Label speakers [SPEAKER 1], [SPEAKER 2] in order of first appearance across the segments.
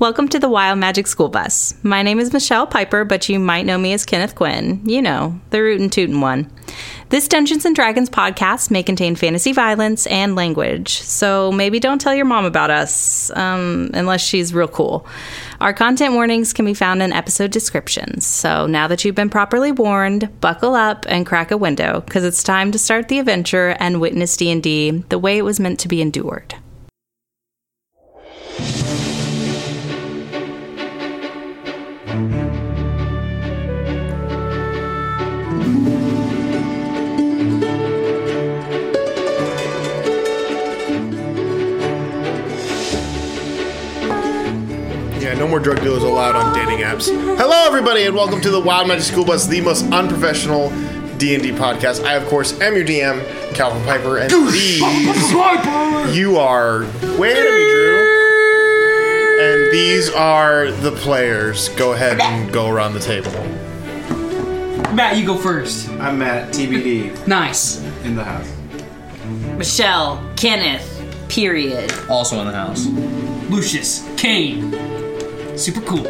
[SPEAKER 1] Welcome to the Wild Magic School Bus. My name is Michelle Piper, but you might know me as Kenneth Quinn. You know, the rootin' tootin' one. This Dungeons and Dragons podcast may contain fantasy violence and language, so maybe don't tell your mom about us, um, unless she's real cool. Our content warnings can be found in episode descriptions, so now that you've been properly warned, buckle up and crack a window, because it's time to start the adventure and witness D&D the way it was meant to be endured.
[SPEAKER 2] Yeah, no more drug dealers allowed on dating apps. Hello, everybody, and welcome to the Wild Magic School Bus, the most unprofessional D and D podcast. I, of course, am your DM, Calvin Piper, and these you are. Wait, Drew. And these are the players. Go ahead and go around the table.
[SPEAKER 3] Matt, you go first.
[SPEAKER 4] I'm Matt, TBD,
[SPEAKER 3] Nice.
[SPEAKER 4] in the house.
[SPEAKER 5] Michelle, Kenneth, period.
[SPEAKER 6] also in the house.
[SPEAKER 3] Lucius, Kane. Super cool.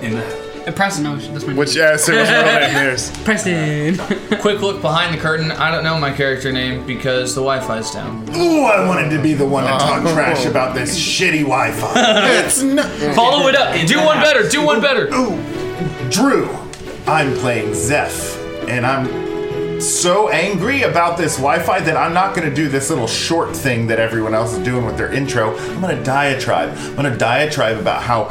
[SPEAKER 4] In the house.
[SPEAKER 3] And Preston, no, that's my name.
[SPEAKER 2] Which yeah, so what's your real name? There's-
[SPEAKER 3] Preston.
[SPEAKER 6] Quick look behind the curtain. I don't know my character name because the Wi-Fi's down.
[SPEAKER 7] Ooh, I wanted to be the one to
[SPEAKER 6] Uh-huh.
[SPEAKER 7] talk trash about this shitty Wi-Fi.
[SPEAKER 2] It's not.
[SPEAKER 6] Follow it up. Do one better. Do one better.
[SPEAKER 7] Drew, I'm playing Zeph, and I'm so angry about this Wi-Fi that I'm not gonna do this little short thing that everyone else is doing with their intro. I'm gonna diatribe. I'm gonna diatribe about how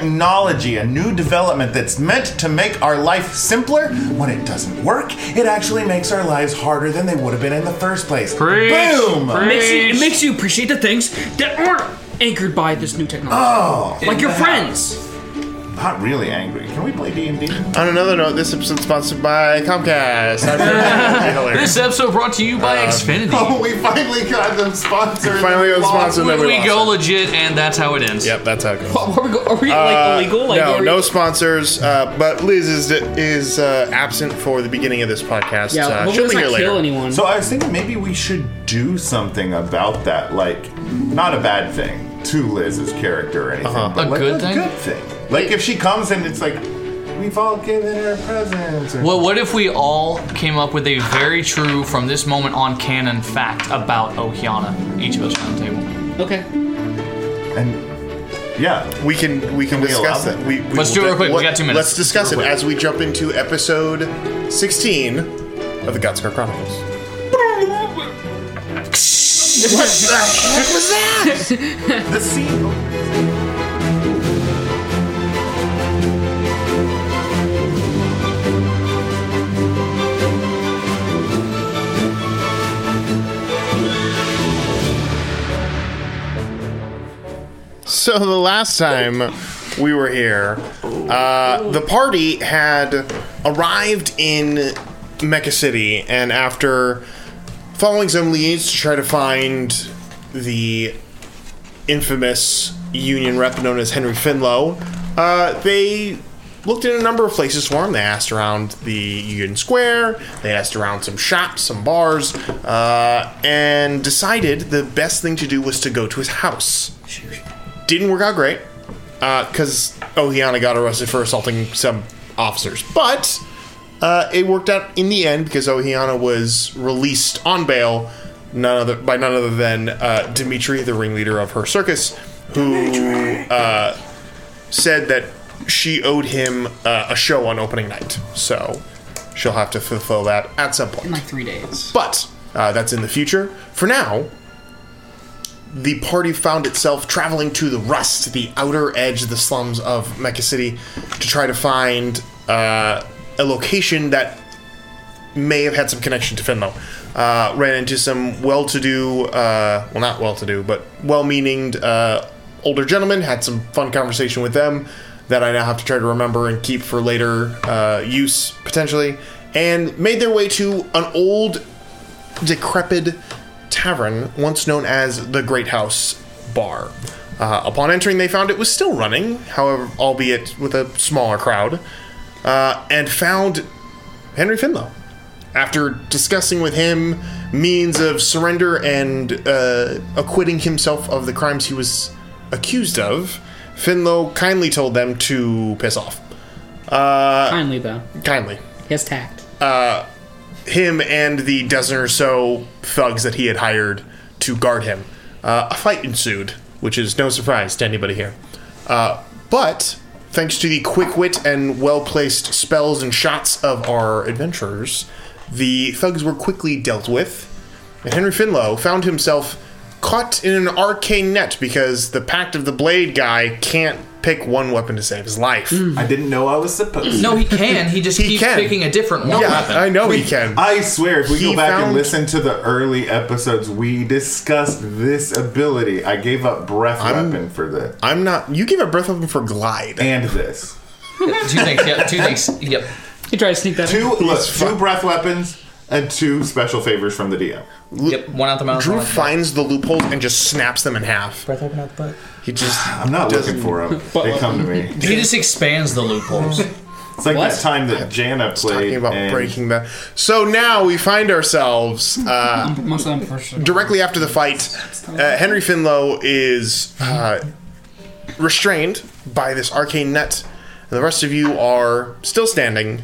[SPEAKER 7] technology, a new development that's meant to make our life simpler, when it doesn't work, it actually makes our lives harder than they would have been in the first place. Boom!
[SPEAKER 3] It makes, you, it makes you appreciate the things that aren't anchored by this new technology.
[SPEAKER 7] Oh,
[SPEAKER 3] like your
[SPEAKER 7] Yeah.
[SPEAKER 3] friends.
[SPEAKER 7] Not really angry. Can we play D and D?
[SPEAKER 2] On another note, this episode's sponsored by Comcast. I'm
[SPEAKER 6] This episode brought to you by Xfinity.
[SPEAKER 7] Oh, we finally got them sponsored.
[SPEAKER 2] Finally got the sponsor that
[SPEAKER 6] we,
[SPEAKER 2] we lost.
[SPEAKER 6] go legit, and that's how it ends.
[SPEAKER 2] Yep, that's how it goes.
[SPEAKER 3] Are we, go- are we
[SPEAKER 2] Uh,
[SPEAKER 3] like illegal? Like,
[SPEAKER 2] no,
[SPEAKER 3] are we-
[SPEAKER 2] no sponsors. Uh, but Liz is is uh, absent for the beginning of this podcast.
[SPEAKER 3] Yeah,
[SPEAKER 2] uh,
[SPEAKER 3] but
[SPEAKER 2] she'll
[SPEAKER 3] let's
[SPEAKER 2] be
[SPEAKER 3] not
[SPEAKER 2] here later.
[SPEAKER 3] kill anyone.
[SPEAKER 7] So I was thinking maybe we should do something about that. Like, not a bad thing to Liz's character or anything,
[SPEAKER 2] Uh-huh.
[SPEAKER 7] but
[SPEAKER 6] A
[SPEAKER 7] like
[SPEAKER 6] good
[SPEAKER 7] a
[SPEAKER 6] thing?
[SPEAKER 7] good thing. Like if she comes and it's like, we've all given her presents. Or
[SPEAKER 6] Well, what if we all came up with a very true, from this moment on, canon fact about Okiana? Each of us around the table.
[SPEAKER 3] okay.
[SPEAKER 7] And yeah,
[SPEAKER 2] We can we can
[SPEAKER 7] we
[SPEAKER 2] discuss
[SPEAKER 7] allow
[SPEAKER 2] that.
[SPEAKER 7] that?
[SPEAKER 2] We, we
[SPEAKER 6] Let's
[SPEAKER 2] will
[SPEAKER 6] do it real
[SPEAKER 2] de-
[SPEAKER 6] quick. We
[SPEAKER 2] what-
[SPEAKER 6] got two minutes.
[SPEAKER 2] Let's discuss it
[SPEAKER 6] Real quick.
[SPEAKER 2] as we jump into episode sixteen of the Godskar Chronicles.
[SPEAKER 7] the scene.
[SPEAKER 2] So the last time we were here, uh, the party had arrived in Mecha City, and after following some leads to try to find the infamous union rep known as Henry Finlow, uh, they looked in a number of places for him. They asked around the Union Square, they asked around some shops, some bars, uh, and decided the best thing to do was to go to his house. Didn't work out great, because Ohiana got arrested for assaulting some officers, but. Uh, it worked out in the end because Ohiana was released on bail none other by none other than uh, Dimitri, the ringleader of her circus, who uh, said that she owed him uh, a show on opening night. So she'll have to fulfill that at some point.
[SPEAKER 3] In like three days.
[SPEAKER 2] But uh, that's in the future. For now, the party found itself traveling to the rust, the outer edge of the slums of Mecca City, to try to find uh, a location that may have had some connection to Finlow. Uh, ran into some well to do, uh, well, not well to do, but well meaning uh, older gentlemen, had some fun conversation with them that I now have to try to remember and keep for later uh, use potentially, and made their way to an old decrepit tavern once known as the Great House Bar. Uh, upon entering, they found it was still running, however, albeit with a smaller crowd, uh, and found Henry Finlow. After discussing with him means of surrender and uh, acquitting himself of the crimes he was accused of, Finlow kindly told them to piss off. Uh,
[SPEAKER 3] Kindly though.
[SPEAKER 2] Kindly
[SPEAKER 3] He has tact.
[SPEAKER 2] Uh, him and the dozen or so thugs that he had hired to guard him. Uh, a fight ensued, which is no surprise to anybody here. Uh, but thanks to the quick wit and well placed spells and shots of our adventurers, the thugs were quickly dealt with, and Henry Finlow found himself caught in an arcane net because the Pact of the Blade guy can't pick one weapon to save his life.
[SPEAKER 7] I didn't know I was supposed to.
[SPEAKER 6] No, he can. He just
[SPEAKER 2] He
[SPEAKER 6] keeps
[SPEAKER 2] can.
[SPEAKER 6] picking a different one.
[SPEAKER 2] yeah,
[SPEAKER 6] weapon.
[SPEAKER 2] I know he can.
[SPEAKER 7] I swear, if we
[SPEAKER 2] He
[SPEAKER 7] go back
[SPEAKER 2] found-
[SPEAKER 7] and listen to the early episodes, we discussed this ability. I gave up breath weapon for this
[SPEAKER 2] I'm not. You gave a breath weapon for glide.
[SPEAKER 7] and this.
[SPEAKER 6] Two things. Yep. Two things. Yep.
[SPEAKER 3] He tried to sneak that.
[SPEAKER 7] Two look, two
[SPEAKER 2] fuck-
[SPEAKER 7] breath weapons and two special favors from the DM.
[SPEAKER 6] Yep. One out the mouth.
[SPEAKER 2] Drew
[SPEAKER 6] one out the mouth.
[SPEAKER 2] finds the loopholes and just snaps them in half.
[SPEAKER 6] Breath open out the butt.
[SPEAKER 2] He just
[SPEAKER 7] I'm not looking for them. They come to me.
[SPEAKER 6] He just expands the loopholes.
[SPEAKER 7] It's like
[SPEAKER 3] What?
[SPEAKER 7] that time that Jana played.
[SPEAKER 2] talking about
[SPEAKER 7] and-
[SPEAKER 2] breaking the. So now we find ourselves uh,
[SPEAKER 3] I'm mostly unfortunate.
[SPEAKER 2] directly after the fight. Uh, Henry Finlow is uh, restrained by this arcane net, and the rest of you are still standing.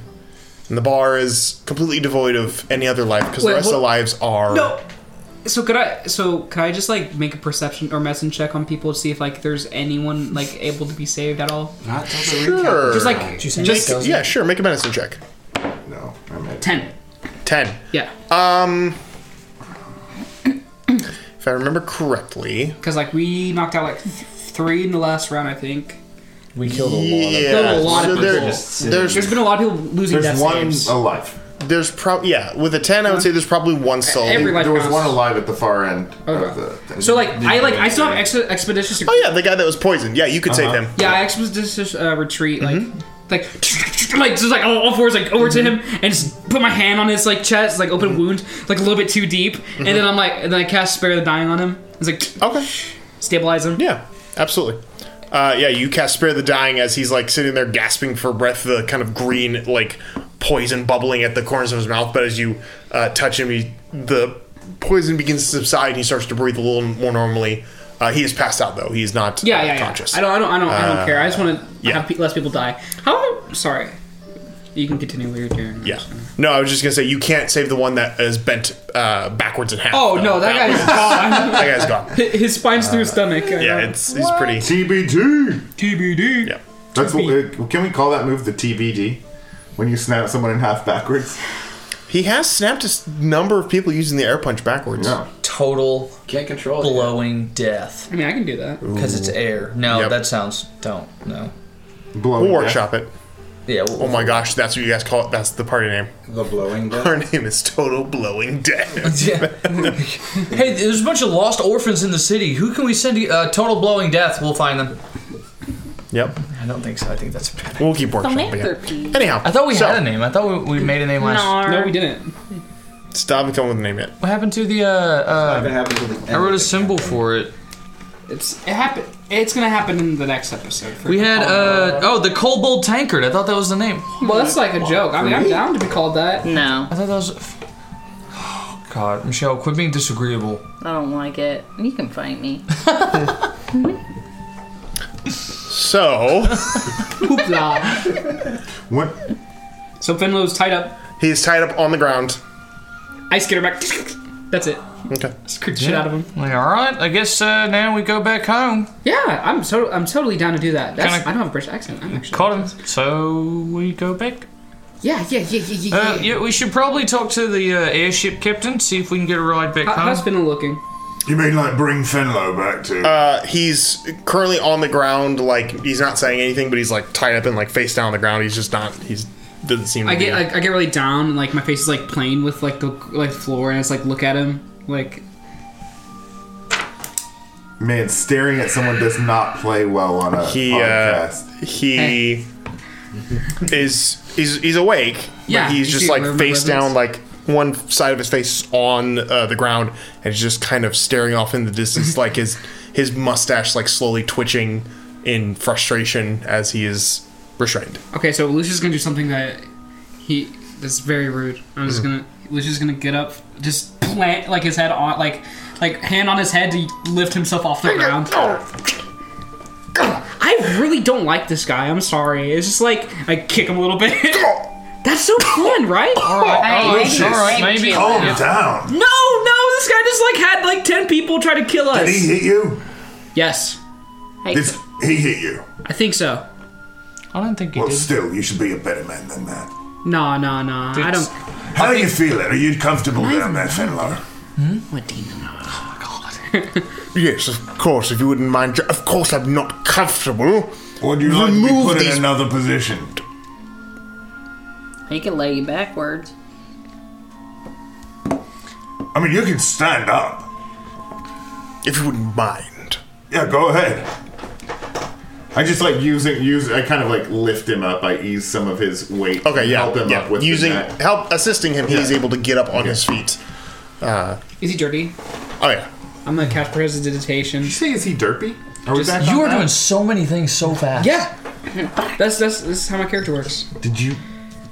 [SPEAKER 2] And the bar is completely devoid of any other life because the
[SPEAKER 3] Wait,
[SPEAKER 2] rest
[SPEAKER 3] what-
[SPEAKER 2] of the lives are.
[SPEAKER 3] No. So could I? So could I just like make a perception or medicine check on people to see if like there's anyone like able to be saved at all?
[SPEAKER 4] Not till the recap.
[SPEAKER 2] Sure.
[SPEAKER 3] Just like
[SPEAKER 4] you say
[SPEAKER 2] Make-
[SPEAKER 3] just
[SPEAKER 2] yeah, sure. Make a medicine check.
[SPEAKER 7] No, I'm at
[SPEAKER 3] ten.
[SPEAKER 2] Ten.
[SPEAKER 3] Yeah.
[SPEAKER 2] Um, If I remember correctly.
[SPEAKER 3] Because like we knocked out like th- three in the last round, I think.
[SPEAKER 4] We killed a lot of
[SPEAKER 2] Yeah.
[SPEAKER 3] There's a lot
[SPEAKER 2] so
[SPEAKER 3] of people.
[SPEAKER 2] there- there's
[SPEAKER 3] There's been a lot of people losing death
[SPEAKER 7] There's one
[SPEAKER 3] saves.
[SPEAKER 7] alive.
[SPEAKER 2] There's probably yeah. With a ten, I would say there's probably one soul.
[SPEAKER 3] Everybody
[SPEAKER 7] There was
[SPEAKER 3] counts.
[SPEAKER 7] one alive at the far end of
[SPEAKER 3] Okay.
[SPEAKER 7] the thing.
[SPEAKER 3] So like I like I still have ex- expeditious. Uh-huh.
[SPEAKER 2] Oh yeah, the guy that was poisoned. Yeah, you could save him. Mm-hmm.
[SPEAKER 3] Yeah, I expeditious uh, retreat like. Like, like, just like all, all fours, like over to him, and just put my hand on his like chest, like
[SPEAKER 2] Mm-hmm.
[SPEAKER 3] open wound, like a little bit too deep, and then I'm like, and then I cast spare the dying on him. It's like
[SPEAKER 2] Okay.
[SPEAKER 3] stabilize him.
[SPEAKER 2] Yeah, absolutely. Uh, yeah, you cast spare the dying as he's like sitting there gasping for breath, the kind of green like poison bubbling at the corners of his mouth. But as you uh, touch him, he, the poison begins to subside and he starts to breathe a little more normally. Uh, he is passed out though; he is not
[SPEAKER 3] yeah,
[SPEAKER 2] uh,
[SPEAKER 3] yeah, yeah.
[SPEAKER 2] conscious. Uh,
[SPEAKER 3] I don't, I don't, I don't, I don't care. I just want to
[SPEAKER 2] yeah.
[SPEAKER 3] have pe- less people die. How? Sorry, you can continue what you're doing.
[SPEAKER 2] Yeah. No, I was just gonna say you can't save the one that is bent uh, backwards in half.
[SPEAKER 3] Oh
[SPEAKER 2] though.
[SPEAKER 3] no, that
[SPEAKER 2] was-
[SPEAKER 3] guy's gone.
[SPEAKER 2] that guy's gone. Uh,
[SPEAKER 3] His spine's through his stomach.
[SPEAKER 2] Yeah, it's he's pretty.
[SPEAKER 7] TBD.
[SPEAKER 3] TBD.
[SPEAKER 2] Yeah.
[SPEAKER 7] That's what, uh, can we call that move the TBD? When you snap someone in half backwards?
[SPEAKER 2] He has snapped a s- number of people using the air punch backwards.
[SPEAKER 7] No.
[SPEAKER 6] Total
[SPEAKER 4] Can't control it.
[SPEAKER 6] blowing death
[SPEAKER 3] I mean, I can do that.
[SPEAKER 6] because it's air. No,
[SPEAKER 2] Yep.
[SPEAKER 6] that sounds don't no.
[SPEAKER 7] Blowing
[SPEAKER 2] We'll
[SPEAKER 7] death.
[SPEAKER 2] workshop it.
[SPEAKER 6] Yeah.
[SPEAKER 2] Oh my gosh, that's what you guys call it. That's the party name.
[SPEAKER 4] The blowing
[SPEAKER 2] Our
[SPEAKER 4] death.
[SPEAKER 2] name is Total Blowing Dead.
[SPEAKER 6] Yeah. hey, there's a bunch of lost orphans in the city. Who can we send? To, uh, total blowing death. We'll find them.
[SPEAKER 2] Yep.
[SPEAKER 6] I don't think so. I think that's a bad.
[SPEAKER 2] We'll keep workshopping
[SPEAKER 5] Philanthropy.
[SPEAKER 2] it. Anyhow,
[SPEAKER 6] I thought we
[SPEAKER 2] so,
[SPEAKER 6] had a name. I thought we, we made a name last.
[SPEAKER 3] No, we didn't.
[SPEAKER 2] Still haven't come up with a name yet.
[SPEAKER 6] What happened to the? uh, uh
[SPEAKER 4] happened to the
[SPEAKER 6] I wrote a symbol for it.
[SPEAKER 3] It's it happen. It's gonna happen in the next episode. For
[SPEAKER 6] We had uh oh the kobold tankard. I thought that was the name.
[SPEAKER 3] Well, that's like a joke. I mean, I'm down to be called that.
[SPEAKER 5] No,
[SPEAKER 6] I thought that was. Oh, God, Michelle, quit being disagreeable.
[SPEAKER 5] I don't like it. You can fight me.
[SPEAKER 2] So,
[SPEAKER 3] Hoopla.
[SPEAKER 7] What?
[SPEAKER 3] so Finlow's tied up.
[SPEAKER 2] he is tied up on the ground.
[SPEAKER 3] I get her back. That's it.
[SPEAKER 2] Okay.
[SPEAKER 3] Screw the shit out of him.
[SPEAKER 6] Like, all right, I guess uh, now we go back home.
[SPEAKER 3] Yeah, I'm so I'm totally down to do that. That's,
[SPEAKER 6] Kinda-
[SPEAKER 3] I don't have a British accent. I'm actually.
[SPEAKER 6] Caught him, so we go back.
[SPEAKER 3] Yeah, yeah, yeah, yeah, yeah.
[SPEAKER 6] Uh,
[SPEAKER 3] yeah.
[SPEAKER 6] yeah, we should probably talk to the uh, airship captain, see if we can get a ride back
[SPEAKER 3] How,
[SPEAKER 6] home.
[SPEAKER 3] how's Finland looking?
[SPEAKER 7] You mean like bring Fenlo back to?
[SPEAKER 2] Uh, he's currently on the ground, like he's not saying anything, but he's like tied up and like face down on the ground. He's just not. He's doesn't seem. To
[SPEAKER 3] I
[SPEAKER 2] be
[SPEAKER 3] get like I get really down and like my face is like playing with like the like the floor and it's like look at him like
[SPEAKER 7] Man, staring at someone does not play well on a
[SPEAKER 2] he uh,
[SPEAKER 7] podcast.
[SPEAKER 2] he is he's he's awake.
[SPEAKER 3] Yeah,
[SPEAKER 2] but he's
[SPEAKER 3] you
[SPEAKER 2] just
[SPEAKER 3] see
[SPEAKER 2] like
[SPEAKER 3] where my
[SPEAKER 2] face down,
[SPEAKER 3] brother
[SPEAKER 2] like one side of his face on uh, the ground, and he's just kind of staring off in the distance, like his his mustache like slowly twitching in frustration as he is restrained.
[SPEAKER 3] okay so Lucius gonna do something that he that's very rude. I'm just
[SPEAKER 6] Hmm.
[SPEAKER 3] gonna Lucius is gonna get up just plant like his head on like like hand on his head to lift himself off the ground. I really don't like this guy. I'm sorry. It's just like I kick him a little bit. That's so fun, right?
[SPEAKER 4] Oh,
[SPEAKER 5] I, maybe,
[SPEAKER 7] Lucius,
[SPEAKER 5] maybe,
[SPEAKER 6] maybe-
[SPEAKER 5] kill
[SPEAKER 7] Calm
[SPEAKER 5] him.
[SPEAKER 7] down.
[SPEAKER 3] No, no, this guy just like had like ten people try to kill us.
[SPEAKER 7] Did he hit you?
[SPEAKER 3] Yes,
[SPEAKER 5] Hey,
[SPEAKER 7] Did he hit you?
[SPEAKER 3] I think so.
[SPEAKER 6] I don't think he
[SPEAKER 7] Well,
[SPEAKER 6] did.
[SPEAKER 7] still, you should be a better man than that.
[SPEAKER 3] No, no, no. I
[SPEAKER 6] It's-
[SPEAKER 3] don't.
[SPEAKER 7] How are you feeling? Are you comfortable down there, Fenlo?
[SPEAKER 4] Hmm?
[SPEAKER 3] What do you know?
[SPEAKER 2] Yes, of course. If you wouldn't mind, of course I'm not comfortable.
[SPEAKER 7] Would you like to be
[SPEAKER 2] Remove
[SPEAKER 7] put
[SPEAKER 2] these-
[SPEAKER 7] in another position?
[SPEAKER 5] he can lay you backwards.
[SPEAKER 7] I mean, you can stand up.
[SPEAKER 2] If you wouldn't mind.
[SPEAKER 7] Yeah, go ahead. I just like using use. I kind of like lift him up. I ease some of his weight.
[SPEAKER 2] Okay, yeah,
[SPEAKER 7] Help him
[SPEAKER 2] yeah.
[SPEAKER 7] up with the
[SPEAKER 2] using
[SPEAKER 7] net.
[SPEAKER 2] help uh, assisting him. He's
[SPEAKER 7] Yeah.
[SPEAKER 2] able to get up on his feet. Uh,
[SPEAKER 3] Is he dirty?
[SPEAKER 2] Oh yeah.
[SPEAKER 3] I'm gonna catch prestidigitation.
[SPEAKER 7] You say is he derpy? Are we back on
[SPEAKER 4] You are
[SPEAKER 7] that?
[SPEAKER 4] doing so many things so fast.
[SPEAKER 3] Yeah. That's that's this is how my character works.
[SPEAKER 7] Did you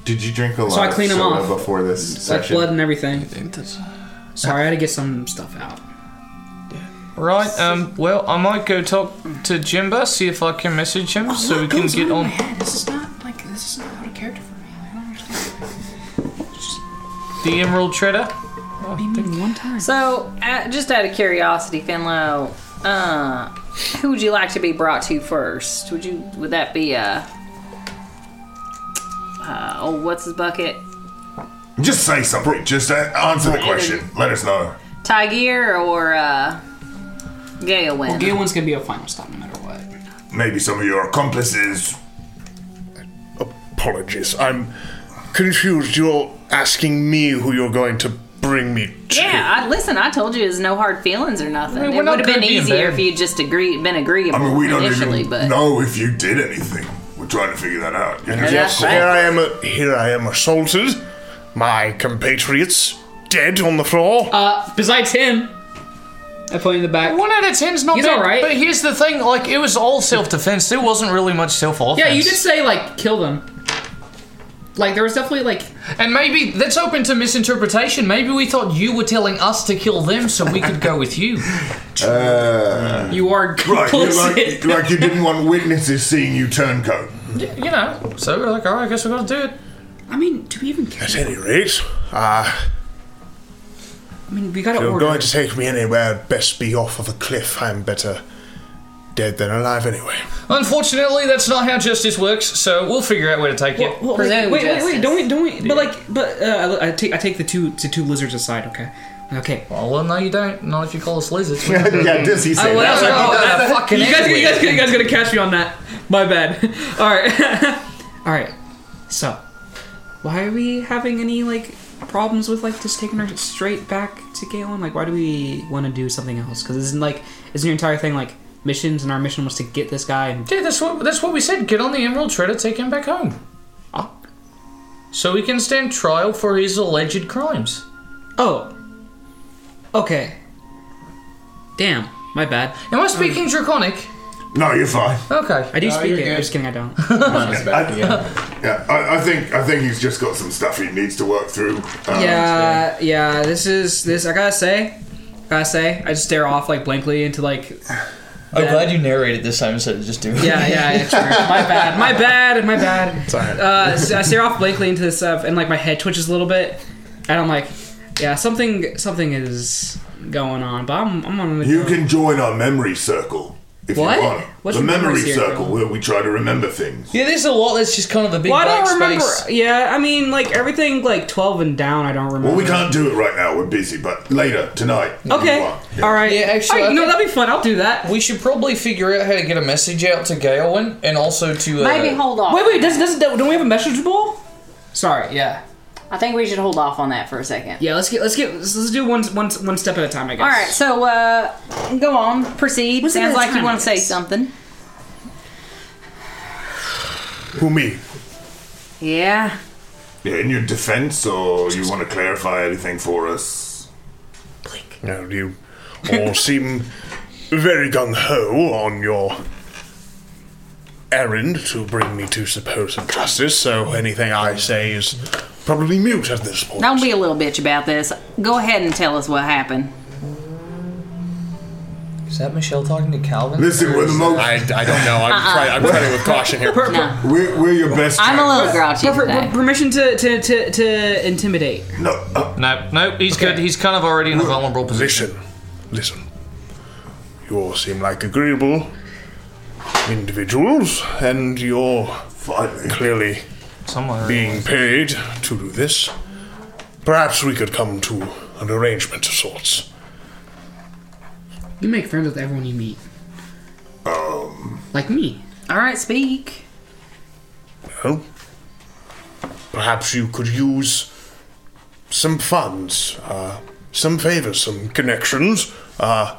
[SPEAKER 7] did you drink a lot?
[SPEAKER 3] I clean
[SPEAKER 7] of
[SPEAKER 3] him
[SPEAKER 7] soda
[SPEAKER 3] off.
[SPEAKER 7] before this
[SPEAKER 3] Like
[SPEAKER 7] session.
[SPEAKER 3] blood and everything. Sorry, I had to get some stuff out.
[SPEAKER 6] Right. Um. Well, I might go talk to Jimba, see if I can message
[SPEAKER 4] Oh,
[SPEAKER 6] him, so we can get on.
[SPEAKER 3] This is not like this is not out of character for me. I don't understand.
[SPEAKER 6] The Emerald Treader. Oh.
[SPEAKER 3] one time.
[SPEAKER 5] So, uh, just out of curiosity, Finlow, uh, who would you like to be brought to first? Would you? Would that be uh, uh oh, what's his bucket?
[SPEAKER 7] Just say something. Just a- answer the question. Let us know.
[SPEAKER 5] Tiger or uh, Gaelwin?
[SPEAKER 3] Galen's gonna be a final stop no matter what.
[SPEAKER 7] Maybe some of your accomplices.
[SPEAKER 2] Apologies. I'm confused. You're asking me who you're going to bring me to.
[SPEAKER 5] yeah, I, listen, I told you there's no hard feelings or nothing.
[SPEAKER 6] mean,
[SPEAKER 5] it
[SPEAKER 6] we're
[SPEAKER 5] would
[SPEAKER 6] not
[SPEAKER 5] have been
[SPEAKER 6] gonna be
[SPEAKER 5] easier if
[SPEAKER 6] embarrassed.
[SPEAKER 5] you just agreed, been agreeable
[SPEAKER 7] I mean, we don't
[SPEAKER 5] initially,
[SPEAKER 7] even
[SPEAKER 5] but
[SPEAKER 7] know if you did anything. We're trying to figure that out. You know?
[SPEAKER 2] Yes,
[SPEAKER 5] That's
[SPEAKER 2] here I am. uh, Here I am assaulted. My compatriots dead on the floor.
[SPEAKER 3] Uh, besides him, I point in the back.
[SPEAKER 6] One out of ten's not
[SPEAKER 3] He's
[SPEAKER 6] bad.
[SPEAKER 3] alright.
[SPEAKER 6] But here's the thing: like, it was all self-defense. There wasn't really much self-offense.
[SPEAKER 3] Yeah, you did say like kill them. Like there was definitely like
[SPEAKER 6] And maybe that's open to misinterpretation. Maybe we thought you were telling us to kill them, so we could go with you.
[SPEAKER 3] you are
[SPEAKER 7] Uh, Right, you
[SPEAKER 3] complicit.
[SPEAKER 7] like, like you didn't want witnesses seeing you turncoat.
[SPEAKER 6] Y- you know. So we're like, all right, I guess we got to do it.
[SPEAKER 3] I mean, do we even care?
[SPEAKER 2] At any rate, uh,
[SPEAKER 3] I mean, we gotta
[SPEAKER 2] if you're
[SPEAKER 3] order.
[SPEAKER 2] going to take me anywhere, best be off of a cliff. I'm better dead than alive anyway.
[SPEAKER 6] Unfortunately, that's not how justice works. So we'll figure out where to take you.
[SPEAKER 3] Well, wait,
[SPEAKER 5] Presumed
[SPEAKER 3] wait, wait,
[SPEAKER 5] justice.
[SPEAKER 3] wait, don't we, don't we, but like, but, uh, I, I take, I take the two, the two lizards aside, okay? Okay.
[SPEAKER 6] Oh, well, no, you don't. Not if you call us lizards. We-
[SPEAKER 7] yeah, does he say
[SPEAKER 3] Oh,
[SPEAKER 7] that?
[SPEAKER 3] well,
[SPEAKER 6] like,
[SPEAKER 3] oh,
[SPEAKER 6] you got a
[SPEAKER 3] that-
[SPEAKER 6] fucking
[SPEAKER 3] you guys,
[SPEAKER 6] anyway.
[SPEAKER 3] you guys, you guys gonna catch me on that. My bad. Alright. Alright. So, why are we having any, like, problems with, like, just taking her straight back to Galen? Like, why do we want to do something else? Because isn't, like, isn't your entire thing, like, missions, and our mission was to get this guy and.
[SPEAKER 6] Yeah, that's what that's what we said. Get on the Emerald Treader, take him back home,
[SPEAKER 3] Oh.
[SPEAKER 6] so he can stand trial for his alleged crimes.
[SPEAKER 3] Oh. Okay. Damn. My bad.
[SPEAKER 6] Am I speaking Draconic?
[SPEAKER 7] No, you're fine.
[SPEAKER 6] Okay.
[SPEAKER 3] I do speak
[SPEAKER 4] you're
[SPEAKER 3] it. I'm
[SPEAKER 4] good. Oh,
[SPEAKER 3] just kidding, I don't.
[SPEAKER 4] Back again.
[SPEAKER 7] Yeah, I, I think I think he's just got some stuff he needs to work through. Um,
[SPEAKER 3] Yeah, yeah. This is this. I gotta say, gotta say. I just stare off like blankly into like.
[SPEAKER 4] I'm glad you narrated this time instead of just doing
[SPEAKER 3] Yeah,
[SPEAKER 4] it.
[SPEAKER 3] yeah. yeah sure. my bad. My bad. Uh, My bad. Sorry. Uh, s- I stare off blankly into this stuff, and like my head twitches a little bit, and I'm like, Yeah, something something is going on, but I'm I'm on.
[SPEAKER 8] You can join our memory circle if
[SPEAKER 3] What?
[SPEAKER 8] you want.
[SPEAKER 3] What's
[SPEAKER 8] the
[SPEAKER 3] a memory
[SPEAKER 8] memory,
[SPEAKER 3] circle?
[SPEAKER 8] circle? where we try to remember things.
[SPEAKER 9] Yeah, there's a lot that's just kind of a big
[SPEAKER 3] Well, I
[SPEAKER 9] black
[SPEAKER 3] don't remember.
[SPEAKER 9] space.
[SPEAKER 3] Yeah, I mean, like everything like twelve and down, I don't remember.
[SPEAKER 8] Well, we can't do it right now. We're busy, but later tonight. if you
[SPEAKER 3] Okay.
[SPEAKER 8] want. Yeah.
[SPEAKER 3] All right.
[SPEAKER 9] Yeah, actually,
[SPEAKER 3] Alright,
[SPEAKER 9] I
[SPEAKER 3] no,
[SPEAKER 9] think-
[SPEAKER 3] that'd be fun. I'll do that.
[SPEAKER 9] We should probably figure out how to get a message out to Gaelin and also to. Uh,
[SPEAKER 5] Maybe hold off.
[SPEAKER 3] Wait, wait. Does does don't we have a message ball? Sorry. Yeah.
[SPEAKER 5] I think we should hold off on that for a second.
[SPEAKER 3] Yeah. Let's get let's get let's, let's do one one one step at a time. I guess.
[SPEAKER 5] All right, so uh, go on, proceed.
[SPEAKER 3] What's the
[SPEAKER 5] Sounds
[SPEAKER 3] best
[SPEAKER 5] like you
[SPEAKER 3] time
[SPEAKER 5] want
[SPEAKER 3] it
[SPEAKER 5] to say
[SPEAKER 3] is?
[SPEAKER 5] something.
[SPEAKER 8] Who me?
[SPEAKER 5] Yeah.
[SPEAKER 8] Yeah, in your defense, or you want to clarify anything for us?
[SPEAKER 2] Now you all seem very gung ho on your errand to bring me to supposed justice, so anything I say is probably mute at this point.
[SPEAKER 5] Don't be a little bitch about this. Go ahead and tell us what happened.
[SPEAKER 9] Is that Michelle talking to Calvin?
[SPEAKER 8] Listen, we're the
[SPEAKER 2] I,
[SPEAKER 8] most.
[SPEAKER 2] I don't know. I'm,
[SPEAKER 3] Uh-uh.
[SPEAKER 6] Uh-uh.
[SPEAKER 2] trying, I'm trying with caution here.
[SPEAKER 5] No,
[SPEAKER 8] We're, we're your best.
[SPEAKER 5] I'm a
[SPEAKER 8] friend.
[SPEAKER 5] little grouchy
[SPEAKER 3] Per-
[SPEAKER 5] today.
[SPEAKER 3] per- permission to, to, to, to intimidate.
[SPEAKER 8] No, uh,
[SPEAKER 6] No, no, he's good. He's kind of already in a vulnerable position.
[SPEAKER 2] Listen, listen. You all seem like agreeable individuals, and you're
[SPEAKER 8] finally.
[SPEAKER 2] clearly
[SPEAKER 6] Somewhere.
[SPEAKER 2] being paid to do this. Perhaps we could come to an arrangement of sorts.
[SPEAKER 3] You make friends with everyone you meet. Um. Like me.
[SPEAKER 5] All right, speak.
[SPEAKER 2] Well, perhaps you could use some funds, uh, some favors, some connections, uh,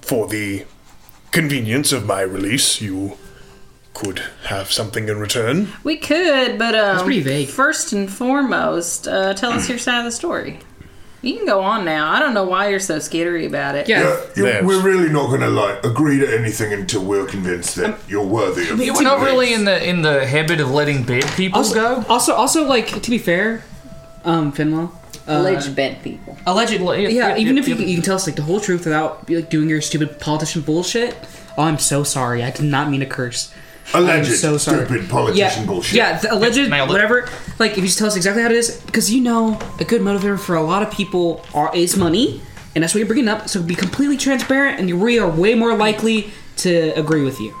[SPEAKER 2] for the convenience of my release. You could have something in return.
[SPEAKER 5] We could, but um,
[SPEAKER 3] pretty vague.
[SPEAKER 5] First and foremost, uh, tell us your side of the story. You can go on now. I don't know why you're so skittery about it.
[SPEAKER 3] Yeah.
[SPEAKER 8] Yeah, you-
[SPEAKER 2] Yes.
[SPEAKER 8] we're really not going to like agree to anything until we're convinced that you're worthy of.
[SPEAKER 6] Um, We're not really in the in the habit of letting bad people
[SPEAKER 3] Also,
[SPEAKER 6] go.
[SPEAKER 3] also, also, like to be fair, um, Finlaw.
[SPEAKER 7] Uh,
[SPEAKER 5] Alleged bed people.
[SPEAKER 3] Allegedly, yeah.
[SPEAKER 6] yeah,
[SPEAKER 3] even
[SPEAKER 6] yeah,
[SPEAKER 3] if you,
[SPEAKER 6] yeah.
[SPEAKER 3] you can tell us like the whole truth without like doing your stupid politician bullshit. Oh, I'm so sorry. I did not mean to curse.
[SPEAKER 8] alleged
[SPEAKER 3] I'm so sorry.
[SPEAKER 8] stupid politician
[SPEAKER 3] yeah,
[SPEAKER 8] bullshit.
[SPEAKER 3] Yeah, the alleged
[SPEAKER 6] nailed it.
[SPEAKER 3] whatever. Like, if you just tell us exactly how it is, because you know, a good motivator for a lot of people are is money, and that's what you're bringing up. So be completely transparent, and we are way more likely to agree with you.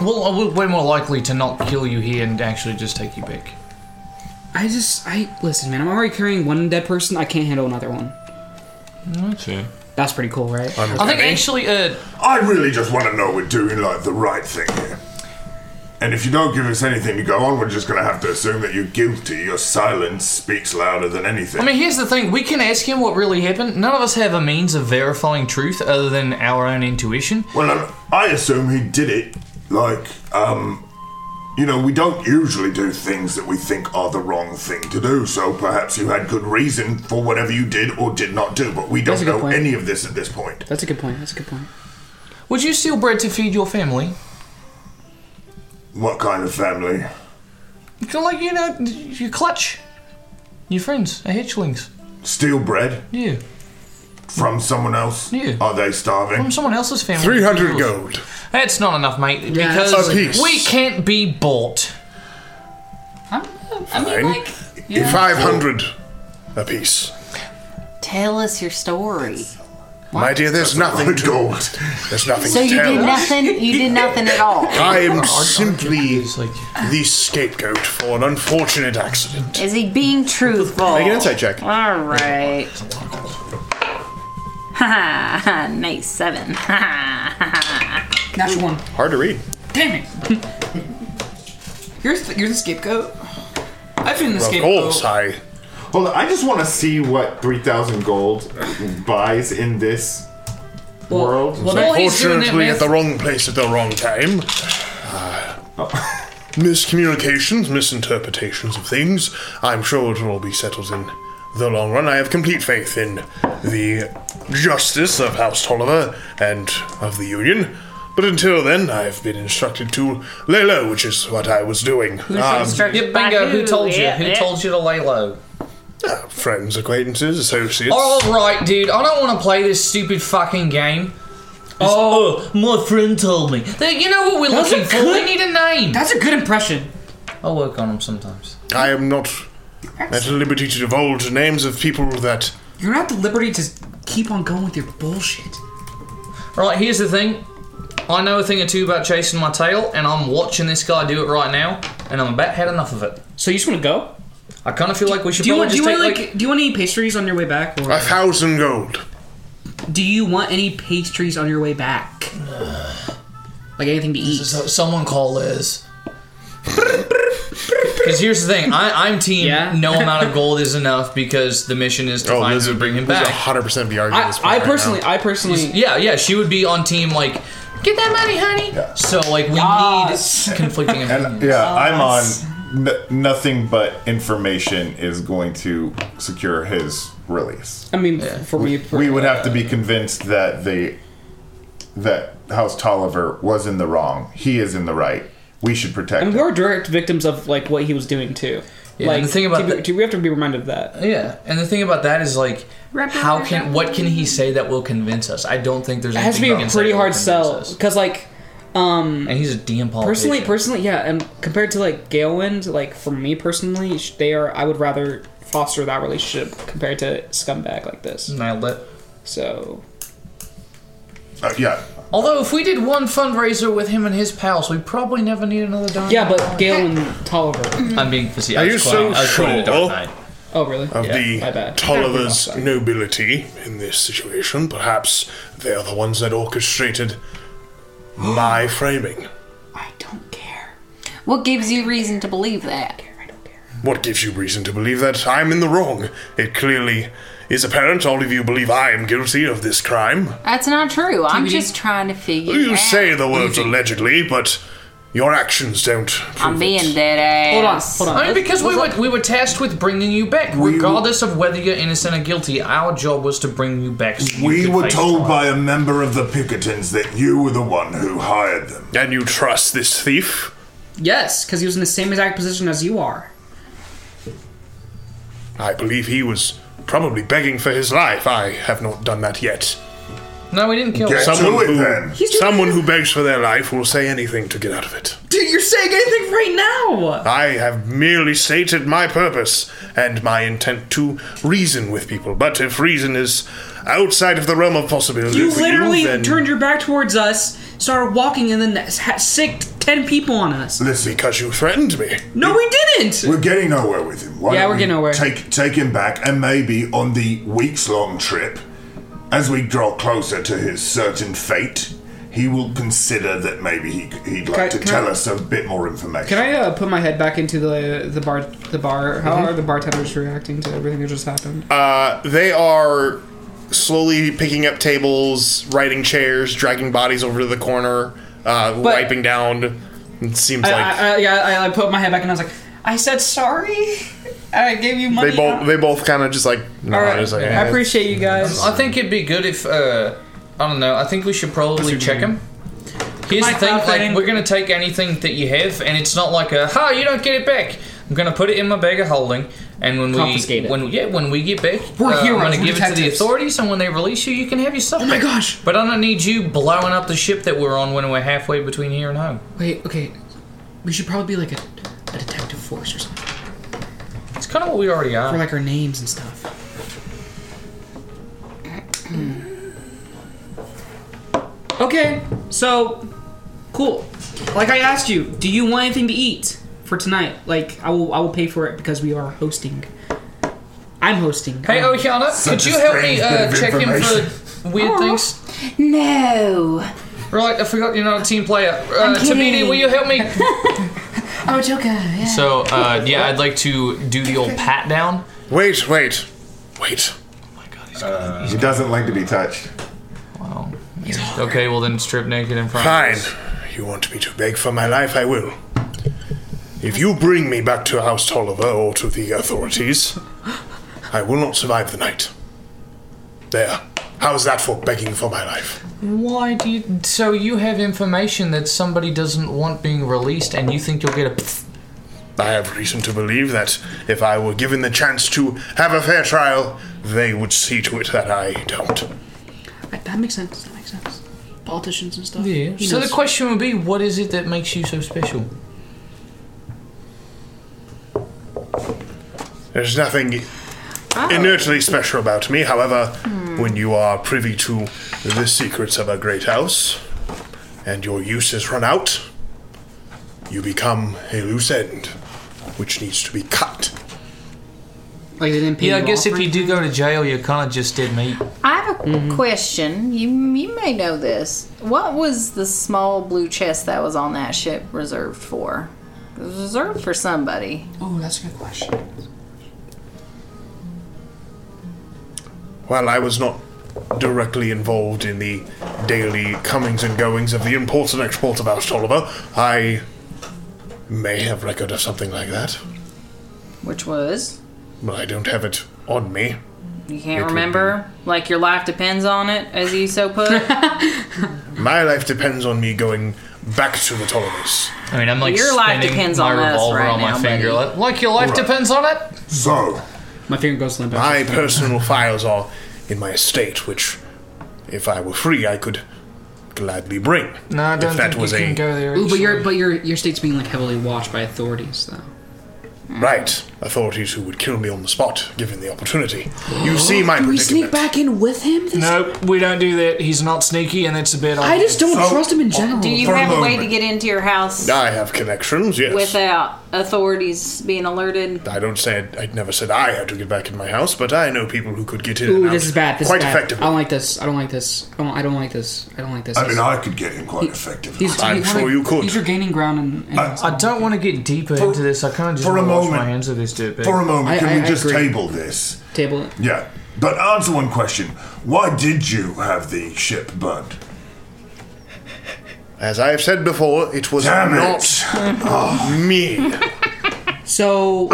[SPEAKER 6] Well, I would way more likely to not kill you here and actually just take you back.
[SPEAKER 3] I just, I listen, man. I'm already carrying one dead person. I can't handle another one.
[SPEAKER 6] Okay.
[SPEAKER 3] That's pretty cool, right?
[SPEAKER 6] I think actually, uh,
[SPEAKER 8] I really just want to know we're doing like the right thing here. And if you don't give us anything to go on, we're just going to have to assume that you're guilty. Your silence speaks louder than anything.
[SPEAKER 6] I mean, here's the thing: we can ask him what really happened. None of us have a means of verifying truth other than our own intuition.
[SPEAKER 8] well, um, I, I assume he did it. Like, um, you know, we don't usually do things that we think are the wrong thing to do. So perhaps you had good reason for whatever you did or did not do. But we
[SPEAKER 3] That's
[SPEAKER 8] don't
[SPEAKER 3] a good
[SPEAKER 8] know
[SPEAKER 3] point.
[SPEAKER 8] any of this at this point.
[SPEAKER 3] That's a good point. That's a good point.
[SPEAKER 6] Would you steal bread to feed your family?
[SPEAKER 8] What kind of family?
[SPEAKER 6] Kinda Like you know, your clutch, your friends, are hatchlings.
[SPEAKER 8] Steal bread
[SPEAKER 6] Yeah,
[SPEAKER 8] from someone else?
[SPEAKER 6] Yeah.
[SPEAKER 8] Are they starving?
[SPEAKER 6] from someone else's family.
[SPEAKER 2] 300 gold.
[SPEAKER 6] That's not enough, mate.
[SPEAKER 3] that's-
[SPEAKER 6] because
[SPEAKER 2] A piece.
[SPEAKER 6] we can't be bought.
[SPEAKER 5] I mean, like,
[SPEAKER 2] 500 apiece.
[SPEAKER 5] tell us your story.
[SPEAKER 2] My dear, there's nothing to
[SPEAKER 8] gold.
[SPEAKER 2] There's nothing
[SPEAKER 5] So
[SPEAKER 2] to
[SPEAKER 5] you
[SPEAKER 2] tell.
[SPEAKER 5] did nothing. You did nothing at all.
[SPEAKER 2] I am simply
[SPEAKER 6] It's like
[SPEAKER 2] the scapegoat for an unfortunate accident.
[SPEAKER 5] Is he being truthful?
[SPEAKER 2] Make an insight check.
[SPEAKER 5] All right. Ha ha! Nice seven. Ha ha!
[SPEAKER 3] Natural one.
[SPEAKER 2] Hard to read.
[SPEAKER 3] Damn it! you're the, you're the scapegoat. I've been the
[SPEAKER 2] Of course, I.
[SPEAKER 8] Hold on, I just want to see what 3,000 gold buys in this world.
[SPEAKER 3] Well,
[SPEAKER 2] Well,
[SPEAKER 3] well he's doing that,
[SPEAKER 2] Fortunately,
[SPEAKER 3] man.
[SPEAKER 2] at the wrong place at the wrong time. Uh, miscommunications, misinterpretations of things. I'm sure it'll all be settled in the long run. I have complete faith in the justice of House Tolliver and of the Union. But until then, I've been instructed to lay low, which is what I was doing. Um,
[SPEAKER 5] Yep,
[SPEAKER 9] Bingo, who told you? Who told you to lay low?
[SPEAKER 2] uh, friends, acquaintances, associates.
[SPEAKER 6] Alright, dude, I don't want to play this stupid fucking game. Oh, my friend told me. They- you know what we're
[SPEAKER 3] That's
[SPEAKER 6] looking
[SPEAKER 3] a
[SPEAKER 6] for?
[SPEAKER 3] good-
[SPEAKER 6] We need a name.
[SPEAKER 3] That's a good impression.
[SPEAKER 9] I'll work on them sometimes.
[SPEAKER 2] I am not At liberty to divulge names of people that
[SPEAKER 3] You're not at the liberty to keep on going with your bullshit.
[SPEAKER 6] Right, here's the thing. I know a thing or two about chasing my tail, and I'm watching this guy do it right now, and I'm about had enough of it.
[SPEAKER 3] So you just want to go?
[SPEAKER 6] I kind of feel like we should
[SPEAKER 3] Do you
[SPEAKER 6] probably
[SPEAKER 3] want? Do you
[SPEAKER 6] just
[SPEAKER 3] want
[SPEAKER 6] take
[SPEAKER 3] like, Do you want any pastries on your way back? Or
[SPEAKER 2] a thousand gold.
[SPEAKER 3] do you want any pastries on your way back? Like anything to eat?
[SPEAKER 6] someone call Liz. Because here's the thing, I, I'm team.
[SPEAKER 3] Yeah?
[SPEAKER 6] No amount of gold is enough because the mission is to
[SPEAKER 2] Oh,
[SPEAKER 6] find
[SPEAKER 2] Liz
[SPEAKER 6] him and
[SPEAKER 2] would
[SPEAKER 6] bring him
[SPEAKER 2] Liz would
[SPEAKER 6] back.
[SPEAKER 2] 100% be arguing this
[SPEAKER 3] I,
[SPEAKER 2] point
[SPEAKER 3] I
[SPEAKER 2] right
[SPEAKER 3] personally,
[SPEAKER 2] now.
[SPEAKER 3] I personally,
[SPEAKER 6] Yeah, yeah, she would be on team like get that money, honey. So like we need conflicting opinions.
[SPEAKER 8] Yeah, I'm on. N- nothing but information is going to secure his release.
[SPEAKER 3] I mean, for me, for,
[SPEAKER 8] We would have to be convinced that the that House Tolliver was in the wrong. He is in the right. We should protect
[SPEAKER 3] and
[SPEAKER 8] him.
[SPEAKER 3] we were direct victims of like what he was doing too.
[SPEAKER 6] Yeah,
[SPEAKER 3] like
[SPEAKER 6] and the thing about
[SPEAKER 3] to be-
[SPEAKER 6] that-
[SPEAKER 3] to- we have to be reminded of that.
[SPEAKER 6] Yeah, and the thing about that is like, how can what can he say that will convince us? I don't think there's.
[SPEAKER 3] It has to be
[SPEAKER 6] anything he
[SPEAKER 3] a
[SPEAKER 6] can say
[SPEAKER 3] pretty
[SPEAKER 6] that will
[SPEAKER 3] hard
[SPEAKER 6] convince
[SPEAKER 3] sell
[SPEAKER 6] us.
[SPEAKER 3] because like um,
[SPEAKER 6] And he's a damn politician.
[SPEAKER 3] personally, personally, yeah, and compared to like Galen, like for me personally, sh- they are. I would rather foster that relationship compared to scumbag like this.
[SPEAKER 6] nailed it.
[SPEAKER 3] So
[SPEAKER 8] Uh, yeah,
[SPEAKER 6] Although if we did one fundraiser with him and his pals, we probably never need another dime.
[SPEAKER 3] yeah, but Galen Tolliver.
[SPEAKER 6] Mm. I'm being facetious. I
[SPEAKER 2] Are you
[SPEAKER 6] was quoting-
[SPEAKER 2] so
[SPEAKER 6] I was quoting the Dark
[SPEAKER 2] sure?
[SPEAKER 6] Knight.
[SPEAKER 3] Oh really?
[SPEAKER 2] of
[SPEAKER 3] my
[SPEAKER 2] the
[SPEAKER 3] bad.
[SPEAKER 2] Tolliver's nobility in this situation. Perhaps they are the ones that orchestrated my framing.
[SPEAKER 3] I don't care.
[SPEAKER 5] What gives you reason to believe that?
[SPEAKER 3] I don't care.
[SPEAKER 2] What gives you reason to believe that I'm in the wrong? It clearly is apparent all of you believe I am guilty of this crime.
[SPEAKER 5] That's not true. I'm just trying to figure.
[SPEAKER 2] You
[SPEAKER 5] out.
[SPEAKER 2] say the words allegedly, but your actions don't. Prove
[SPEAKER 5] Mm-hmm. I'm being
[SPEAKER 2] it.
[SPEAKER 5] dead ass.
[SPEAKER 3] Hold on, hold on.
[SPEAKER 6] I mean,
[SPEAKER 3] Let's-
[SPEAKER 6] because we were, we were tasked with bringing you back, regardless of whether you're innocent or guilty. Our job was to bring you back. so you
[SPEAKER 8] we
[SPEAKER 6] could
[SPEAKER 8] were
[SPEAKER 6] face
[SPEAKER 8] told
[SPEAKER 6] trial.
[SPEAKER 8] by a member of the Pickertons that you were the one who hired them.
[SPEAKER 2] And you trust this thief?
[SPEAKER 3] Yes, because he was in the same exact position as you are.
[SPEAKER 2] I believe he was probably begging for his life. I have not done that yet.
[SPEAKER 6] No, we didn't kill
[SPEAKER 8] Get
[SPEAKER 6] him.
[SPEAKER 2] Someone
[SPEAKER 8] to it
[SPEAKER 2] who-
[SPEAKER 8] then.
[SPEAKER 2] Someone who begs for their life will say anything to get out of it.
[SPEAKER 3] Dude, you're saying anything right now!
[SPEAKER 2] I have merely stated my purpose and my intent to reason with people. But if reason is outside of the realm of possibility,
[SPEAKER 3] You
[SPEAKER 2] for
[SPEAKER 3] literally
[SPEAKER 2] you, then
[SPEAKER 3] turned your back towards us, started walking, and then ha- sicked 10 people on us.
[SPEAKER 8] Listen,
[SPEAKER 2] because you threatened me.
[SPEAKER 3] No, we didn't!
[SPEAKER 8] we're getting nowhere with him. Why
[SPEAKER 3] Yeah,
[SPEAKER 8] don't
[SPEAKER 3] we're
[SPEAKER 8] we
[SPEAKER 3] getting nowhere.
[SPEAKER 8] Take take him back, and maybe on the weeks long trip, as we draw closer to his certain fate, he will consider that maybe he, he'd like
[SPEAKER 3] Can I-
[SPEAKER 8] to
[SPEAKER 3] can
[SPEAKER 8] tell
[SPEAKER 3] I-
[SPEAKER 8] us a bit more information.
[SPEAKER 3] Can I uh, put my head back into the the bar? The bar. How are the bartenders reacting to everything that just happened?
[SPEAKER 2] Uh, they are slowly picking up tables, writing chairs, dragging bodies over to the corner, uh, wiping down. It seems
[SPEAKER 3] I,
[SPEAKER 2] like
[SPEAKER 3] I, I, yeah, I, I put my head back and I was like, I said sorry. I gave you money.
[SPEAKER 2] they both they both kind of just like no.
[SPEAKER 3] All right,
[SPEAKER 2] it's like,
[SPEAKER 3] I
[SPEAKER 2] eh.
[SPEAKER 3] appreciate you guys.
[SPEAKER 6] I think it'd be good if uh, I don't know. I think we should probably check him. Here's
[SPEAKER 3] Like
[SPEAKER 6] the thing:
[SPEAKER 3] nothing.
[SPEAKER 6] like we're gonna take anything that you have, and it's not like a "ha, you don't get it back." I'm gonna put it in my bag of holding, and when
[SPEAKER 3] Confiscate
[SPEAKER 6] we
[SPEAKER 3] it.
[SPEAKER 6] when yeah when we get back,
[SPEAKER 3] We're
[SPEAKER 6] uh,
[SPEAKER 3] heroes,
[SPEAKER 6] I'm gonna
[SPEAKER 3] we're
[SPEAKER 6] give it to the
[SPEAKER 3] detectives.
[SPEAKER 6] authorities, and when they release you, you can have your stuff.
[SPEAKER 3] Oh my
[SPEAKER 6] back.
[SPEAKER 3] gosh.
[SPEAKER 6] But I don't need you blowing up the ship that we're on when we're halfway between here and home.
[SPEAKER 3] Wait, okay. We should probably be like a, a detective force or something.
[SPEAKER 6] It's kind of what we already
[SPEAKER 3] Or
[SPEAKER 6] are.
[SPEAKER 3] like our names and stuff. okay, so cool. Like I asked you, do you want anything to eat for tonight? Like I will, I will pay for it because we are hosting. I'm hosting. Um,
[SPEAKER 6] Hey, Ohiana, could
[SPEAKER 8] Such
[SPEAKER 6] you
[SPEAKER 8] a
[SPEAKER 6] help
[SPEAKER 8] strange
[SPEAKER 6] me
[SPEAKER 8] bit
[SPEAKER 6] uh,
[SPEAKER 8] of
[SPEAKER 6] check him for
[SPEAKER 8] information.
[SPEAKER 6] weird things?
[SPEAKER 5] No.
[SPEAKER 6] Right, I forgot you're not a team player. Uh, Tabini,
[SPEAKER 5] kidding.
[SPEAKER 6] will you help me?
[SPEAKER 5] Oh, Joker. Yeah.
[SPEAKER 7] So, uh, yeah, I'd like to do the old pat down. Oh
[SPEAKER 2] wait, wait, wait. Uh,
[SPEAKER 8] He doesn't like to be touched.
[SPEAKER 7] Oh, Okay, well then strip naked in front.
[SPEAKER 2] Fine. You want me to beg for my life? I will. If you bring me back to House Tolliver or to the authorities, I will not survive the night. There. How's that for begging for my life?
[SPEAKER 7] Why do you? So you have information that somebody doesn't want being released, and you think you'll get a. pfft.
[SPEAKER 2] I have reason to believe that if I were given the chance to have a fair trial, they would see to it that I don't.
[SPEAKER 3] that makes sense. That makes sense. Politicians and stuff. He
[SPEAKER 7] So the
[SPEAKER 3] knows.
[SPEAKER 7] question would be, what is it that makes you so special?
[SPEAKER 1] There's nothing
[SPEAKER 5] Ah.
[SPEAKER 1] inertly special about me. However, when you are privy to the secrets of a great house and your use is run out, you become a loose end, which needs to be cut.
[SPEAKER 3] Like they didn't pay
[SPEAKER 2] Yeah, I
[SPEAKER 3] you
[SPEAKER 2] guess
[SPEAKER 3] off
[SPEAKER 2] if
[SPEAKER 3] or
[SPEAKER 2] you do go to jail, you kind of just did meat.
[SPEAKER 5] I have a
[SPEAKER 3] Mm-hmm.
[SPEAKER 5] question. You you may know this. What was the small blue chest that was on that ship reserved for? It was reserved for somebody.
[SPEAKER 3] anything? Ooh, that's a good Oh, question.
[SPEAKER 1] While I was not directly involved in the daily comings and goings of the imports and exports of Austoliver, I may have record of something like that,
[SPEAKER 5] Which was?
[SPEAKER 1] but I don't have it on me.
[SPEAKER 5] You can't remember? Like your life depends on it, as you so put?
[SPEAKER 1] My life depends on me going back to the Ptolemies.
[SPEAKER 2] I mean, I'm like
[SPEAKER 5] Your life
[SPEAKER 2] spinning
[SPEAKER 5] depends
[SPEAKER 2] my
[SPEAKER 5] on us
[SPEAKER 2] revolver
[SPEAKER 5] right
[SPEAKER 2] on my
[SPEAKER 5] now,
[SPEAKER 2] finger,
[SPEAKER 5] buddy.
[SPEAKER 2] like, like your life depends on it.
[SPEAKER 8] So,
[SPEAKER 3] My finger goes limp.
[SPEAKER 1] My personal files are in my estate, which, if I were free, I could gladly bring.
[SPEAKER 2] No, I don't
[SPEAKER 1] if that
[SPEAKER 2] think
[SPEAKER 1] was
[SPEAKER 2] you
[SPEAKER 1] a
[SPEAKER 2] can go there.
[SPEAKER 3] Ooh, but your
[SPEAKER 2] actually.
[SPEAKER 3] but your your state's being like heavily watched by authorities though.
[SPEAKER 1] right, authorities who would kill me on the spot given the opportunity. You see my predicament.
[SPEAKER 3] in with him? This
[SPEAKER 2] No, we don't do that. He's not sneaky, and it's a bit.
[SPEAKER 3] I just don't
[SPEAKER 8] So-
[SPEAKER 3] trust him in general.
[SPEAKER 5] Do you
[SPEAKER 8] For a
[SPEAKER 5] have a way
[SPEAKER 8] moment.
[SPEAKER 5] to get into your house
[SPEAKER 1] I have connections. Yes.
[SPEAKER 5] without authorities being alerted?
[SPEAKER 1] I don't say I'd, I'd never said I had to get back in my house, but I know people who could get in and
[SPEAKER 3] Ooh,
[SPEAKER 1] out
[SPEAKER 3] this is bad. This
[SPEAKER 1] quite
[SPEAKER 3] is bad.
[SPEAKER 1] effectively.
[SPEAKER 3] I don't like this. I don't like this. I don't, I don't like this. I don't like this.
[SPEAKER 8] I mean, I could get him quite effectively.
[SPEAKER 3] These-
[SPEAKER 1] I'm
[SPEAKER 3] these-
[SPEAKER 1] sure
[SPEAKER 3] like-
[SPEAKER 1] you could.
[SPEAKER 3] These are gaining ground and. and
[SPEAKER 2] I don't want to get deeper
[SPEAKER 8] Oh,
[SPEAKER 2] into this. I kind of just
[SPEAKER 8] for a
[SPEAKER 2] want to wash my
[SPEAKER 8] moment.
[SPEAKER 2] hands of this dirt. bag.
[SPEAKER 8] For a moment,
[SPEAKER 3] I-
[SPEAKER 8] can
[SPEAKER 3] I-
[SPEAKER 8] we
[SPEAKER 3] I
[SPEAKER 8] just
[SPEAKER 3] agree.
[SPEAKER 8] table this?
[SPEAKER 3] table it.
[SPEAKER 8] Yeah. But answer one question. Why did you have the ship burned?
[SPEAKER 1] As I have said before, it was
[SPEAKER 8] Damn
[SPEAKER 1] not
[SPEAKER 8] it!
[SPEAKER 1] me.
[SPEAKER 3] So.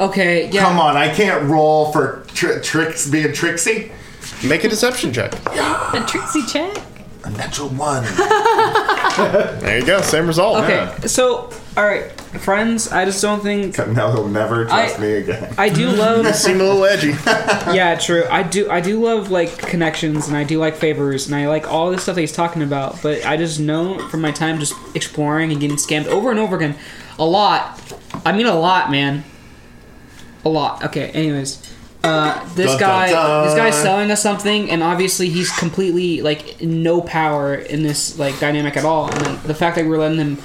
[SPEAKER 3] Okay. Yeah.
[SPEAKER 8] Come on, I can't roll for tri- tricks being tricksy.
[SPEAKER 1] Make a deception check.
[SPEAKER 5] A Trixie check?
[SPEAKER 8] A natural one.
[SPEAKER 1] There you go. Same result.
[SPEAKER 3] Okay.
[SPEAKER 1] Yeah.
[SPEAKER 3] So, all right, friends. I just don't think
[SPEAKER 8] now he'll never trust
[SPEAKER 3] I-
[SPEAKER 8] me again.
[SPEAKER 3] I do love.
[SPEAKER 1] Seem a little edgy.
[SPEAKER 3] yeah, true. I do. I do love like connections, and I do like favors, and I like all this stuff that he's talking about. But I just know from my time just exploring and getting scammed over and over again, a lot. I mean, a lot, man. A lot. Okay. Anyways. Uh, this
[SPEAKER 8] Dun, dun,
[SPEAKER 3] guy,
[SPEAKER 8] dun.
[SPEAKER 3] this guy's selling us something, and obviously he's completely like no power in this like dynamic at all. And like, the fact that we're letting him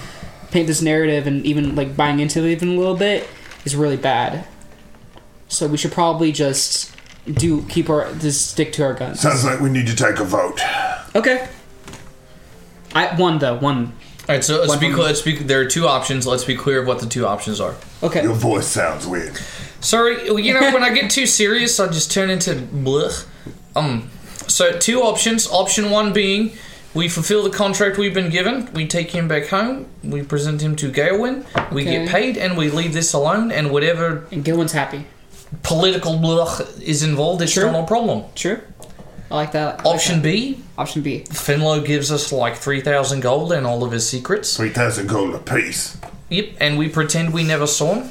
[SPEAKER 3] paint this narrative and even like buying into it even a little bit is really bad. So we should probably just do keep our just stick to our guns.
[SPEAKER 8] Sounds like we need to take a vote.
[SPEAKER 3] Okay. I one though one.
[SPEAKER 6] All right, so let's be
[SPEAKER 3] from-
[SPEAKER 6] clear. Let's be, there are two options. Let's be clear of what the two options are.
[SPEAKER 3] Okay.
[SPEAKER 8] Your voice sounds weird.
[SPEAKER 6] Sorry, well, you know, when I get too serious, I just turn into blech. Um, so two options. Option one being we fulfill the contract we've been given, we take him back home, we present him to Gaelwin, we
[SPEAKER 3] Okay.
[SPEAKER 6] get paid, and we leave this alone, and whatever
[SPEAKER 3] And Gilman's happy.
[SPEAKER 6] political blech is involved, it's
[SPEAKER 3] Sure.
[SPEAKER 6] not a problem.
[SPEAKER 3] True. I like that. I like
[SPEAKER 6] Option
[SPEAKER 3] that.
[SPEAKER 6] B,
[SPEAKER 3] Option B.
[SPEAKER 6] Finlow gives us like 3,000 gold and all of his secrets.
[SPEAKER 8] 3,000 gold apiece.
[SPEAKER 6] Yep, and we pretend we never saw him.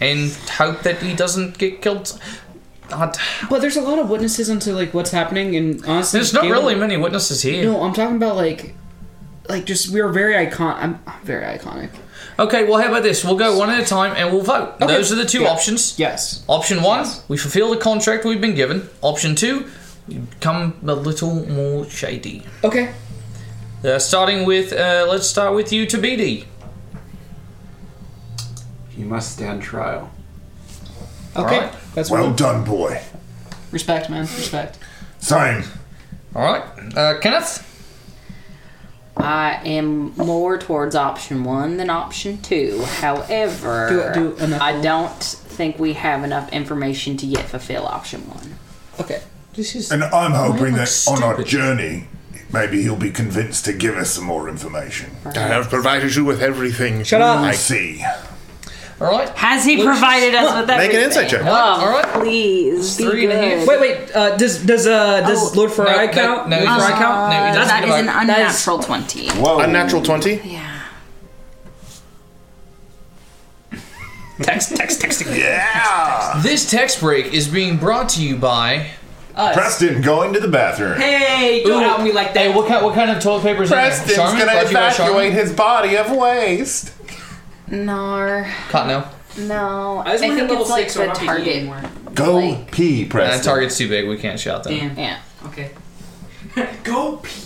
[SPEAKER 6] and hope that he doesn't get killed. God,
[SPEAKER 3] But there's a lot of witnesses into like what's happening, and honestly,
[SPEAKER 6] There's not
[SPEAKER 3] Galen-
[SPEAKER 6] really many witnesses here.
[SPEAKER 3] No, I'm talking about like, like just we are very icon. I'm, I'm very iconic.
[SPEAKER 6] Okay, well, how about this? We'll go one at a time and we'll vote.
[SPEAKER 3] Okay.
[SPEAKER 6] Those are the two
[SPEAKER 3] Yeah.
[SPEAKER 6] options.
[SPEAKER 3] Yes.
[SPEAKER 6] Option one, we fulfill the contract we've been given. Option two, we become a little more shady.
[SPEAKER 3] Okay.
[SPEAKER 6] Uh, starting with, uh, let's start with you, Tabidi.
[SPEAKER 10] He must stand trial.
[SPEAKER 3] Okay.
[SPEAKER 6] right.
[SPEAKER 3] That's
[SPEAKER 8] Well
[SPEAKER 3] well.
[SPEAKER 8] done, boy.
[SPEAKER 3] Respect, man. Respect.
[SPEAKER 8] Same.
[SPEAKER 6] All right, uh, Kenneth.
[SPEAKER 5] I am more towards option one than option two. However,
[SPEAKER 3] Do- do enough-
[SPEAKER 5] I don't think we have enough information to yet fulfill option one.
[SPEAKER 3] Okay.
[SPEAKER 6] This is
[SPEAKER 8] And I'm hoping
[SPEAKER 6] look
[SPEAKER 8] that on our
[SPEAKER 6] stupid.
[SPEAKER 8] journey, maybe he'll be convinced to give us some more information.
[SPEAKER 1] I have provided you with everything.
[SPEAKER 3] Shut up.
[SPEAKER 8] I
[SPEAKER 1] I
[SPEAKER 8] see.
[SPEAKER 6] all right.
[SPEAKER 5] Has he
[SPEAKER 6] Lucius-
[SPEAKER 5] provided us with that?
[SPEAKER 1] Make an insight check.
[SPEAKER 6] All right, all right.
[SPEAKER 5] Please. be
[SPEAKER 6] Three and a half.
[SPEAKER 5] good.
[SPEAKER 3] Wait, wait. Uh, does does uh does Lord Farai
[SPEAKER 6] Oh, no,
[SPEAKER 3] count?
[SPEAKER 6] no,
[SPEAKER 3] Lord
[SPEAKER 6] no.
[SPEAKER 3] Farai count?
[SPEAKER 6] No, he doesn't
[SPEAKER 5] Uh, That is
[SPEAKER 6] divide.
[SPEAKER 5] an unnatural twenty.
[SPEAKER 8] Whoa.
[SPEAKER 1] Unnatural twenty.
[SPEAKER 6] Text, text, texting.
[SPEAKER 8] Yeah!
[SPEAKER 6] This text break is being brought to you by.
[SPEAKER 8] Preston going to the bathroom.
[SPEAKER 3] Hey, don't help me like that.
[SPEAKER 6] Hey, what kind, what kind of toilet paper is in there? Charmin? Brought to you by Charmin?
[SPEAKER 8] his body of waste.
[SPEAKER 5] Nar.
[SPEAKER 6] Cottonelle.
[SPEAKER 5] No,
[SPEAKER 3] I
[SPEAKER 5] I,
[SPEAKER 3] just wanna hit
[SPEAKER 5] think
[SPEAKER 3] level
[SPEAKER 5] it's like
[SPEAKER 3] six so
[SPEAKER 5] the
[SPEAKER 3] I'm not gonna eat
[SPEAKER 5] target.
[SPEAKER 3] anymore.
[SPEAKER 8] Go pee, Preston.
[SPEAKER 6] That target's too big. We can't shout that.
[SPEAKER 3] Damn.
[SPEAKER 5] Yeah.
[SPEAKER 3] Okay. Go pee.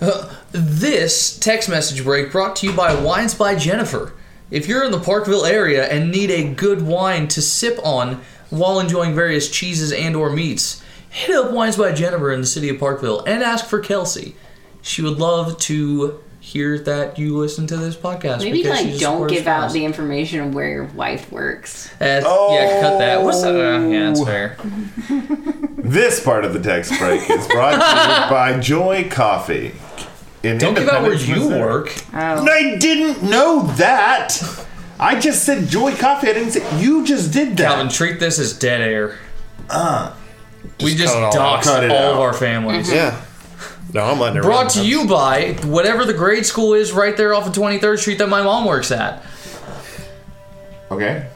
[SPEAKER 6] Uh, This text message break brought to you by Wines by Jennifer. If you're in the Parkville area and need a good wine to sip on while enjoying various cheeses and or meats, hit up Wines by Jennifer in the city of Parkville and ask for Kelsey. She would love to hear that you listen to this podcast.
[SPEAKER 5] Maybe
[SPEAKER 6] because she
[SPEAKER 5] like
[SPEAKER 6] just
[SPEAKER 5] don't
[SPEAKER 6] supports
[SPEAKER 5] give out
[SPEAKER 6] us.
[SPEAKER 5] the information of where your wife works.
[SPEAKER 6] Uh, Yeah, cut that. What's that? Uh, yeah, that's fair.
[SPEAKER 8] Oh. This part of the text break is brought to you by Joy Coffee. In
[SPEAKER 6] Don't give out where
[SPEAKER 8] Independence,
[SPEAKER 6] you
[SPEAKER 8] Missouri.
[SPEAKER 6] work.
[SPEAKER 8] I didn't know that. I just said Joy Coffee. I didn't say you just did that.
[SPEAKER 6] Calvin, treat this as dead air. we just
[SPEAKER 7] Uh, cut it all out. Mm-hmm.
[SPEAKER 6] doxed all,
[SPEAKER 8] Cut it out.
[SPEAKER 6] of our families.
[SPEAKER 7] Yeah. No, I'm letting everyone
[SPEAKER 6] Brought to you by whatever the grade school is right there off of 23rd Street that my mom works at.
[SPEAKER 8] Okay.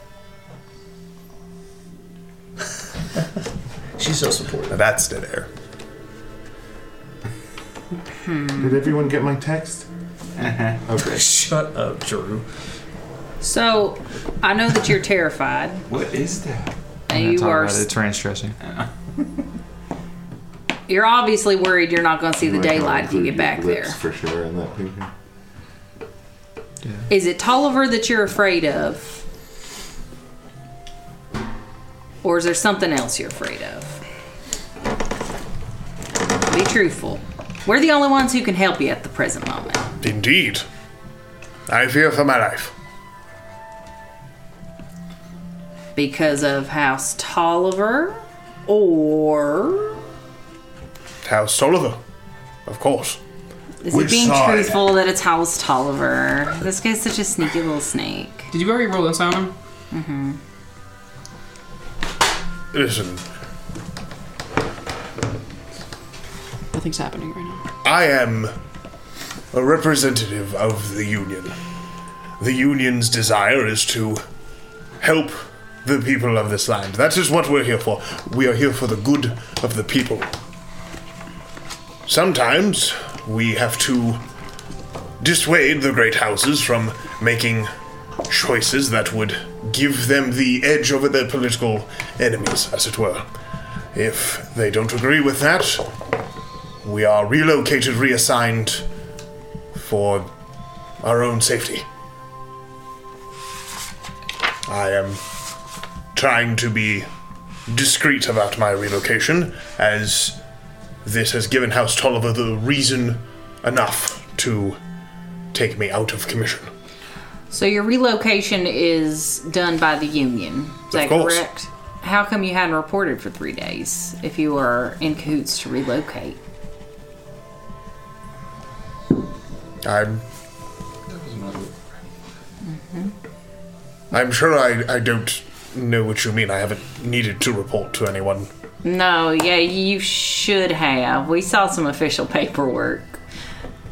[SPEAKER 6] She's so supportive.
[SPEAKER 7] Now that's dead air.
[SPEAKER 5] Hmm.
[SPEAKER 8] Did everyone get my text?
[SPEAKER 5] Uh-huh.
[SPEAKER 8] okay.
[SPEAKER 6] Shut up, Drew.
[SPEAKER 5] So, I know that you're terrified.
[SPEAKER 11] What is that?
[SPEAKER 5] And you
[SPEAKER 12] Talk
[SPEAKER 5] are
[SPEAKER 12] about it. It's range stressing.
[SPEAKER 5] you're obviously worried you're not going to see the daylight when you get back there.
[SPEAKER 8] For sure in that picture.
[SPEAKER 5] Is it Tolliver that you're afraid of? Or is there something else you're afraid of? Be truthful. We're the only ones who can help you at the present moment.
[SPEAKER 2] Indeed. I fear for my life.
[SPEAKER 5] Because of House Tolliver or
[SPEAKER 2] House Tolliver. Of course.
[SPEAKER 5] is
[SPEAKER 8] Which
[SPEAKER 5] it being
[SPEAKER 8] side?
[SPEAKER 5] truthful that it's House Tolliver? This guy's such a sneaky little snake. Mm-hmm.
[SPEAKER 3] Did you already roll this on him?
[SPEAKER 2] Listen,
[SPEAKER 13] Nothing's happening right now.
[SPEAKER 2] I am a representative of the Union. The Union's desire is to help the people of this land. That is what we're here for. We are here for the good of the people. Sometimes we have to dissuade the great houses from making choices that would give them the edge over their political enemies, as it were. If they don't agree with that, we are relocated, reassigned for our own safety. I am trying to be discreet about my relocation, as this has given House Tolliver the reason enough to take me out of commission.
[SPEAKER 5] So your relocation is done by the union. Is that
[SPEAKER 2] course.
[SPEAKER 5] correct? How come you hadn't reported for three days if you were in cahoots to relocate?
[SPEAKER 2] I'm. I'm sure I, I don't know what you mean. I haven't needed to report to anyone.
[SPEAKER 5] No, yeah, you should have. We saw some official paperwork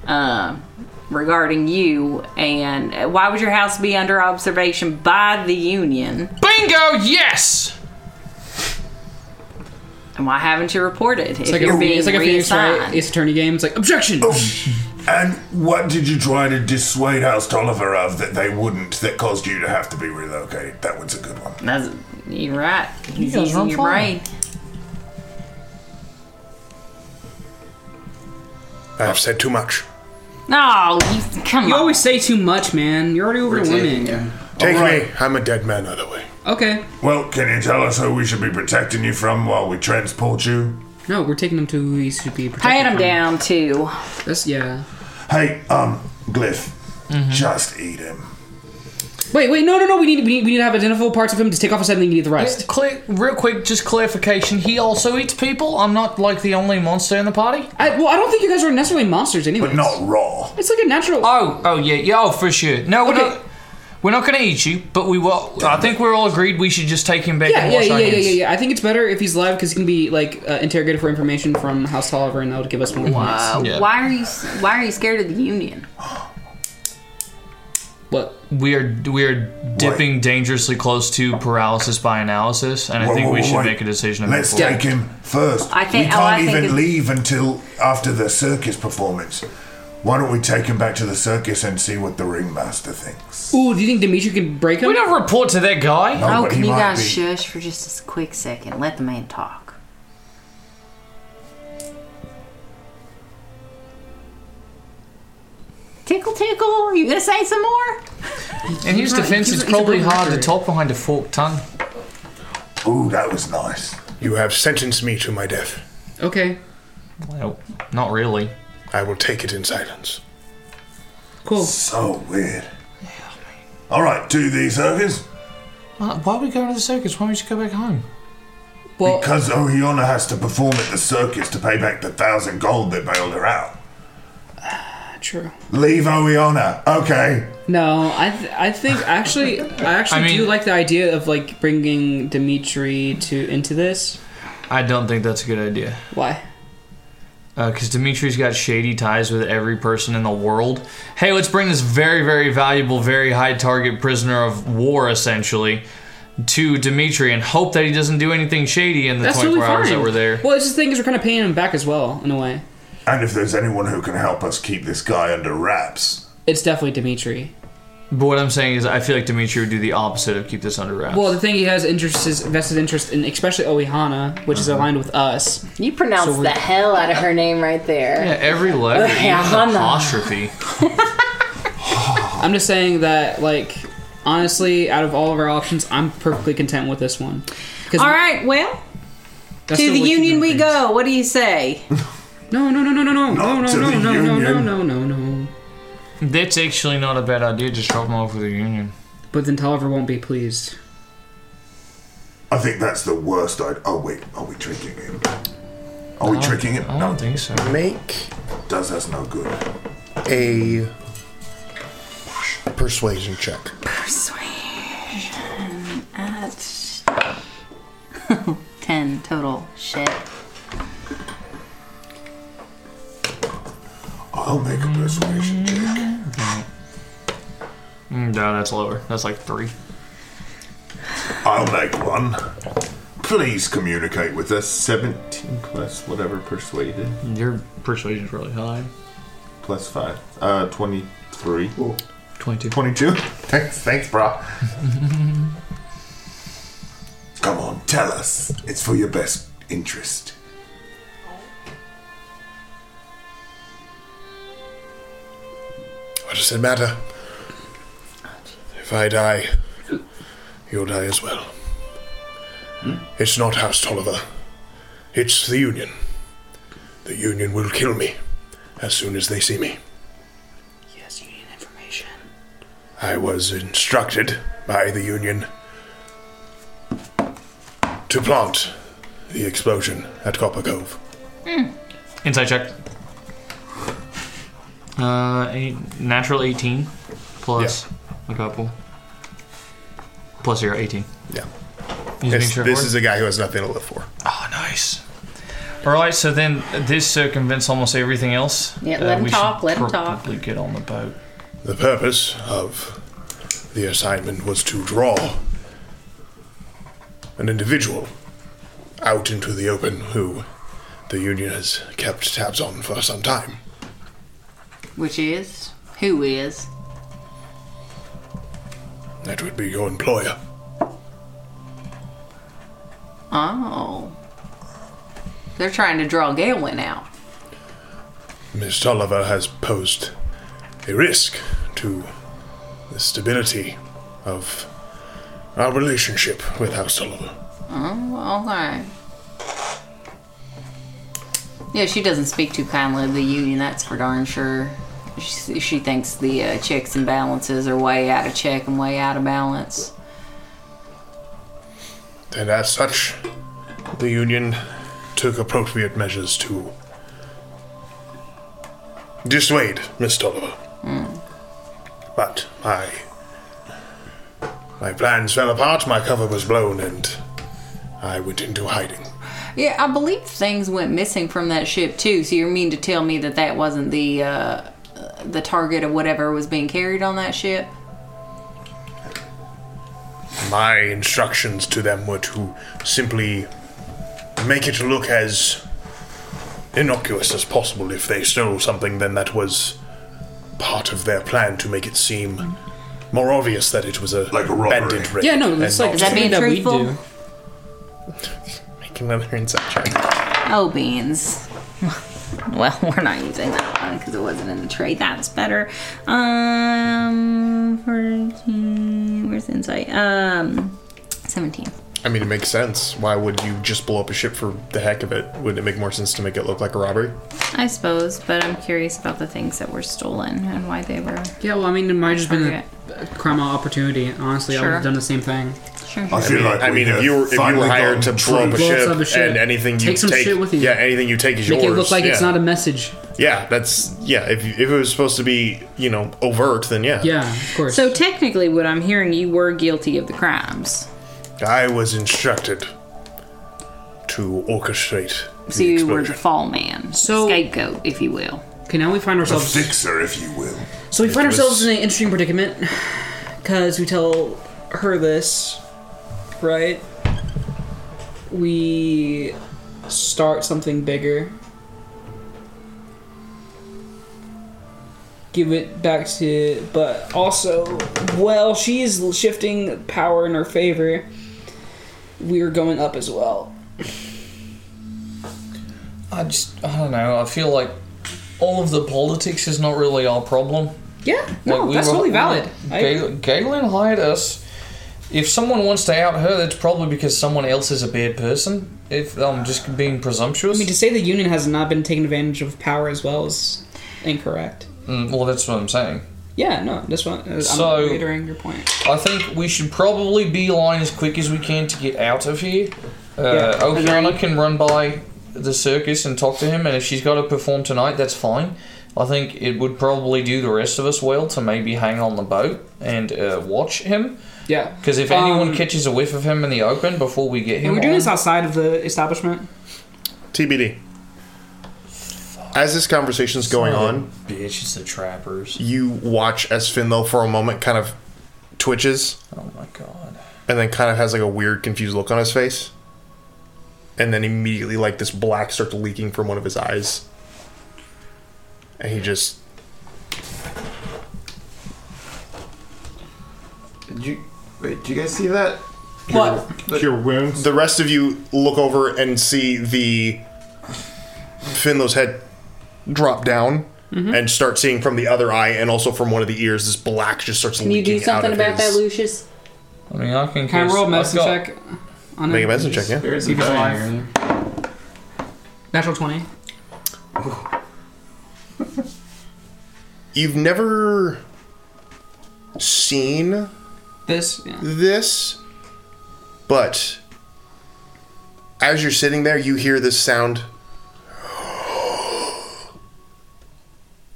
[SPEAKER 5] um, regarding you, and uh, why would your house be under observation by the union?
[SPEAKER 12] Bingo! Yes!
[SPEAKER 5] And why haven't you reported if
[SPEAKER 3] It's like
[SPEAKER 5] you're
[SPEAKER 3] a,
[SPEAKER 5] being
[SPEAKER 3] it's like a Phoenix Wright
[SPEAKER 5] reassigned?
[SPEAKER 3] Ace Attorney game. It's like objection.
[SPEAKER 8] Oh, And what did you try to dissuade House Tolliver of that they wouldn't, that caused you to have to be relocated? That one's a good one.
[SPEAKER 5] That's, you're right. He's
[SPEAKER 12] guys
[SPEAKER 5] using
[SPEAKER 12] aren't
[SPEAKER 5] your
[SPEAKER 12] far.
[SPEAKER 5] brain.
[SPEAKER 2] I have said too much.
[SPEAKER 5] No, Oh, you, come
[SPEAKER 3] You
[SPEAKER 5] on.
[SPEAKER 3] always say too much, man. You're already overwhelming.
[SPEAKER 2] Take
[SPEAKER 8] Alright.
[SPEAKER 2] me. I'm a dead man either way.
[SPEAKER 3] Okay.
[SPEAKER 8] Well, can you tell us who we should be protecting you from while we transport you?
[SPEAKER 3] No, we're taking him to who he should be protected
[SPEAKER 5] Pat him
[SPEAKER 3] from.
[SPEAKER 5] down, too.
[SPEAKER 3] That's, yeah.
[SPEAKER 8] Hey, um, Glyph,
[SPEAKER 12] Mm-hmm.
[SPEAKER 8] just eat him.
[SPEAKER 3] Wait, wait, no, no, no. We need, we need, we need to have identifiable parts of him to take off his head and then you need the rest.
[SPEAKER 6] Clear, real quick, just clarification. He also eats people. I'm not like the only monster in the party.
[SPEAKER 3] I, well, I don't think you guys are necessarily monsters, anyway.
[SPEAKER 8] But not raw.
[SPEAKER 3] It's like a natural.
[SPEAKER 6] Oh, oh yeah, yeah, oh for sure. No, we're
[SPEAKER 3] Okay.
[SPEAKER 6] not. We're not gonna eat you, but we will. I think we're all agreed we should just take him back
[SPEAKER 3] yeah,
[SPEAKER 6] and
[SPEAKER 3] yeah,
[SPEAKER 6] wash
[SPEAKER 3] yeah,
[SPEAKER 6] our
[SPEAKER 3] yeah,
[SPEAKER 6] hands.
[SPEAKER 3] yeah, yeah. I think it's better if he's live because he can be like uh, interrogated for information from House Tolliver, and that would give us more points.
[SPEAKER 5] Uh,
[SPEAKER 6] Yeah.
[SPEAKER 5] Why are you Why are you scared of the union?
[SPEAKER 3] What?
[SPEAKER 12] We are we are dipping dangerously close to paralysis by analysis, and I
[SPEAKER 8] Wait,
[SPEAKER 12] think we
[SPEAKER 8] wait,
[SPEAKER 12] should
[SPEAKER 8] wait.
[SPEAKER 12] make a decision. of
[SPEAKER 8] Let's
[SPEAKER 12] it before-
[SPEAKER 8] take him first.
[SPEAKER 5] I think-
[SPEAKER 8] we
[SPEAKER 5] oh, I
[SPEAKER 8] can't
[SPEAKER 5] think
[SPEAKER 8] even
[SPEAKER 5] it's-
[SPEAKER 8] leave until after the circus performance. Why don't we take him back to the circus and see what the ringmaster thinks?
[SPEAKER 3] Ooh, do you think Dimitri can break him? We
[SPEAKER 14] don't report to that guy.
[SPEAKER 8] No,
[SPEAKER 5] oh,
[SPEAKER 8] but
[SPEAKER 5] can
[SPEAKER 8] he
[SPEAKER 5] you
[SPEAKER 8] might
[SPEAKER 5] guys
[SPEAKER 8] be.
[SPEAKER 5] shush for just a quick second? Let the man talk. Tickle, tickle. Are you gonna say some more?
[SPEAKER 14] In his
[SPEAKER 5] He's not-
[SPEAKER 14] defense,
[SPEAKER 5] he's-
[SPEAKER 14] it's
[SPEAKER 5] he's a
[SPEAKER 14] probably
[SPEAKER 5] good
[SPEAKER 14] hard to
[SPEAKER 5] worker.
[SPEAKER 14] talk behind a forked tongue.
[SPEAKER 8] Ooh, that was nice.
[SPEAKER 1] You have sentenced me to my death.
[SPEAKER 3] Okay.
[SPEAKER 6] Well, not really.
[SPEAKER 1] I will take it in silence.
[SPEAKER 3] Cool.
[SPEAKER 8] So weird. All right, do these circus
[SPEAKER 14] Why why are we going to the circus? Why don't we just go back home?
[SPEAKER 8] because Ohiana has to perform at the circus to pay back the thousand gold that bailed her out.
[SPEAKER 3] True.
[SPEAKER 8] Leave Ohiana. Okay.
[SPEAKER 3] No, I th- I think actually I actually
[SPEAKER 6] I mean-
[SPEAKER 3] do like the idea of like bringing Dimitri to into this.
[SPEAKER 6] I don't think that's a good idea.
[SPEAKER 3] Why?
[SPEAKER 6] Because Dimitri's got shady ties with every person in the world. Hey, let's bring this very, very valuable, very high target prisoner of war, essentially, to Dimitri and hope that he doesn't do anything shady in the
[SPEAKER 3] That's
[SPEAKER 6] 24
[SPEAKER 3] totally
[SPEAKER 6] hours
[SPEAKER 3] fine.
[SPEAKER 6] that we're there.
[SPEAKER 3] Well, it's just the thing is we're kind of paying him back as well in a way.
[SPEAKER 8] And if there's anyone who can help us keep this guy under wraps,
[SPEAKER 3] It's definitely Dimitri.
[SPEAKER 6] But what I'm saying is, I feel like Dimitri would do the opposite of keep this under wraps.
[SPEAKER 3] Well, the thing he has interests is vested interest in, especially Oihana, which
[SPEAKER 6] Uh-huh.
[SPEAKER 3] is aligned with us.
[SPEAKER 5] You pronounce
[SPEAKER 3] So we-
[SPEAKER 5] the hell out of her name right there.
[SPEAKER 6] yeah, every letter,
[SPEAKER 5] Okay,
[SPEAKER 6] even
[SPEAKER 5] I'm
[SPEAKER 6] an
[SPEAKER 5] not-
[SPEAKER 6] apostrophe.
[SPEAKER 3] I'm just saying that, like, honestly, out of all of our options, I'm perfectly content with this one. 'Cause
[SPEAKER 5] All right. Well,
[SPEAKER 3] that's
[SPEAKER 5] to the
[SPEAKER 3] way she
[SPEAKER 5] union
[SPEAKER 3] does
[SPEAKER 5] we
[SPEAKER 3] things.
[SPEAKER 5] go. What do you say?
[SPEAKER 3] No, no, no, no, no, no, no, no,
[SPEAKER 8] to
[SPEAKER 3] no,
[SPEAKER 8] the
[SPEAKER 3] no, no, no,
[SPEAKER 8] union.
[SPEAKER 3] no, no, no.
[SPEAKER 6] That's actually not a bad idea. Just drop him off with the union.
[SPEAKER 3] But then Tolliver won't be pleased.
[SPEAKER 8] I think that's the worst. I oh wait, are we tricking him? Are we tricking him?
[SPEAKER 6] I
[SPEAKER 8] No,
[SPEAKER 6] don't think so.
[SPEAKER 2] Make
[SPEAKER 8] does us no good.
[SPEAKER 2] a persuasion check.
[SPEAKER 5] Uh, Ten total. Shit.
[SPEAKER 8] I'll make a persuasion check.
[SPEAKER 6] Mm, No, that's lower. That's like three.
[SPEAKER 8] I'll make one. Please communicate with us. Seventeen plus whatever persuaded.
[SPEAKER 6] Your persuasion's really high.
[SPEAKER 8] plus five. Uh, 23.
[SPEAKER 6] 22.
[SPEAKER 8] 22? Thanks, thanks, bro.
[SPEAKER 6] Mm-hmm.
[SPEAKER 8] Come on, tell us. It's for your best interest.
[SPEAKER 1] What does it matter? If I die, you'll die as well.
[SPEAKER 8] Hmm?
[SPEAKER 1] It's not House Tolliver. It's the Union. The Union will kill me as soon as they see me.
[SPEAKER 3] Yes, you need information.
[SPEAKER 1] I was instructed by the Union to plant the explosion at Copper Cove.
[SPEAKER 6] Inside check. Uh, eight, natural 18 plus a couple. Plus your 18.
[SPEAKER 1] Yeah.
[SPEAKER 6] You
[SPEAKER 1] This,
[SPEAKER 6] think sure it
[SPEAKER 1] this
[SPEAKER 6] worked?
[SPEAKER 1] is a guy who has nothing to live for.
[SPEAKER 6] oh, nice. All right, so then this circumvents almost everything else. Uh,
[SPEAKER 5] Yeah, let him
[SPEAKER 6] we
[SPEAKER 5] talk,
[SPEAKER 6] should
[SPEAKER 5] let him talk.
[SPEAKER 6] probably get on the boat.
[SPEAKER 1] The purpose of the assignment was to draw an individual out into the open who the Union has kept tabs on for some time.
[SPEAKER 5] Which is who is?
[SPEAKER 1] That would be your employer.
[SPEAKER 5] Oh, they're trying to draw Galen out.
[SPEAKER 1] Miss Tolliver has posed a risk to the stability of our relationship with House Tolliver.
[SPEAKER 5] Oh, okay. Yeah, she doesn't speak too kindly of the union. That's for darn sure. She, she thinks the uh, checks and balances are way out of check and way out of balance.
[SPEAKER 1] And as such, the Union took appropriate measures to dissuade Miss Tolliver.
[SPEAKER 3] Hmm.
[SPEAKER 1] But my my plans fell apart, my cover was blown, and I went into hiding.
[SPEAKER 5] Yeah, I believe things went missing from that ship too. So you mean to tell me that that wasn't the uh, the target of whatever was being carried on that ship?
[SPEAKER 1] My instructions to them were to simply make it look as innocuous as possible. If they stole something, then that was part of their plan to make it seem more obvious that it was a like a bandit raid.
[SPEAKER 3] Yeah, no, that's
[SPEAKER 1] and
[SPEAKER 3] like
[SPEAKER 1] not
[SPEAKER 3] something that we
[SPEAKER 5] truthful?
[SPEAKER 3] do.
[SPEAKER 1] making another insight check.
[SPEAKER 5] Oh, beans. Well, we're not using that one because it wasn't in the trade. That's better. Um, 14. Where's the insight? Um, 17.
[SPEAKER 2] I mean, it makes sense. Why would you just blow up a ship for the heck of it? Wouldn't it make more sense to make it look like a robbery?
[SPEAKER 5] I suppose, but I'm curious about the things that were stolen and why they were.
[SPEAKER 3] Yeah, well, I mean, it might have just been a a crime of opportunity. Honestly, I would
[SPEAKER 5] Sure.
[SPEAKER 3] have done the same thing.
[SPEAKER 5] Sure.
[SPEAKER 2] I feel like
[SPEAKER 1] I mean,
[SPEAKER 2] we
[SPEAKER 1] if
[SPEAKER 2] have
[SPEAKER 1] you were if you were
[SPEAKER 2] finally
[SPEAKER 1] hired to
[SPEAKER 2] gotten
[SPEAKER 1] blow up a
[SPEAKER 3] truth. Blow up
[SPEAKER 1] ship,
[SPEAKER 3] some shit.
[SPEAKER 1] and anything you
[SPEAKER 3] Take some shit with you.
[SPEAKER 1] yeah, anything you take is
[SPEAKER 3] Make
[SPEAKER 1] yours.
[SPEAKER 3] it look like it's
[SPEAKER 1] yeah.
[SPEAKER 3] not a message.
[SPEAKER 1] Yeah, that's yeah. If you, if it was supposed to be you know overt, then yeah.
[SPEAKER 3] Yeah, of course.
[SPEAKER 5] So technically, what I'm hearing, you were guilty of the crimes.
[SPEAKER 1] I was instructed to orchestrate
[SPEAKER 5] So
[SPEAKER 1] the
[SPEAKER 5] you were
[SPEAKER 1] explosion.
[SPEAKER 5] the fall man,
[SPEAKER 3] So-
[SPEAKER 5] scapegoat, if you will.
[SPEAKER 3] okay, now we find
[SPEAKER 7] The
[SPEAKER 3] ourselves.
[SPEAKER 7] fixer, if you will.
[SPEAKER 3] So we
[SPEAKER 1] It
[SPEAKER 3] find
[SPEAKER 1] was-
[SPEAKER 3] ourselves in an interesting predicament because we tell her this, right? We start something bigger, give it back to, but also, well, she's shifting power in her favor. We are going up as well.
[SPEAKER 6] I just, I don't know. I feel like all of the politics is not really our problem.
[SPEAKER 3] Yeah,
[SPEAKER 6] Like,
[SPEAKER 3] no,
[SPEAKER 6] we
[SPEAKER 3] that's
[SPEAKER 6] were-
[SPEAKER 3] totally valid. I-
[SPEAKER 6] Gal- Galen hired us. If someone wants to out her, that's probably because someone else is a bad person. If I'm just being presumptuous.
[SPEAKER 3] I mean, to say the union has not been taking advantage of power as well is incorrect.
[SPEAKER 6] Mm, well, that's what I'm saying.
[SPEAKER 3] Yeah, no, this one. I'm
[SPEAKER 6] So-
[SPEAKER 3] reiterating your point.
[SPEAKER 6] I think we should probably beeline as quick as we can to get out of here. Uh,
[SPEAKER 3] Yeah,
[SPEAKER 6] Okiana can run by the circus and talk to him, and if she's got to perform tonight, that's fine. I think it would probably do the rest of us well to maybe hang on the boat and uh, watch him.
[SPEAKER 3] Yeah,
[SPEAKER 6] Because if anyone
[SPEAKER 3] Um,
[SPEAKER 6] catches a whiff of him in the open before we get him,
[SPEAKER 3] and we're doing
[SPEAKER 6] on-
[SPEAKER 3] this outside of the establishment.
[SPEAKER 2] TBD. As this conversation's going on,
[SPEAKER 6] bitch, it's the trappers.
[SPEAKER 2] you watch as Finn though for a moment kind of twitches
[SPEAKER 6] Oh my god.
[SPEAKER 2] and then kind of has like a weird confused look on his face. And then immediately like this black starts leaking from one of his eyes. And he just
[SPEAKER 7] Did you wait? Did you guys see that?
[SPEAKER 3] What?
[SPEAKER 7] Cure wounds.
[SPEAKER 2] the rest of you look over and see the Finlow's head drop down
[SPEAKER 3] Mm-hmm.
[SPEAKER 2] and start seeing from the other eye and also from one of the ears this black just starts
[SPEAKER 5] Can you
[SPEAKER 2] leaking
[SPEAKER 5] do something
[SPEAKER 2] out of
[SPEAKER 5] about
[SPEAKER 2] his.
[SPEAKER 5] that, Lucius?
[SPEAKER 6] I mean, I can.
[SPEAKER 3] Can I
[SPEAKER 6] cast-
[SPEAKER 3] roll a
[SPEAKER 6] I've
[SPEAKER 3] medicine
[SPEAKER 6] got-
[SPEAKER 3] check? On
[SPEAKER 2] Make a
[SPEAKER 3] him?
[SPEAKER 2] medicine check, yeah.
[SPEAKER 15] There's
[SPEAKER 3] See
[SPEAKER 15] a
[SPEAKER 3] if he's
[SPEAKER 15] guy
[SPEAKER 3] alive.
[SPEAKER 15] in
[SPEAKER 3] Natural twenty.
[SPEAKER 2] You've never seen
[SPEAKER 3] This. Yeah.
[SPEAKER 2] this, but as you're sitting there, you hear this sound.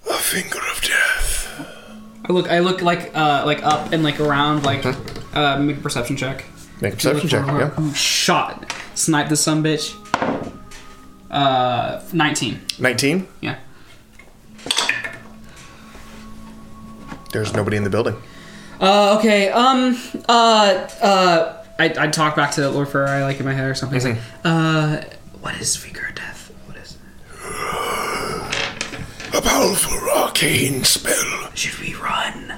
[SPEAKER 2] A finger of death.
[SPEAKER 3] I look. I look like uh like up and like around like uh make a perception check.
[SPEAKER 2] Make a perception check. Yeah,
[SPEAKER 3] Shot. Snipe this some bitch. Uh, nineteen.
[SPEAKER 2] nineteen.
[SPEAKER 3] Yeah.
[SPEAKER 2] There's nobody in the building.
[SPEAKER 3] Uh, okay. Um. Uh. Uh. I I talk back to Lord Ferrari like in my head or something. He's like,
[SPEAKER 2] Mm-hmm.
[SPEAKER 3] uh, what is finger of death? What is?
[SPEAKER 1] A powerful arcane spell.
[SPEAKER 3] Should we run?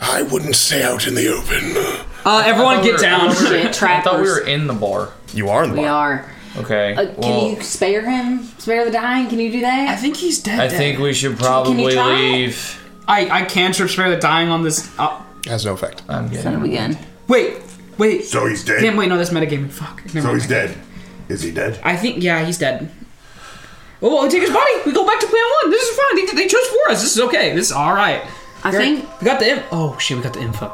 [SPEAKER 1] I wouldn't stay out in the open.
[SPEAKER 3] Uh, everyone
[SPEAKER 6] thought we
[SPEAKER 3] get
[SPEAKER 6] were-
[SPEAKER 3] down.
[SPEAKER 5] Shit,
[SPEAKER 6] I thought we
[SPEAKER 5] trappers.
[SPEAKER 6] were in the bar.
[SPEAKER 2] You are in the
[SPEAKER 5] We
[SPEAKER 2] bar.
[SPEAKER 5] are.
[SPEAKER 6] Okay.
[SPEAKER 5] Uh, can
[SPEAKER 6] well,
[SPEAKER 5] you spare him? Spare the dying? Can you do
[SPEAKER 3] I
[SPEAKER 5] that?
[SPEAKER 3] think he's dead.
[SPEAKER 6] I think we should probably
[SPEAKER 5] try it?
[SPEAKER 6] leave.
[SPEAKER 3] I I can trip spare the dying on this. Uh,
[SPEAKER 2] Has no effect.
[SPEAKER 6] I'm getting.
[SPEAKER 5] That'll be good.
[SPEAKER 3] wait, wait.
[SPEAKER 7] So he's dead.
[SPEAKER 3] Damn, wait, no, that's metagaming. Fuck. Never
[SPEAKER 7] So
[SPEAKER 3] mind.
[SPEAKER 7] he's dead. Is he dead?
[SPEAKER 3] I think yeah, he's dead. Well, well, we take his body. We go back to plan one. This is fine. They, they chose for us. This is okay. This is all right.
[SPEAKER 5] I think
[SPEAKER 3] we got the. Im- oh shit, we got the info.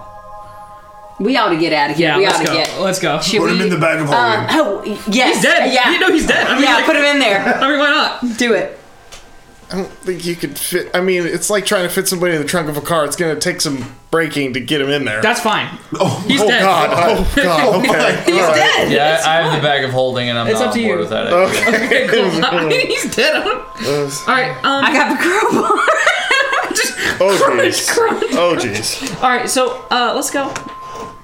[SPEAKER 5] we ought to get out of here.
[SPEAKER 3] Yeah,
[SPEAKER 5] we
[SPEAKER 3] let's
[SPEAKER 5] ought
[SPEAKER 3] go.
[SPEAKER 5] to get.
[SPEAKER 3] Let's go.
[SPEAKER 5] Should
[SPEAKER 7] Put him
[SPEAKER 5] we-
[SPEAKER 7] in the bag of holding.
[SPEAKER 5] Uh, oh, yes.
[SPEAKER 3] He's dead.
[SPEAKER 5] Yeah.
[SPEAKER 3] you know he's dead. I mean,
[SPEAKER 5] yeah,
[SPEAKER 3] like-
[SPEAKER 5] put him in there.
[SPEAKER 3] I mean, why not?
[SPEAKER 5] Do it.
[SPEAKER 2] I don't think you could fit. I mean, it's like trying to fit somebody in the trunk of a car. It's going to take some braking to get him in there.
[SPEAKER 3] That's fine.
[SPEAKER 7] Oh,
[SPEAKER 3] He's
[SPEAKER 2] oh
[SPEAKER 3] dead.
[SPEAKER 2] God! Oh God!
[SPEAKER 7] my
[SPEAKER 2] Okay.
[SPEAKER 7] God.
[SPEAKER 2] All right.
[SPEAKER 3] Dead.
[SPEAKER 6] Yeah, I, I have the bag of holding, and I'm
[SPEAKER 3] It's
[SPEAKER 6] not
[SPEAKER 3] up to
[SPEAKER 6] on board
[SPEAKER 3] you.
[SPEAKER 6] with that. idea.
[SPEAKER 3] Okay, cool. I mean, he's dead. I don't- All right. Um.
[SPEAKER 5] I got the crowbar.
[SPEAKER 3] just
[SPEAKER 2] Oh
[SPEAKER 3] crunch,
[SPEAKER 2] jeez.
[SPEAKER 3] crunch.
[SPEAKER 2] Oh jeez.
[SPEAKER 3] All right. So uh, let's go.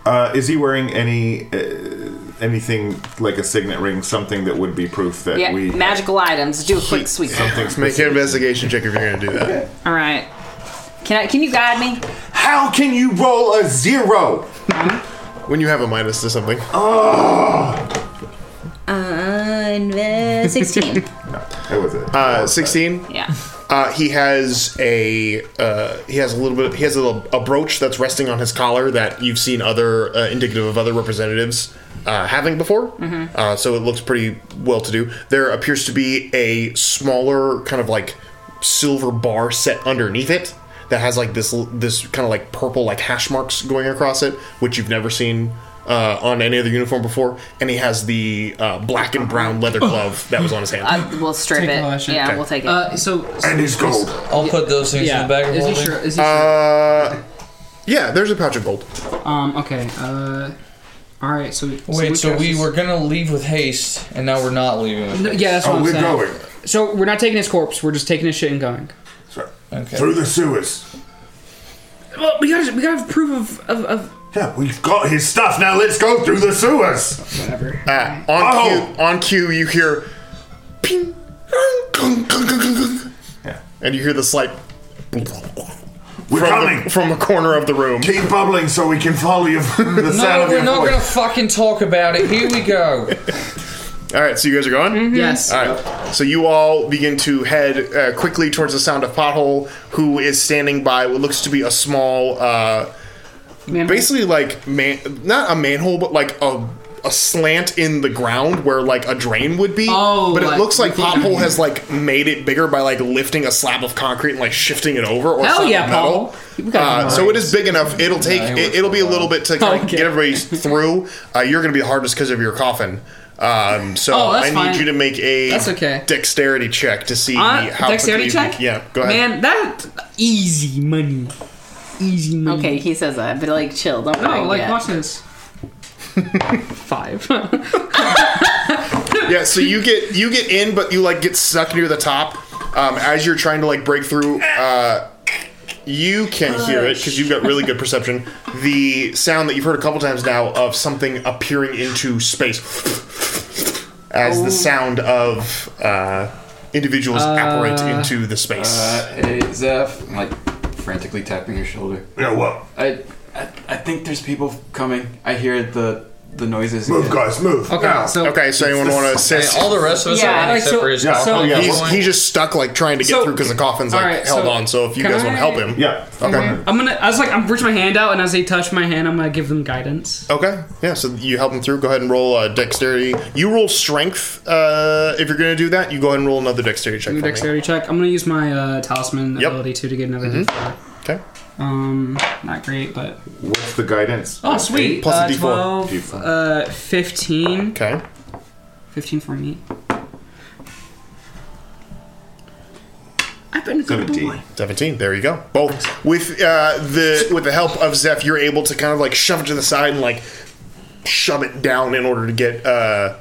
[SPEAKER 7] Uh, is he wearing any uh, anything like a signet ring? Something that would be proof that
[SPEAKER 5] yeah,
[SPEAKER 7] we
[SPEAKER 5] magical items. Do a quick sweep.
[SPEAKER 7] something
[SPEAKER 2] Make an
[SPEAKER 7] specific?
[SPEAKER 2] investigation check if you're going to do that.
[SPEAKER 5] All right. Can I? Can you guide me?
[SPEAKER 7] How can you roll a zero?
[SPEAKER 2] when you have a minus to something.
[SPEAKER 5] Oh. Uh, inve- sixteen.
[SPEAKER 7] That was it.
[SPEAKER 2] Uh, sixteen.
[SPEAKER 5] yeah.
[SPEAKER 2] Uh, he has a uh, he has a little bit he has a, little, a brooch that's resting on his collar that you've seen other uh, indicative of other representatives uh, having before. Uh, so it looks pretty well to do. There appears to be a smaller kind of like silver bar set underneath it that has like this l- this kind of like purple like hash marks going across it, which you've never seen. Uh, on any other uniform before, and he has the uh, black and brown leather glove that was on his hand.
[SPEAKER 5] I, Uh, we'll strip
[SPEAKER 3] Take all that
[SPEAKER 5] it.
[SPEAKER 3] shit.
[SPEAKER 5] Yeah,
[SPEAKER 2] Okay.
[SPEAKER 5] we'll take it.
[SPEAKER 3] Uh, so,
[SPEAKER 7] And it's gold.
[SPEAKER 4] I'll put those things
[SPEAKER 3] yeah,
[SPEAKER 4] in the bag
[SPEAKER 3] is
[SPEAKER 4] of
[SPEAKER 3] he
[SPEAKER 4] holding.
[SPEAKER 3] sure? Is he
[SPEAKER 2] Uh, yeah, there's a pouch of gold.
[SPEAKER 3] sure? Um, okay. Uh, all right. So,
[SPEAKER 4] Wait,
[SPEAKER 3] which
[SPEAKER 4] so we
[SPEAKER 3] houses-
[SPEAKER 4] were gonna leave with haste, and now we're not leaving with
[SPEAKER 3] No,
[SPEAKER 4] haste.
[SPEAKER 3] yeah, that's what
[SPEAKER 7] Oh,
[SPEAKER 3] I'm
[SPEAKER 7] we're
[SPEAKER 3] saying.
[SPEAKER 7] going.
[SPEAKER 3] So we're not taking his corpse. We're just taking his shit and going.
[SPEAKER 7] Sorry.
[SPEAKER 4] Okay.
[SPEAKER 7] Through the sewers.
[SPEAKER 3] Well, we gotta we gotta have proof of of, of
[SPEAKER 7] Yeah, we've got his stuff. Now let's go through the sewers.
[SPEAKER 3] whatever.
[SPEAKER 2] Uh, on
[SPEAKER 7] Oh.
[SPEAKER 2] cue, on cue, you hear ping, kung, kung, kung, kung, kung.
[SPEAKER 7] Yeah.
[SPEAKER 2] and you hear the slight
[SPEAKER 7] We're
[SPEAKER 2] from
[SPEAKER 7] coming.
[SPEAKER 2] the, from the corner of the room.
[SPEAKER 7] Keep bubbling so we can follow you. the sound
[SPEAKER 4] No,
[SPEAKER 7] of
[SPEAKER 4] we're
[SPEAKER 7] your
[SPEAKER 4] not
[SPEAKER 7] voice.
[SPEAKER 4] gonna fucking talk about it. Here we go.
[SPEAKER 2] All right, so you guys are going.
[SPEAKER 3] yes.
[SPEAKER 2] All right, so you all begin to head uh, quickly towards the sound of Pothole, who is standing by what looks to be a small, uh, basically like man, not a manhole, but like a. A slant in the ground where like a drain would be,
[SPEAKER 3] Oh,
[SPEAKER 2] but it
[SPEAKER 3] like-
[SPEAKER 2] looks like Pothole has like made it bigger by like lifting a slab of concrete and like shifting it over or
[SPEAKER 3] Hell
[SPEAKER 2] something
[SPEAKER 3] yeah,
[SPEAKER 2] metal.
[SPEAKER 3] Pothole. We got
[SPEAKER 2] Uh,
[SPEAKER 3] it.
[SPEAKER 2] so it is big enough. It'll take. it, will be a little bit to kind of
[SPEAKER 3] Okay.
[SPEAKER 2] get everybody through. Uh, you're going to be the hardest because of your coffin. Um, so
[SPEAKER 3] Oh, that's
[SPEAKER 2] I need
[SPEAKER 3] fine.
[SPEAKER 2] you to make a
[SPEAKER 3] That's okay.
[SPEAKER 2] dexterity check to see
[SPEAKER 3] Uh,
[SPEAKER 2] how
[SPEAKER 3] dexterity
[SPEAKER 2] quickly you-
[SPEAKER 3] check.
[SPEAKER 2] Yeah, go ahead.
[SPEAKER 3] Man, that easy money. Easy money.
[SPEAKER 5] Okay, he says that, but like, chill. Don't worry.
[SPEAKER 3] No, like
[SPEAKER 5] yet.
[SPEAKER 3] watch this. Five.
[SPEAKER 2] Yeah, so you get you get in, but you like get stuck near the top um, as you're trying to like break through. Uh, you can hear it because you've got really good perception. The sound that you've heard a couple times now of something appearing into space as
[SPEAKER 16] Oh.
[SPEAKER 2] the sound of uh, individuals apparent into the space.
[SPEAKER 16] Uh, hey, Zeph. I'm, like frantically tapping her shoulder.
[SPEAKER 7] Yeah, well,
[SPEAKER 16] I, I, I think there's people coming. I hear the the noises.
[SPEAKER 7] move,
[SPEAKER 16] again.
[SPEAKER 7] guys, move.
[SPEAKER 3] Okay,
[SPEAKER 7] now.
[SPEAKER 3] so
[SPEAKER 2] okay, so anyone want to
[SPEAKER 4] And
[SPEAKER 2] assist?
[SPEAKER 4] all the rest of us
[SPEAKER 5] Yeah,
[SPEAKER 4] are in
[SPEAKER 3] like,
[SPEAKER 4] except
[SPEAKER 3] so-
[SPEAKER 4] for his
[SPEAKER 7] yeah,
[SPEAKER 3] so-
[SPEAKER 7] oh, yeah,
[SPEAKER 2] He's,
[SPEAKER 7] well,
[SPEAKER 2] he's just stuck, like trying to get
[SPEAKER 3] So-
[SPEAKER 2] through because the coffin's like
[SPEAKER 3] Alright,
[SPEAKER 2] held
[SPEAKER 3] so
[SPEAKER 2] on. So if you
[SPEAKER 3] can
[SPEAKER 2] guys want to help
[SPEAKER 3] I-
[SPEAKER 2] him,
[SPEAKER 7] yeah. Okay.
[SPEAKER 3] I'm gonna. I was like, I'm reaching my hand out, and as they touch my hand, I'm gonna give them guidance.
[SPEAKER 2] Okay. Yeah. So you help him through. Go ahead and roll uh, dexterity. You roll strength uh, if you're going to do that. You go ahead and roll another dexterity check.
[SPEAKER 3] Do
[SPEAKER 2] For
[SPEAKER 3] a
[SPEAKER 2] dexterity.
[SPEAKER 3] dexterity check. I'm gonna use my uh, talisman
[SPEAKER 2] Yep. Mm-hmm.
[SPEAKER 3] ability too to get another hit for it.
[SPEAKER 2] Okay.
[SPEAKER 3] Um, not great, but
[SPEAKER 7] What's the guidance?
[SPEAKER 3] oh sweet.
[SPEAKER 2] Plus a
[SPEAKER 3] uh,
[SPEAKER 2] D4.
[SPEAKER 3] 12,
[SPEAKER 7] D4.
[SPEAKER 3] uh, 15.
[SPEAKER 2] Okay.
[SPEAKER 3] 15 for me. I've been a good
[SPEAKER 7] Seventeen.
[SPEAKER 3] boy.
[SPEAKER 2] Seventeen. There you go. Both with uh, the with the help of Zeph, you're able to kind of like shove it to the side and like shove it down in order to get uh,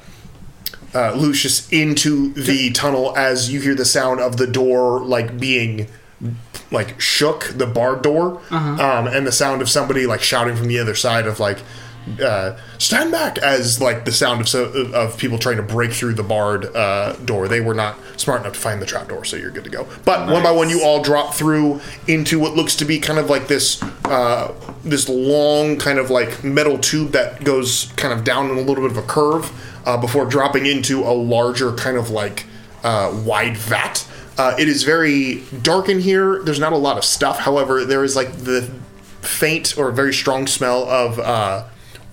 [SPEAKER 2] uh, Lucius into the tunnel. As you hear the sound of the door like being like shook, the barred door, um, and the sound of somebody like shouting from the other side of like. Uh, stand back as like the sound of so of people trying to break through the barred uh, door. They were not smart enough to find the trap door, so you're good to go. But one by one, you all drop through into what looks to be kind of like this uh, this long kind of like metal tube that goes kind of down in a little bit of a curve uh, before dropping into a larger kind of like uh, wide vat. Uh, it is very dark in here. There's not a lot of stuff. However, there is like the faint or very strong smell of uh,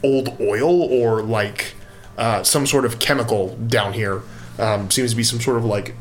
[SPEAKER 2] old oil or like uh, some sort of chemical down here. Um, seems to be some sort of like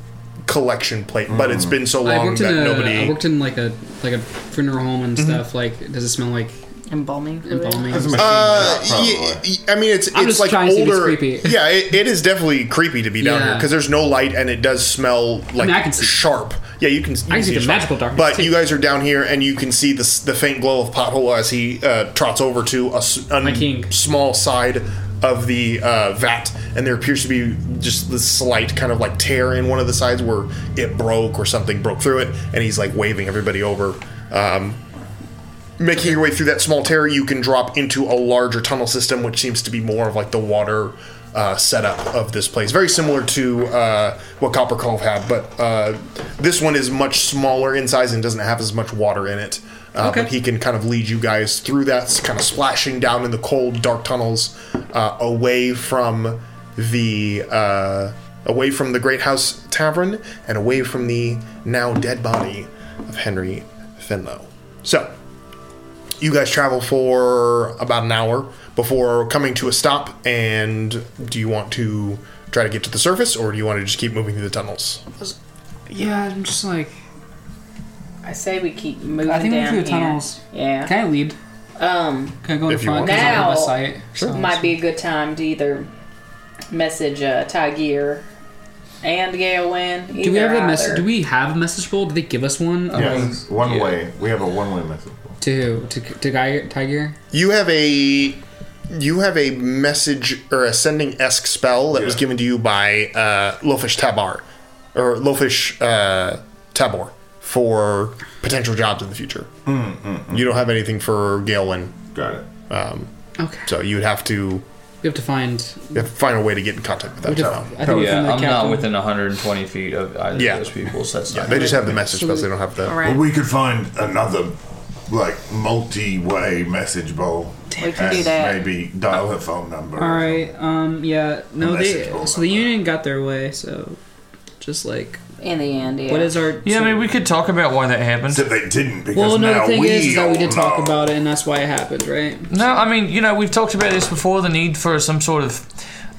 [SPEAKER 2] collection plate, but it's been so
[SPEAKER 3] Mm. I
[SPEAKER 2] long
[SPEAKER 3] worked in
[SPEAKER 2] that
[SPEAKER 3] a,
[SPEAKER 2] nobody. Mm-hmm.
[SPEAKER 3] I worked in like a like a funeral home and stuff. Like, does it smell like
[SPEAKER 5] Embalming.
[SPEAKER 3] embalming?
[SPEAKER 2] Uh,
[SPEAKER 7] probably.
[SPEAKER 2] y- y- I mean, it's
[SPEAKER 3] I'm
[SPEAKER 2] it's
[SPEAKER 3] just
[SPEAKER 2] like
[SPEAKER 3] trying to see if it's
[SPEAKER 2] older.
[SPEAKER 3] creepy.
[SPEAKER 2] Yeah, it, it is definitely creepy to be down here
[SPEAKER 3] Yeah.
[SPEAKER 2] because there's no light and it does smell like
[SPEAKER 3] I can see.
[SPEAKER 2] sharp. Yeah, you can. You I
[SPEAKER 3] see the magical darkness,
[SPEAKER 2] But
[SPEAKER 3] too.
[SPEAKER 2] you guys are down here and you can see the s- the faint glow of pothole as he uh, trots over to a, s- a
[SPEAKER 3] king.
[SPEAKER 2] small side of the uh, vat, and there appears to be just this slight kind of like tear in one of the sides where it broke or something broke through it, and he's like waving everybody over. Um, making your way through that small tear, you can drop into a larger tunnel system, which seems to be more of like the water uh, setup of this place. Very similar to uh, what Copper Cove had, but uh, this one is much smaller in size and doesn't have as much water in it. Uh, But he can kind of lead you guys through that, s- kind of splashing down in the cold, dark tunnels, uh, away from the uh, away from the Great House Tavern and away from the now dead body of Henry Finlow. So, you guys travel for about an hour before coming to a stop. And do you want to try to get to the surface, or do you want to just keep moving through the tunnels?
[SPEAKER 3] Yeah, I'm just like
[SPEAKER 5] I say we keep moving.
[SPEAKER 3] I think we're
[SPEAKER 5] down
[SPEAKER 3] through the
[SPEAKER 5] here.
[SPEAKER 3] tunnels.
[SPEAKER 5] Yeah.
[SPEAKER 3] Can I lead?
[SPEAKER 5] Um.
[SPEAKER 3] Can I go in
[SPEAKER 2] If you
[SPEAKER 3] front?
[SPEAKER 2] want.
[SPEAKER 3] 'Cause I don't have
[SPEAKER 5] Now
[SPEAKER 3] a sight, so-
[SPEAKER 5] might be a good time to either message uh, Tigear and Gail Wynn.
[SPEAKER 3] Do we have
[SPEAKER 5] either,
[SPEAKER 3] a message?
[SPEAKER 5] either.
[SPEAKER 3] Do we have a message bowl? Do they give us one? Um,
[SPEAKER 7] Yes, one way. We have a one-way message.
[SPEAKER 3] To who? To to guy Tiger?
[SPEAKER 2] You have a you have a message or a sending esque spell that was given to you by uh, Lofish Tabar or Lofish uh, Tabor for potential jobs in the future.
[SPEAKER 7] Hmm,
[SPEAKER 2] Mm-hmm. You don't have anything for Galen.
[SPEAKER 7] Got it.
[SPEAKER 2] Um,
[SPEAKER 3] okay.
[SPEAKER 2] So you would have to
[SPEAKER 3] We have to find.
[SPEAKER 2] you have to find a way to get in contact with that.
[SPEAKER 3] We just-
[SPEAKER 2] town.
[SPEAKER 3] I think
[SPEAKER 6] yeah,
[SPEAKER 3] within the
[SPEAKER 6] I'm
[SPEAKER 3] capital-
[SPEAKER 6] not within 120 feet of either
[SPEAKER 2] Yeah.
[SPEAKER 6] of those people, so that's
[SPEAKER 2] Yeah,
[SPEAKER 6] not
[SPEAKER 2] they just have the message spells. They don't have the.
[SPEAKER 7] Well, we could find another, like, multi-way message bowl.
[SPEAKER 5] We can do
[SPEAKER 7] and
[SPEAKER 5] that.
[SPEAKER 7] Maybe dial her phone number.
[SPEAKER 3] All right. Um. Yeah. No.
[SPEAKER 7] message
[SPEAKER 3] They.
[SPEAKER 7] bowl.
[SPEAKER 3] So the Union got their way. So, just like,
[SPEAKER 5] In the end, yeah.
[SPEAKER 3] what is our?
[SPEAKER 6] Yeah, I mean, we could talk about why that happened.
[SPEAKER 7] Said they didn't because
[SPEAKER 3] Well, no.
[SPEAKER 7] now
[SPEAKER 3] The thing
[SPEAKER 7] we
[SPEAKER 3] is, is that we did
[SPEAKER 7] all
[SPEAKER 3] talk
[SPEAKER 7] know.
[SPEAKER 3] about it, and that's why it happened, right?
[SPEAKER 6] No, I mean, you know, we've talked about this before the need for some sort of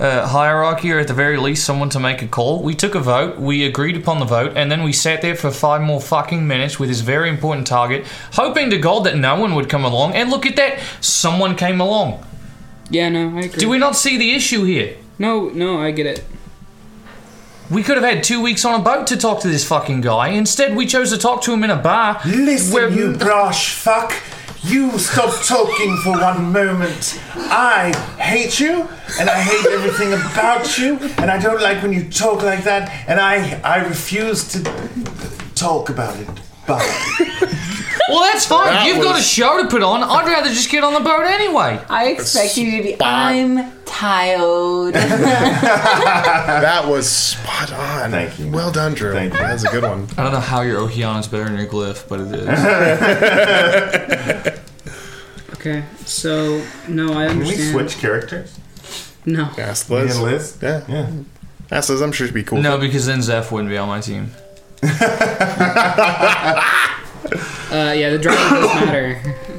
[SPEAKER 6] uh, hierarchy or at the very least someone to make a call. We took a vote, we agreed upon the vote, and then we sat there for five more fucking minutes with this very important target, hoping to God that no one would come along. And look at that, someone came along.
[SPEAKER 3] Yeah. No. I agree.
[SPEAKER 6] Do we not see the issue here?
[SPEAKER 3] No. No. I get it.
[SPEAKER 6] We could have had two weeks on a boat to talk to this fucking guy. Instead, we chose to talk to him in a bar.
[SPEAKER 7] Listen,
[SPEAKER 6] where-
[SPEAKER 7] you brash fuck. You stop talking for one moment. I hate you, and I hate everything about you, and I don't like when you talk like that, and I I refuse to talk about it. Bye.
[SPEAKER 6] Well, that's fine.
[SPEAKER 2] That
[SPEAKER 6] You've got a
[SPEAKER 2] was-
[SPEAKER 6] show to put on. I'd rather just get on the boat anyway.
[SPEAKER 5] I expect you to be.
[SPEAKER 2] Spot.
[SPEAKER 5] I'm tired.
[SPEAKER 2] That was spot on.
[SPEAKER 7] Thank you.
[SPEAKER 2] Well done, Drew.
[SPEAKER 7] Thank you.
[SPEAKER 2] That's a good one.
[SPEAKER 6] I don't know how your Okeana's better than your glyph, but it is.
[SPEAKER 3] Okay. So no. I understand.
[SPEAKER 7] characters?
[SPEAKER 3] No.
[SPEAKER 2] Ask
[SPEAKER 7] Me
[SPEAKER 2] Liz.
[SPEAKER 7] and Liz?
[SPEAKER 2] Yeah.
[SPEAKER 7] Yeah.
[SPEAKER 2] Ask Liz. I'm sure she'd be cool.
[SPEAKER 6] No, because then Zeph wouldn't be on my team.
[SPEAKER 3] Uh. Yeah. The driver doesn't matter.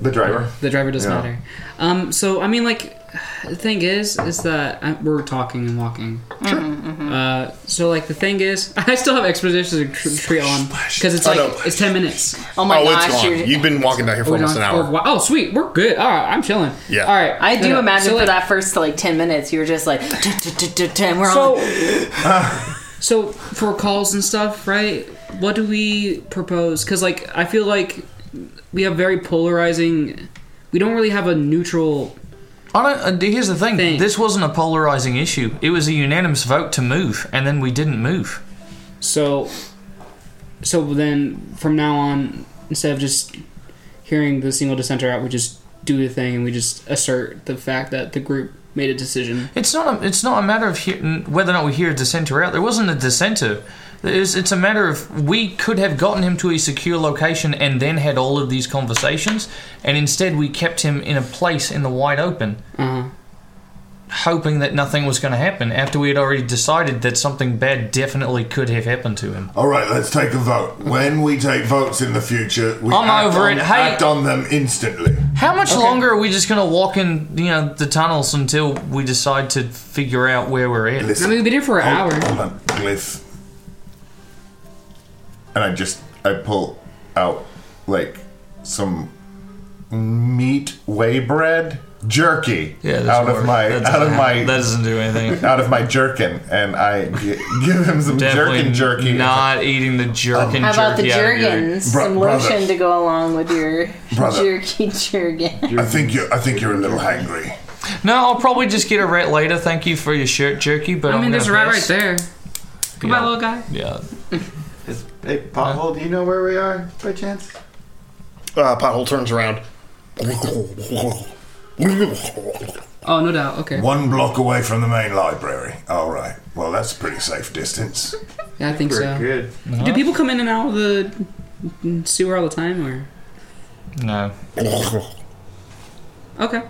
[SPEAKER 7] The driver.
[SPEAKER 3] The driver doesn't
[SPEAKER 7] Yeah.
[SPEAKER 3] matter. Um, so I mean, like, the thing is, is that uh, we're talking and walking. Sure.
[SPEAKER 5] Mm-hmm.
[SPEAKER 3] Uh, so like, the thing is, I still have exposition tr- tree on because it's
[SPEAKER 2] Oh,
[SPEAKER 3] like
[SPEAKER 2] no.
[SPEAKER 3] it's ten minutes.
[SPEAKER 5] Oh my
[SPEAKER 2] Oh, it's
[SPEAKER 5] gosh!
[SPEAKER 2] gone.
[SPEAKER 5] You're,
[SPEAKER 2] You've been walking down here for
[SPEAKER 3] We're
[SPEAKER 2] almost an
[SPEAKER 3] done-
[SPEAKER 2] hour.
[SPEAKER 3] or- oh, sweet, we're good. All right, I'm chilling.
[SPEAKER 2] Yeah.
[SPEAKER 3] All right.
[SPEAKER 5] I do
[SPEAKER 3] No, no.
[SPEAKER 5] imagine
[SPEAKER 3] So,
[SPEAKER 5] for
[SPEAKER 3] like,
[SPEAKER 5] that first like ten minutes, you're just like, and we're on.
[SPEAKER 3] So,
[SPEAKER 2] Ah.
[SPEAKER 3] so for calls and stuff, right? What do we propose? Because like, I feel like we have very polarizing. We don't really have a neutral.
[SPEAKER 6] I don't. Uh, here's the thing.
[SPEAKER 3] Thing.
[SPEAKER 6] This wasn't a polarizing issue. It was a unanimous vote to move, and then we didn't move.
[SPEAKER 3] So, so then from now on, instead of just hearing the single dissenter out, we just do the thing and we just assert the fact that the group made a decision.
[SPEAKER 6] It's not. A, it's not a matter of hear, n- whether or not we hear a dissenter out. There wasn't a dissenter. It's, it's a matter of we could have gotten him to a secure location and then had all of these conversations, and instead we kept him in a place in the wide open,
[SPEAKER 3] Uh-huh.
[SPEAKER 6] hoping that nothing was going to happen. After we had already decided that something bad definitely could have happened to him.
[SPEAKER 7] All right, let's take a vote. When we take votes in the future, we
[SPEAKER 6] I'm
[SPEAKER 7] act
[SPEAKER 6] over
[SPEAKER 7] on-
[SPEAKER 6] it. Hey-
[SPEAKER 7] act on them instantly.
[SPEAKER 6] How much longer are we just going to walk in, you know, the tunnels until we decide to figure out where we're at?
[SPEAKER 7] Listen.
[SPEAKER 3] I mean, we've been here for an
[SPEAKER 7] Hold-
[SPEAKER 3] hour.
[SPEAKER 7] Hold on, Glyph. And I just I pull out like some meat whey bread jerky
[SPEAKER 6] that's
[SPEAKER 7] out
[SPEAKER 6] worse.
[SPEAKER 7] of my
[SPEAKER 6] That
[SPEAKER 7] out of
[SPEAKER 6] doesn't-
[SPEAKER 7] my
[SPEAKER 6] That doesn't do anything.
[SPEAKER 7] out of my jerkin, and I gi- give him some
[SPEAKER 6] Definitely
[SPEAKER 7] jerkin jerky.
[SPEAKER 6] Not eating the jerkin.
[SPEAKER 5] How about the
[SPEAKER 6] jerky out of your-
[SPEAKER 5] Jergens?
[SPEAKER 7] Bro-
[SPEAKER 5] Some
[SPEAKER 7] brother.
[SPEAKER 5] lotion to go along with your
[SPEAKER 7] Brother.
[SPEAKER 5] jerky Jergen.
[SPEAKER 7] I think you I think you're a little hangry.
[SPEAKER 6] No, I'll probably just get a rat later. Thank you for your shirt jerky, but
[SPEAKER 3] I
[SPEAKER 6] I'm
[SPEAKER 3] mean, there's a
[SPEAKER 6] gonna
[SPEAKER 3] rat right
[SPEAKER 6] pass.
[SPEAKER 3] there. Come on,
[SPEAKER 6] Yeah.
[SPEAKER 3] little guy.
[SPEAKER 6] Yeah.
[SPEAKER 16] Is, hey, Pothole, do you know where we are by chance?
[SPEAKER 2] Uh, Pothole turns around.
[SPEAKER 3] Oh, no doubt. Okay.
[SPEAKER 8] One block away from the main library. All right. Well, that's a pretty safe distance.
[SPEAKER 3] Yeah, I think
[SPEAKER 8] Very
[SPEAKER 3] so.
[SPEAKER 8] good.
[SPEAKER 3] Do people come in and out of the sewer all the time, or
[SPEAKER 6] No.
[SPEAKER 3] okay?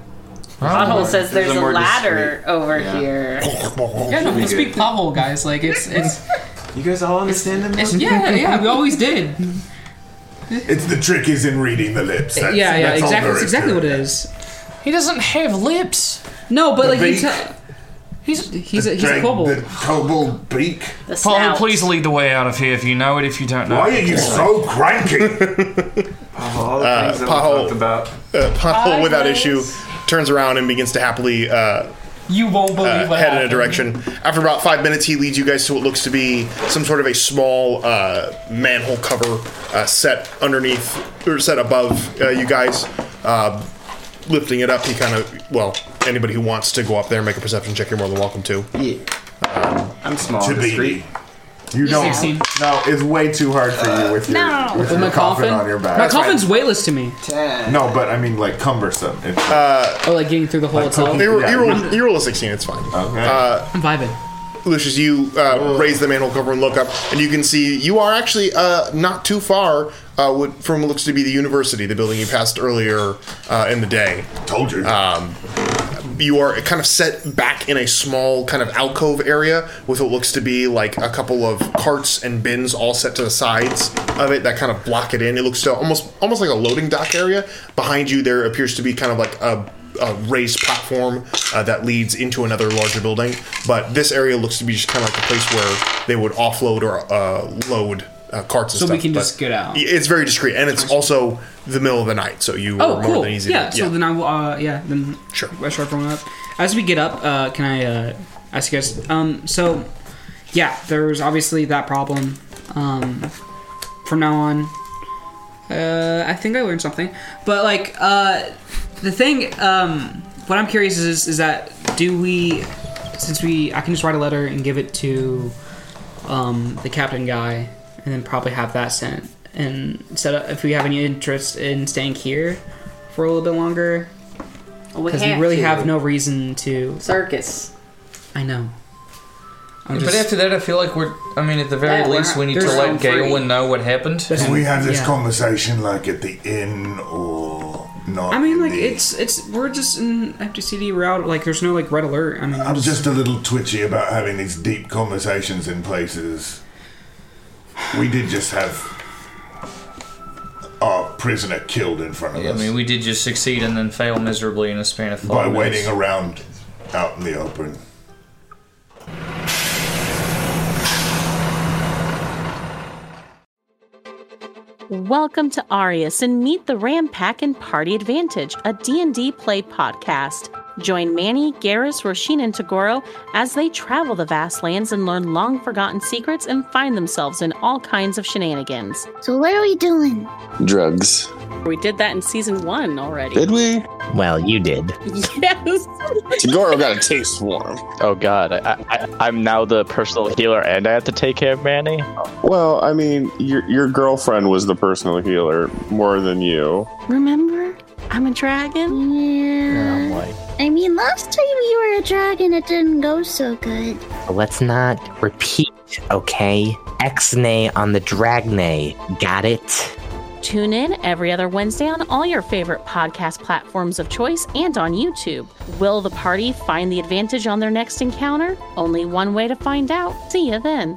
[SPEAKER 5] Pothole says there's a ladder over
[SPEAKER 3] Yeah.
[SPEAKER 5] here.
[SPEAKER 3] Yeah, no, we speak pothole, guys. Like it's it's.
[SPEAKER 8] You guys all understand them?
[SPEAKER 3] It's, yeah, yeah, we always did.
[SPEAKER 8] It's the trick is in reading the lips. That's,
[SPEAKER 3] yeah, yeah,
[SPEAKER 8] that's all
[SPEAKER 3] exactly.
[SPEAKER 8] there
[SPEAKER 3] That's
[SPEAKER 8] is to
[SPEAKER 3] exactly
[SPEAKER 8] it.
[SPEAKER 3] what it is.
[SPEAKER 4] He doesn't have lips.
[SPEAKER 3] No, but
[SPEAKER 8] The
[SPEAKER 3] like
[SPEAKER 8] beak.
[SPEAKER 3] he's a, he's he's a, he's a
[SPEAKER 8] Drag
[SPEAKER 3] kobold.
[SPEAKER 8] The kobold beak.
[SPEAKER 6] Paul, please lead the way out of here if you know it, if you don't know
[SPEAKER 8] Why
[SPEAKER 6] it.
[SPEAKER 8] are you so cranky?
[SPEAKER 16] all the
[SPEAKER 2] Uh,
[SPEAKER 16] things that we
[SPEAKER 2] pothole,
[SPEAKER 16] talked about.
[SPEAKER 2] uh, pothole without issue turns around and begins to happily uh,
[SPEAKER 3] you won't
[SPEAKER 2] believe uh, head in a direction. After about five minutes, he leads you guys to what looks to be some sort of a small uh, manhole cover uh, set underneath or set above uh, you guys. Uh, lifting it up, he kind of well, anybody who wants to go up there and make a perception check, you're more than welcome to. Um,
[SPEAKER 16] Yeah, I'm small.
[SPEAKER 8] To
[SPEAKER 16] and
[SPEAKER 8] be.
[SPEAKER 16] discreet.
[SPEAKER 8] You
[SPEAKER 16] Yeah.
[SPEAKER 8] don't.
[SPEAKER 16] Sixteen.
[SPEAKER 8] No, it's way too hard for you with your,
[SPEAKER 3] no.
[SPEAKER 8] with
[SPEAKER 3] With
[SPEAKER 8] your
[SPEAKER 3] my
[SPEAKER 8] coffin,
[SPEAKER 3] coffin?
[SPEAKER 8] on your back.
[SPEAKER 3] My That's coffin's weightless to me.
[SPEAKER 8] No, but I mean like cumbersome. It's,
[SPEAKER 16] Uh,
[SPEAKER 3] oh, like getting through the hole itself.
[SPEAKER 2] You, roll- you, roll, you roll a 16, it's fine. Uh,
[SPEAKER 3] I'm vibing.
[SPEAKER 2] Lucius, you uh, raise the manhole cover and look up, and you can see you are actually uh, not too far uh, what- from what looks to be the university, the building you passed earlier uh, in the day.
[SPEAKER 8] Told you.
[SPEAKER 2] Um, you are kind of set back in a small kind of alcove area with what looks to be like a couple of carts and bins all set to the sides of it that kind of block it in. It looks to almost almost like a loading dock area. Behind you, there appears to be kind of like a, a raised platform uh, that leads into another larger building. But this area looks to be just kind of like a place where they would offload or uh, load. Uh, carts and
[SPEAKER 3] So we
[SPEAKER 2] stuff,
[SPEAKER 3] can
[SPEAKER 2] but
[SPEAKER 3] just get out.
[SPEAKER 2] It's very discreet, and it's also the middle of the night, so you
[SPEAKER 3] Oh,
[SPEAKER 2] are more
[SPEAKER 3] cool.
[SPEAKER 2] than easy.
[SPEAKER 3] yeah,
[SPEAKER 2] to,
[SPEAKER 3] so then I will. Uh, yeah, then sure. I start throwing up. As we get up, uh, can I uh, ask you guys? Um, so yeah, there was obviously that problem. Um, from now on, uh, I think I learned something. But like uh, the thing, um, what I'm curious is is that do we, since we, I can just write a letter and give it to um, the captain guy, and then probably have that sent. And set up if we have any interest in staying here for a little bit longer.
[SPEAKER 5] we
[SPEAKER 3] Because we,
[SPEAKER 5] have
[SPEAKER 3] really
[SPEAKER 5] to.
[SPEAKER 3] have no reason to.
[SPEAKER 5] Circus.
[SPEAKER 3] I know. I'm
[SPEAKER 4] but
[SPEAKER 3] just-
[SPEAKER 4] after that, I feel like we're. I mean, at the very
[SPEAKER 5] Yeah, we're
[SPEAKER 4] least,
[SPEAKER 5] not-
[SPEAKER 4] we need to
[SPEAKER 5] there's
[SPEAKER 4] let
[SPEAKER 5] no free.
[SPEAKER 4] Gaelin know what happened.
[SPEAKER 8] Can we have this
[SPEAKER 3] Yeah.
[SPEAKER 8] conversation like at the inn or not?
[SPEAKER 3] I mean, like
[SPEAKER 8] in the-
[SPEAKER 3] it's it's we're just in empty city route. Like there's no like red alert. I mean,
[SPEAKER 8] I'm just a little twitchy about having these deep conversations in places. We did just have our prisoner killed in front of
[SPEAKER 4] Yeah, I
[SPEAKER 8] us
[SPEAKER 4] mean, we did just succeed and then fail miserably in a span of five
[SPEAKER 8] by
[SPEAKER 4] minutes.
[SPEAKER 8] waiting around out in the open.
[SPEAKER 17] Welcome to Arius and meet the Ram Pack and Party Advantage, a D&D play podcast. Join Manny, Garrus, Roshin, and Tagoro as they travel the vast lands and learn long-forgotten secrets and find themselves in all kinds of shenanigans.
[SPEAKER 18] So what are we doing?
[SPEAKER 19] Drugs.
[SPEAKER 17] We did that in season one already.
[SPEAKER 19] Did we? Well, you did.
[SPEAKER 17] Yes.
[SPEAKER 19] Tagoro got a taste for him.
[SPEAKER 20] Oh god, I, I, I'm now the personal healer, and I have to take care of Manny.
[SPEAKER 21] Well, I mean, your your girlfriend was the personal healer more than you.
[SPEAKER 18] Remember? I'm a dragon? Yeah. I mean, last time you were a dragon, it didn't go so good.
[SPEAKER 22] Let's not repeat, okay? Xnay on the Dragnay. Got it?
[SPEAKER 17] Tune in every other Wednesday on all your favorite podcast platforms of choice and on YouTube. Will the party find the advantage on their next encounter? Only one way to find out. See you then.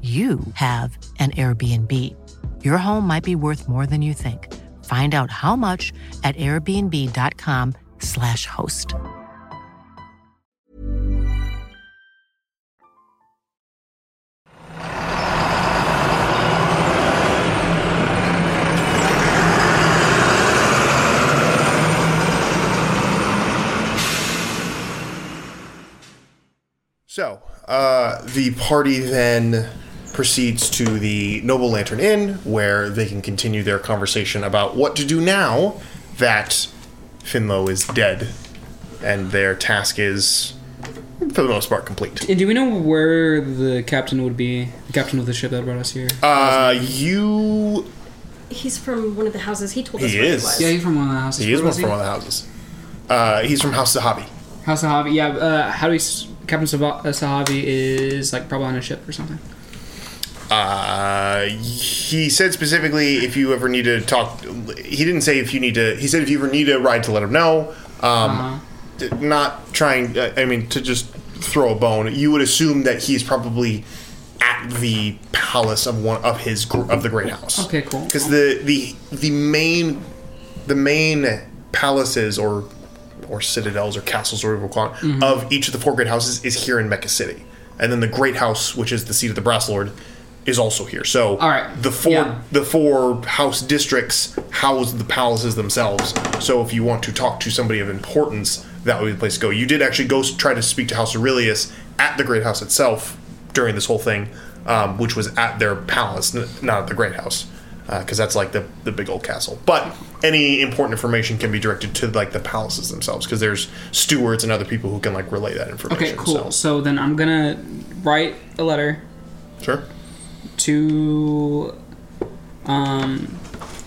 [SPEAKER 23] you have an Airbnb. Your home might be worth more than you think. Find out how much at airbnb.com/slash host.
[SPEAKER 2] So, uh, the party then proceeds to the Noble Lantern Inn, where they can continue their conversation about what to do now that Finlow is dead, and their task is, for the most part, complete.
[SPEAKER 3] And do we know where the captain would be? The captain of the ship that brought us here.
[SPEAKER 2] Uh, you.
[SPEAKER 24] He's from one of the houses. He told us
[SPEAKER 2] He
[SPEAKER 24] where
[SPEAKER 2] is.
[SPEAKER 24] he was.
[SPEAKER 3] Yeah, he's from one of the houses.
[SPEAKER 2] He is
[SPEAKER 3] Where
[SPEAKER 2] one
[SPEAKER 3] was
[SPEAKER 2] from one of the houses. Uh, he's from House Sahabi.
[SPEAKER 3] House Sahabi. Yeah. Uh, how do we? s- Captain Sava- uh, Sahabi is like probably on a ship or something.
[SPEAKER 2] Uh, he said specifically if you ever need to talk. He didn't say if you need to. He said if you ever need a ride to let him know. Um, d- Not trying. uh, I mean, to just throw a bone. You would assume that he's probably at the palace of one of his gr- of the great house.
[SPEAKER 3] Okay, cool.
[SPEAKER 2] Because the the the main the main palaces or or citadels or castles or whatever we call it,
[SPEAKER 3] Mhm.
[SPEAKER 2] of each of the four great houses is here in Mecca City, and then the Great House, which is the seat of the Brass Lord, is also here. So
[SPEAKER 3] All right.
[SPEAKER 2] the four the four house districts house the palaces themselves. So if you want to talk to somebody of importance, that would be the place to go. You did actually go s- try to speak to House Aurelius at the Great House itself during this whole thing, um, which was at their palace, n- not at the Great House, because that's like the the big old castle. But any important information can be directed to like the palaces themselves, because there's stewards and other people who can like relay that information.
[SPEAKER 3] Okay, cool. So. then I'm gonna write a letter.
[SPEAKER 2] Sure.
[SPEAKER 3] To, um,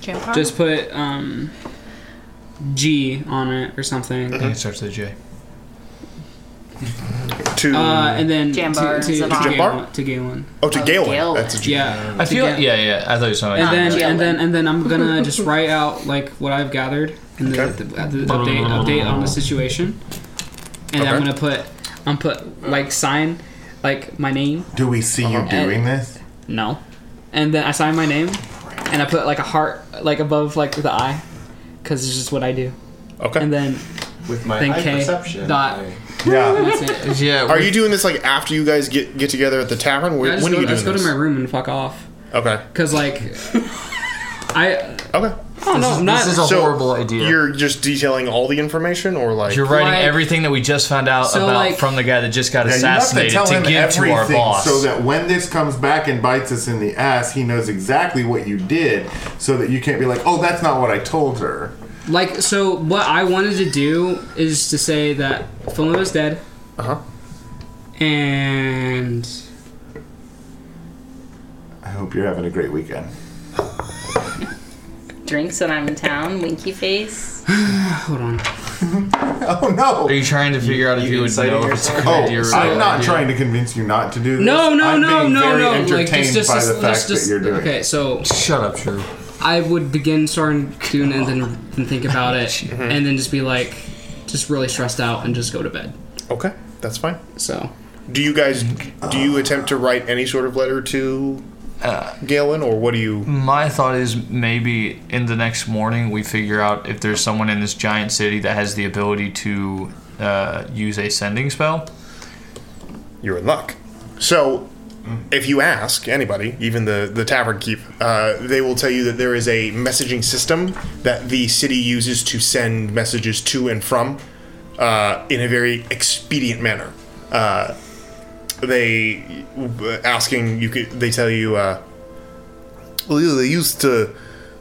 [SPEAKER 5] Jampar?
[SPEAKER 3] just put um, G on it or something.
[SPEAKER 6] I think it starts with a J.
[SPEAKER 2] To
[SPEAKER 3] uh, and then to-
[SPEAKER 5] Jambar
[SPEAKER 3] to,
[SPEAKER 5] is
[SPEAKER 3] to,
[SPEAKER 5] an option.
[SPEAKER 3] Galen. To Galen.
[SPEAKER 2] Oh, to Galen. That's a
[SPEAKER 3] G. Yeah.
[SPEAKER 6] I
[SPEAKER 3] to
[SPEAKER 6] feel.
[SPEAKER 3] Galen.
[SPEAKER 6] yeah, Oh, yeah. I thought you were talking about.
[SPEAKER 3] And then, and then and then I'm gonna just write out like what I've gathered and the, the, the update update on the situation, and I'm
[SPEAKER 7] Okay.
[SPEAKER 3] gonna put I'm put like sign like my name. Uh-huh.
[SPEAKER 7] Do we see you doing this?
[SPEAKER 3] No, and then I sign my name, and I put like a heart like above like the eye, because it's just what I do.
[SPEAKER 2] Okay.
[SPEAKER 3] And then
[SPEAKER 16] with
[SPEAKER 2] my
[SPEAKER 3] then
[SPEAKER 2] eye
[SPEAKER 3] K
[SPEAKER 2] perception,
[SPEAKER 3] dot.
[SPEAKER 2] Yeah.
[SPEAKER 3] That's it.
[SPEAKER 2] Are you doing this like after you guys get get together at the tavern?
[SPEAKER 3] I
[SPEAKER 2] When,
[SPEAKER 3] just
[SPEAKER 2] when
[SPEAKER 3] go,
[SPEAKER 2] are you
[SPEAKER 3] I
[SPEAKER 2] doing
[SPEAKER 3] just go
[SPEAKER 2] this?
[SPEAKER 3] to my room and fuck off.
[SPEAKER 2] Okay.
[SPEAKER 3] Cause like, I
[SPEAKER 2] okay.
[SPEAKER 3] Oh no, I'm not.
[SPEAKER 2] So,
[SPEAKER 6] idea.
[SPEAKER 2] You're just detailing all the information, or like
[SPEAKER 6] You're writing everything that we just found out
[SPEAKER 2] So,
[SPEAKER 6] about
[SPEAKER 2] like-
[SPEAKER 6] from the guy that just got
[SPEAKER 7] Yeah, you have to
[SPEAKER 6] assassinated
[SPEAKER 7] tell
[SPEAKER 6] to
[SPEAKER 7] him
[SPEAKER 6] give to our
[SPEAKER 7] everything
[SPEAKER 6] boss.
[SPEAKER 7] so that when this comes back and bites us in the ass, he knows exactly what you did, so that you can't be like, "Oh, that's not what I told her."
[SPEAKER 3] Like, so what I wanted to do is to say that Philip is dead.
[SPEAKER 2] Uh
[SPEAKER 3] huh. And
[SPEAKER 7] I hope you're having a great weekend.
[SPEAKER 5] Drinks when I'm in town. Winky face.
[SPEAKER 3] Hold on.
[SPEAKER 7] oh no! Are
[SPEAKER 6] you trying to figure out if you would know if it's a good
[SPEAKER 7] Oh,
[SPEAKER 6] idea or
[SPEAKER 7] I'm not
[SPEAKER 6] idea?
[SPEAKER 7] trying to convince you not to do this.
[SPEAKER 3] no, no,
[SPEAKER 7] I'm
[SPEAKER 3] no,
[SPEAKER 7] being
[SPEAKER 3] no,
[SPEAKER 7] very
[SPEAKER 3] no. Like,
[SPEAKER 7] Entertained
[SPEAKER 3] just, just,
[SPEAKER 7] by
[SPEAKER 3] just,
[SPEAKER 7] the fact
[SPEAKER 3] just, just
[SPEAKER 7] that you're doing.
[SPEAKER 3] okay. So
[SPEAKER 6] shut up, Drew.
[SPEAKER 3] I would begin starting doing it and then and think about it, and then just be like, just really stressed out and just go to bed.
[SPEAKER 2] Okay, that's fine.
[SPEAKER 3] So,
[SPEAKER 2] do you guys do you attempt to write any sort of letter to Galen, or what do you?
[SPEAKER 6] My thought is maybe in the next morning we figure out if there's someone in this giant city that has the ability to uh, use a sending spell.
[SPEAKER 2] You're in luck. So, if you ask anybody, even the, the tavern keep, uh, they will tell you that there is a messaging system that the city uses to send messages to and from uh, in a very expedient manner. Uh, they asking you could they tell you uh, well, yeah, they used to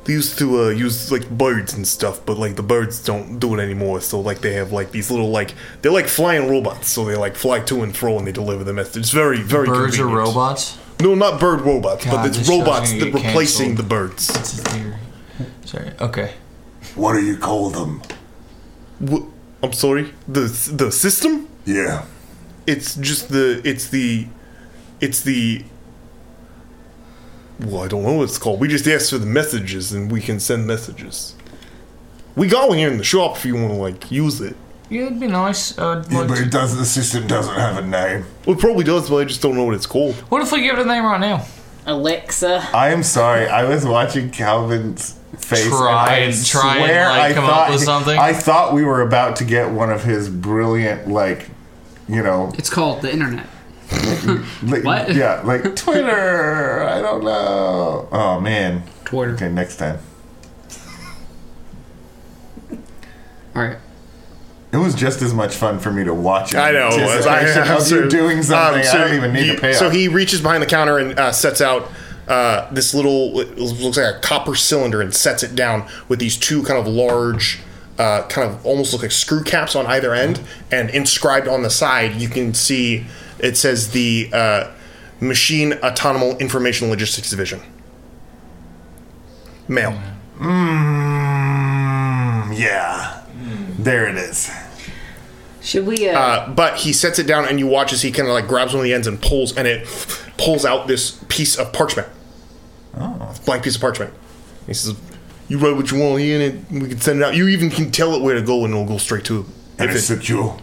[SPEAKER 2] they used to uh, use like birds and stuff, but like the birds don't do it anymore. So like they have like these little like they're like flying robots. So they like fly to and fro and they deliver the message. It's very very
[SPEAKER 6] Birds are
[SPEAKER 2] convenient.
[SPEAKER 6] robots?
[SPEAKER 2] No, not bird robots,
[SPEAKER 6] God,
[SPEAKER 2] but it's
[SPEAKER 6] this show's
[SPEAKER 2] robots
[SPEAKER 6] gonna
[SPEAKER 2] that
[SPEAKER 6] get
[SPEAKER 2] replacing
[SPEAKER 6] canceled.
[SPEAKER 2] the birds. It's
[SPEAKER 6] a theory. Sorry. Okay.
[SPEAKER 8] What do you call them?
[SPEAKER 2] Wh- I'm sorry. The the system?
[SPEAKER 8] Yeah.
[SPEAKER 2] It's just the it's the it's the well, I don't know what it's called. We just ask for the messages and we can send messages. We got one here in the shop if you want to like use it.
[SPEAKER 6] Yeah, it'd be nice. Uh,
[SPEAKER 8] Yeah, but it does. The system doesn't have a name.
[SPEAKER 2] Well, it probably does, but I just don't know what it's called.
[SPEAKER 6] What if we give it a name right now?
[SPEAKER 5] Alexa.
[SPEAKER 7] I am sorry. I was watching Calvin's face.
[SPEAKER 6] Try
[SPEAKER 7] I
[SPEAKER 6] and- try and,
[SPEAKER 7] swear
[SPEAKER 6] like, come up with something.
[SPEAKER 7] I thought we were about to get one of his brilliant, like, you know,
[SPEAKER 3] It's called the internet.
[SPEAKER 7] like,
[SPEAKER 3] What?
[SPEAKER 7] Yeah, like Twitter. I don't know. Oh man.
[SPEAKER 3] Twitter.
[SPEAKER 7] Okay, next time.
[SPEAKER 3] All right.
[SPEAKER 7] It was just as much fun for me to watch it.
[SPEAKER 2] I know.
[SPEAKER 7] in
[SPEAKER 2] As I
[SPEAKER 7] anticipation
[SPEAKER 2] am
[SPEAKER 7] of you doing something. I don't even need
[SPEAKER 2] he,
[SPEAKER 7] to pay
[SPEAKER 2] So
[SPEAKER 7] up.
[SPEAKER 2] he reaches behind the counter and uh, sets out uh, this little it looks like a copper cylinder and sets it down with these two kind of large. Uh, kind of almost look like screw caps on either end, and inscribed on the side, you can see it says the uh, Machine Autonomous Information Logistics Division. Mail.
[SPEAKER 6] Hmm.
[SPEAKER 7] Mm, yeah. There it is.
[SPEAKER 5] Should we? Uh,
[SPEAKER 2] Uh, but he sets it down, and you watch as he kind of like grabs one of the ends and pulls, and it pulls out this piece of parchment. Oh. Blank piece of parchment. He says, "You write what you want here, and it- we can send it out. You even can tell it where to go, and it'll go straight to him.
[SPEAKER 8] And it's secure.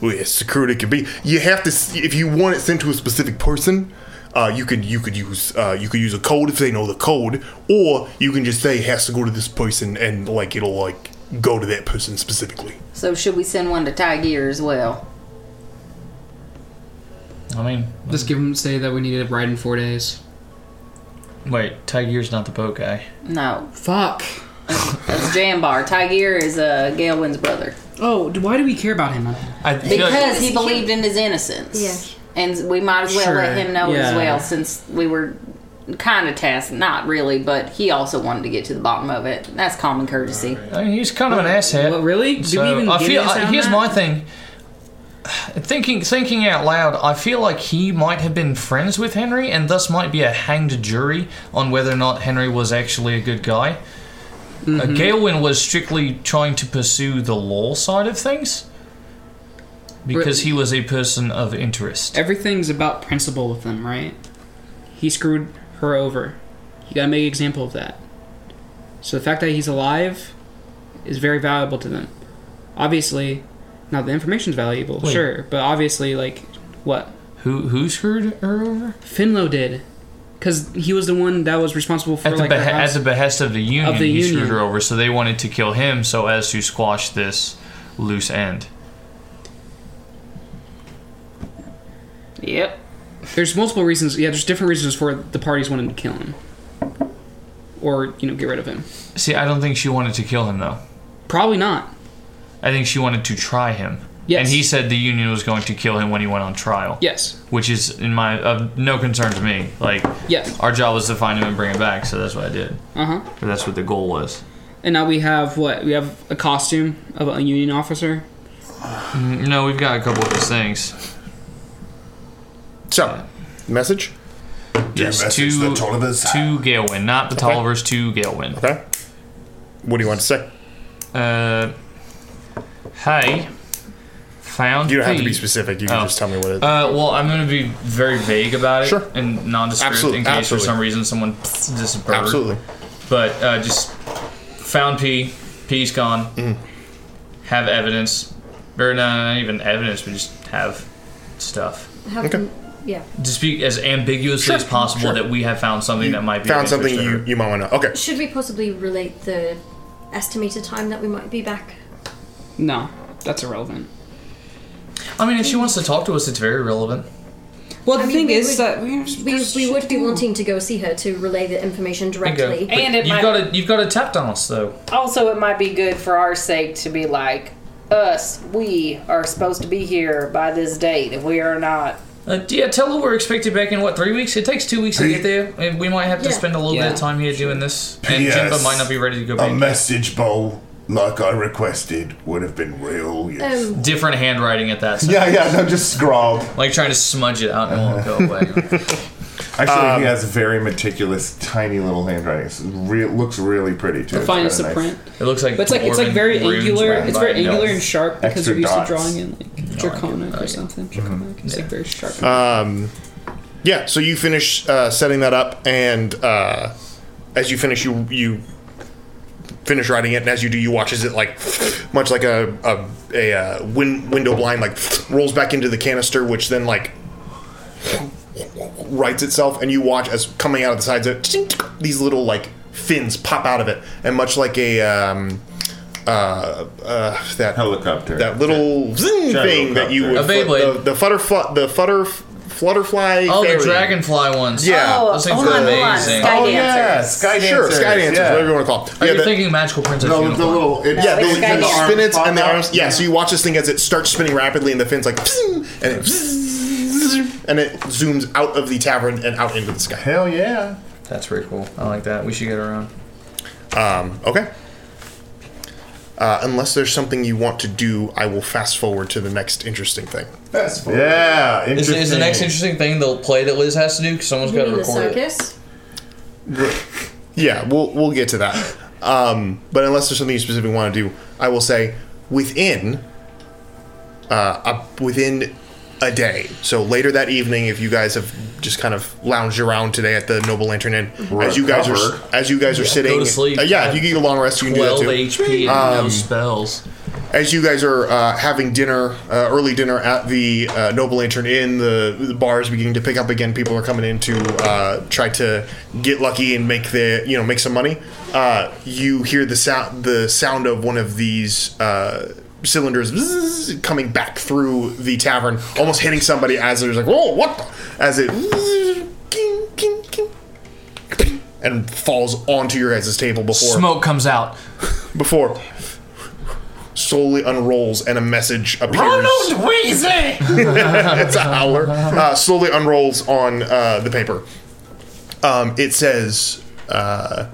[SPEAKER 2] Well, yeah, secure it can be. You have to, s- if you want it sent to a specific person." Uh, you could you could use uh, you could use a code if they know the code, or you can just say it has to go to this person and like it'll like go to that person specifically.
[SPEAKER 5] so should we send one to Tiger as well?
[SPEAKER 6] I mean,
[SPEAKER 3] let's give him say that we need to ride in four days.
[SPEAKER 6] Wait, Tiger's not the boat guy.
[SPEAKER 5] No.
[SPEAKER 3] Fuck.
[SPEAKER 5] That's Jambar. Tiger is uh, Galen's brother
[SPEAKER 3] Oh, d- why do we care about him?
[SPEAKER 6] I,
[SPEAKER 5] because he believed in his innocence. Yeah. And we might as well let
[SPEAKER 3] Sure,
[SPEAKER 5] him know as
[SPEAKER 3] yeah.
[SPEAKER 5] well, since we were kind of tasked, not really, but he also wanted to get to the bottom of it. That's common courtesy.
[SPEAKER 6] I mean, he's kind of an asshat.
[SPEAKER 3] really? Do we even
[SPEAKER 6] I
[SPEAKER 3] give
[SPEAKER 6] feel,
[SPEAKER 3] this
[SPEAKER 6] I-
[SPEAKER 3] out
[SPEAKER 6] here's
[SPEAKER 3] now?
[SPEAKER 6] my thing. Thinking, thinking out loud, I feel like he might have been friends with Henry, and thus might be a hanged jury on whether or not Henry was actually a good guy.
[SPEAKER 3] Mm-hmm.
[SPEAKER 6] Uh, Gaelwin was strictly trying to pursue the law side of things because he was a person of interest.
[SPEAKER 3] Everything's about principle with them, right? He screwed her over. You gotta make an example of that. So the fact that he's alive is very valuable to them. Obviously, now the information's valuable,
[SPEAKER 6] Wait.
[SPEAKER 3] sure, but obviously, like, what?
[SPEAKER 6] Who who screwed her over?
[SPEAKER 3] Finlow did, because he was the one that was responsible for
[SPEAKER 6] At the,
[SPEAKER 3] like
[SPEAKER 6] behe-
[SPEAKER 3] her house.
[SPEAKER 6] at the behest of the union,
[SPEAKER 3] Of the
[SPEAKER 6] he screwed
[SPEAKER 3] union.
[SPEAKER 6] her over, so they wanted to kill him so as to squash this loose end.
[SPEAKER 5] Yep.
[SPEAKER 3] There's multiple reasons. Yeah, there's different reasons for the parties wanting to kill him, or you know, get rid of him.
[SPEAKER 6] See, I don't think she wanted to kill him, though.
[SPEAKER 3] Probably not.
[SPEAKER 6] I think she wanted to try him.
[SPEAKER 3] Yes.
[SPEAKER 6] And he said the union was going to kill him when he went on trial.
[SPEAKER 3] Yes.
[SPEAKER 6] Which is, in my, of no concern to me. Like,
[SPEAKER 3] Yes.
[SPEAKER 6] our job was to find him and bring him back, so that's what I did.
[SPEAKER 3] Uh huh.
[SPEAKER 6] But that's what the goal was.
[SPEAKER 3] And now we have what? We have a costume of a union officer.
[SPEAKER 6] Mm, No, we've got a couple of those things.
[SPEAKER 2] So, message?
[SPEAKER 6] Yes, to, the to Galewin, not the Tollivers, to Galewin.
[SPEAKER 2] Okay. What do you want to say?
[SPEAKER 6] Uh, hey, found.
[SPEAKER 2] You don't have to be
[SPEAKER 6] the-
[SPEAKER 2] specific. You can
[SPEAKER 6] Oh.
[SPEAKER 2] just tell me what it is.
[SPEAKER 6] Uh, well, I'm going to be very vague about it
[SPEAKER 2] Sure.
[SPEAKER 6] and nondescript
[SPEAKER 2] Absolute-
[SPEAKER 6] in case
[SPEAKER 2] absolutely.
[SPEAKER 6] for some reason someone just a bird.
[SPEAKER 2] Absolutely.
[SPEAKER 6] But uh, just found P. P's gone.
[SPEAKER 2] Mm.
[SPEAKER 6] Have evidence. Or no, not even evidence, but just have stuff.
[SPEAKER 24] Have Yeah.
[SPEAKER 6] to speak as ambiguously as possible that we have found something that might be
[SPEAKER 2] found
[SPEAKER 6] of
[SPEAKER 2] something
[SPEAKER 6] interest to
[SPEAKER 2] you,
[SPEAKER 6] her.
[SPEAKER 2] you might want to. Okay.
[SPEAKER 24] Should we possibly relate the estimated time that we might be back?
[SPEAKER 3] No, that's irrelevant.
[SPEAKER 6] I mean, if she wants to talk to us, it's very relevant.
[SPEAKER 3] Well, the
[SPEAKER 24] I mean,
[SPEAKER 3] thing
[SPEAKER 24] we
[SPEAKER 3] is
[SPEAKER 24] would-
[SPEAKER 3] that we,
[SPEAKER 24] we, we would be wanting to go see her to relay the information directly.
[SPEAKER 6] Bingo. But you've got to you've got to tap dance though.
[SPEAKER 5] Also, it might be good for our sake to be like, us, we are supposed to be here by this date. If we are not,
[SPEAKER 6] Uh, yeah, tell her we're expected back in what three weeks. It takes two weeks to get there, and we might have to
[SPEAKER 5] Yeah.
[SPEAKER 6] spend a little bit
[SPEAKER 5] Yeah.
[SPEAKER 6] of time here doing this. And
[SPEAKER 8] P.S.
[SPEAKER 6] Jimba might not be ready to go
[SPEAKER 8] A
[SPEAKER 6] back.
[SPEAKER 8] message bowl, like I requested, would have been real. Yeah.
[SPEAKER 3] Oh.
[SPEAKER 24] Um,
[SPEAKER 6] Different handwriting at that.
[SPEAKER 8] Yeah, yeah, no, just scrawled.
[SPEAKER 6] Like trying to smudge it out and it won't go away.
[SPEAKER 8] Actually, he has very meticulous, tiny little handwriting. It re- looks really pretty too.
[SPEAKER 3] The
[SPEAKER 8] It's
[SPEAKER 3] finest
[SPEAKER 8] kinda
[SPEAKER 3] of
[SPEAKER 8] nice.
[SPEAKER 3] print. but it's like it's like very
[SPEAKER 8] dwarven
[SPEAKER 3] angular.
[SPEAKER 8] runes
[SPEAKER 3] It's very
[SPEAKER 8] written by
[SPEAKER 3] angular
[SPEAKER 8] elves.
[SPEAKER 3] and sharp because
[SPEAKER 8] Extra
[SPEAKER 3] we're used to
[SPEAKER 8] dots.
[SPEAKER 3] drawing in like draconic or something.
[SPEAKER 8] Mm-hmm.
[SPEAKER 3] Draconic. It's like very sharp.
[SPEAKER 2] Um, yeah, so you finish uh, setting that up, and uh, as you finish, you you finish writing it, and as you do, you watch as it like much like a a, a uh, win- window blind like rolls back into the canister, which then like writes itself, and you watch as coming out of the sides of it, these little like fins pop out of it, and much like a um, uh, uh, that
[SPEAKER 8] helicopter,
[SPEAKER 2] that little zing
[SPEAKER 6] Giant
[SPEAKER 2] thing that you would
[SPEAKER 6] helicopter. A Beyblade.
[SPEAKER 2] the, the futter fl- the futter f- flutterfly.
[SPEAKER 6] Oh,
[SPEAKER 2] fairy. Oh,
[SPEAKER 6] the dragonfly ones.
[SPEAKER 2] Yeah.
[SPEAKER 6] those things are amazing.
[SPEAKER 2] Sure, sky dancers. Whatever you want to call. them.
[SPEAKER 6] Are you
[SPEAKER 2] the-
[SPEAKER 6] thinking magical princess?
[SPEAKER 2] No, the
[SPEAKER 6] Unicorn?
[SPEAKER 2] little- it- yeah, the, the spinnets and the arms. Yeah, so you watch this thing as it starts spinning rapidly, and the fins like, and it, and it zooms out of the tavern and out into the sky.
[SPEAKER 8] Hell yeah!
[SPEAKER 6] That's pretty cool. I like that. We should get around.
[SPEAKER 2] Um, okay. Uh, unless there's something you want to do, I will fast forward to the next interesting thing.
[SPEAKER 8] Fast forward. Yeah,
[SPEAKER 6] Is, is the next interesting thing the play that Liz has to do? Because someone's got to record it.
[SPEAKER 2] Yeah, we'll we'll get to that. Um, but unless there's something you specifically want to do, I will say within uh, a, within a day. So later that evening, if you guys have just kind of lounged around today at the Noble Lantern Inn, as you guys
[SPEAKER 6] Recover.
[SPEAKER 2] are as you guys are
[SPEAKER 6] Yeah,
[SPEAKER 2] sitting,
[SPEAKER 6] go to sleep.
[SPEAKER 2] uh, yeah, if you get a long rest, you can do that
[SPEAKER 6] 12
[SPEAKER 2] too. Um,
[SPEAKER 6] HP and no spells.
[SPEAKER 2] As you guys are uh, having dinner, uh, early dinner at the uh, Noble Lantern Inn, the, the bar is beginning to pick up again. People are coming in to uh, try to get lucky and make the you know make some money. Uh, you hear the sound the sound of one of these uh, cylinders bzzz coming back through the tavern, almost hitting somebody as there's like whoa what the? as it bzzz, king, king, king, and falls onto your guys' table before
[SPEAKER 6] Smoke comes out.
[SPEAKER 2] before slowly unrolls and a message appears. it's a howler. Uh, slowly unrolls on uh, the paper. Um, it says, uh,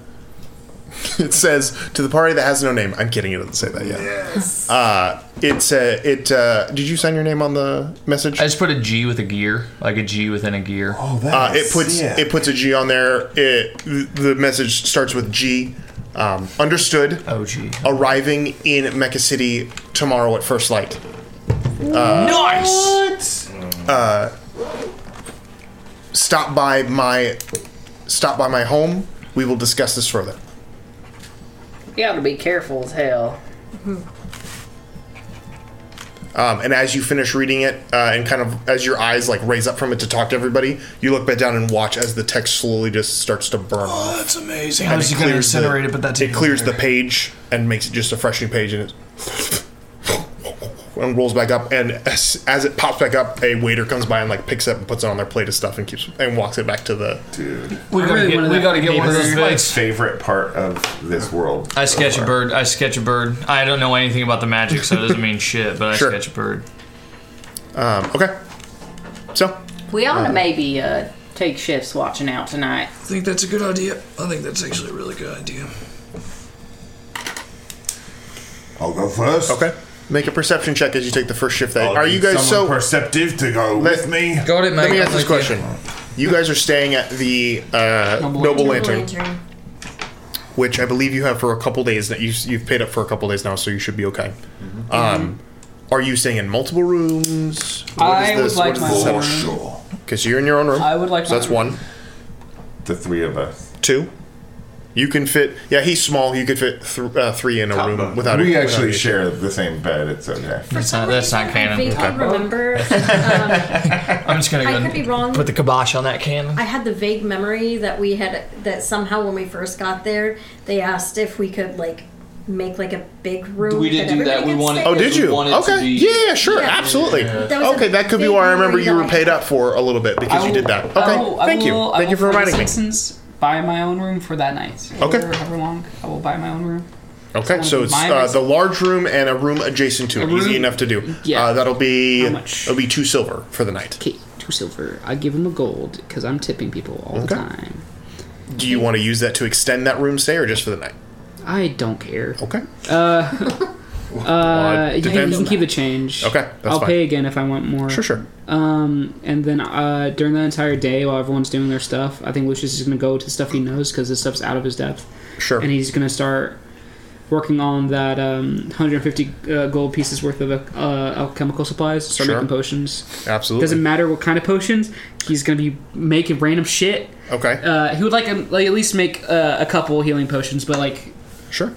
[SPEAKER 2] it says to the party that has no name. I'm kidding. It doesn't say that yet. Yes. Uh, it's a, it. Uh, did you sign your name on the message?
[SPEAKER 6] I just put a G with a gear, like a G within a gear. Oh,
[SPEAKER 2] Uh, it puts it puts a G on there. It, the message starts with G. Um, understood.
[SPEAKER 6] Oh, G.
[SPEAKER 2] Arriving in Mecca City tomorrow at first light. Uh,
[SPEAKER 6] nice.
[SPEAKER 2] Uh, stop by my stop by my home. We will discuss this further.
[SPEAKER 5] you got to be careful as hell.
[SPEAKER 2] Um, and as you finish reading it, uh, and kind of as your eyes like raise up from it to talk to everybody, you look back down and watch as the text slowly just starts to burn. off.
[SPEAKER 6] Oh, that's amazing.
[SPEAKER 2] And
[SPEAKER 6] I was
[SPEAKER 2] it
[SPEAKER 6] going to
[SPEAKER 2] clears the-
[SPEAKER 6] incinerate it, but that
[SPEAKER 2] it clears the page and makes it just a fresh new page, and it and rolls back up. And as, as it pops back up, a waiter comes by and like picks up and puts it on their plate of stuff and keeps and walks it back to the dude.
[SPEAKER 6] We gotta get, we gotta get one of those
[SPEAKER 8] My
[SPEAKER 6] bits.
[SPEAKER 8] favorite part of this world.
[SPEAKER 6] I sketch a bird. I sketch a bird. I don't know anything about the magic, so it doesn't mean shit. But I sketch a bird.
[SPEAKER 2] Um, okay. So
[SPEAKER 5] We ought
[SPEAKER 2] Uh-huh.
[SPEAKER 6] Uh,
[SPEAKER 5] to maybe uh, take shifts watching out tonight.
[SPEAKER 6] I think that's a good idea. I think that's actually a really good idea.
[SPEAKER 2] I'll go first. Okay. Make a perception check as you take the first shift. That are you guys so
[SPEAKER 8] someone perceptive to go with me?
[SPEAKER 6] Got
[SPEAKER 2] Let me ask this question. You guys are staying at the uh, Noble, Lantern, which I believe you have for a couple days. That you you've paid up for a couple days now, so you should be okay.
[SPEAKER 3] Mm-hmm. Uh,
[SPEAKER 2] Um, are you staying in multiple rooms?
[SPEAKER 3] I would like my own room.
[SPEAKER 2] Because you're in your own room.
[SPEAKER 3] I would like
[SPEAKER 2] So
[SPEAKER 3] my
[SPEAKER 2] that's
[SPEAKER 3] own
[SPEAKER 2] one. The three of us. Two. You can fit. Yeah, he's small. You could fit th- uh, three in a room without.
[SPEAKER 8] we
[SPEAKER 2] without
[SPEAKER 8] actually
[SPEAKER 2] issue.
[SPEAKER 8] share the same bed. It's okay.
[SPEAKER 6] That's not, that's not
[SPEAKER 24] I
[SPEAKER 6] canon.
[SPEAKER 24] vaguely remember. um,
[SPEAKER 6] I I'm just gonna go
[SPEAKER 24] I could
[SPEAKER 6] and
[SPEAKER 24] be wrong.
[SPEAKER 6] put the kibosh on that cannon.
[SPEAKER 24] I had the vague memory that we had that somehow when we first got there, they asked if we could like make like a big room.
[SPEAKER 1] We didn't do that. We wanted.
[SPEAKER 2] Oh, did
[SPEAKER 1] we
[SPEAKER 2] you?
[SPEAKER 1] wanted to
[SPEAKER 2] Okay.
[SPEAKER 1] be-
[SPEAKER 2] Yeah, yeah, sure.
[SPEAKER 1] Yeah.
[SPEAKER 2] Absolutely.
[SPEAKER 1] Yeah. That was
[SPEAKER 2] okay, that could be why I remember you were paid up for a little bit because
[SPEAKER 3] I
[SPEAKER 2] you
[SPEAKER 3] will-
[SPEAKER 2] did that. Okay.
[SPEAKER 3] I will- I
[SPEAKER 2] Thank you.
[SPEAKER 3] will- I
[SPEAKER 2] Thank you
[SPEAKER 3] will
[SPEAKER 2] for reminding me.
[SPEAKER 3] Simpsons, Buy my own room for that night.
[SPEAKER 2] Okay.
[SPEAKER 3] However, however long, I will buy my own room.
[SPEAKER 2] Okay,
[SPEAKER 3] Someone
[SPEAKER 2] so
[SPEAKER 3] can
[SPEAKER 2] it's
[SPEAKER 3] buy
[SPEAKER 2] uh,
[SPEAKER 3] me-
[SPEAKER 2] the large room and a room adjacent to
[SPEAKER 3] A
[SPEAKER 2] it.
[SPEAKER 3] room-
[SPEAKER 2] Easy enough to do. Yeah. Uh, that'll be it'll be two silver for the night.
[SPEAKER 3] Okay, two silver. I give him a gold because I'm tipping people all the time.
[SPEAKER 2] Do you want to use that to extend that room stay or just for the night?
[SPEAKER 3] I don't care.
[SPEAKER 2] Okay.
[SPEAKER 3] Uh, uh,
[SPEAKER 2] it
[SPEAKER 3] you can-
[SPEAKER 2] depends.
[SPEAKER 3] you can keep the change.
[SPEAKER 2] Okay, that's
[SPEAKER 3] I'll
[SPEAKER 2] fine.
[SPEAKER 3] pay again if I want more.
[SPEAKER 2] Sure, sure.
[SPEAKER 3] Um, and then uh, during that entire day, while everyone's doing their stuff, I think Lucius is going to go to stuff he knows because this stuff's out of his depth.
[SPEAKER 2] Sure.
[SPEAKER 3] And he's going to start working on that um, 150 uh, gold pieces worth of uh, alchemical supplies. Start
[SPEAKER 2] Sure.
[SPEAKER 3] making potions.
[SPEAKER 2] Absolutely.
[SPEAKER 3] Doesn't matter what kind of potions. He's gonna be making random shit.
[SPEAKER 2] Okay.
[SPEAKER 3] Uh, he would like, um, like at least make uh, a couple healing potions, but like.
[SPEAKER 2] Sure.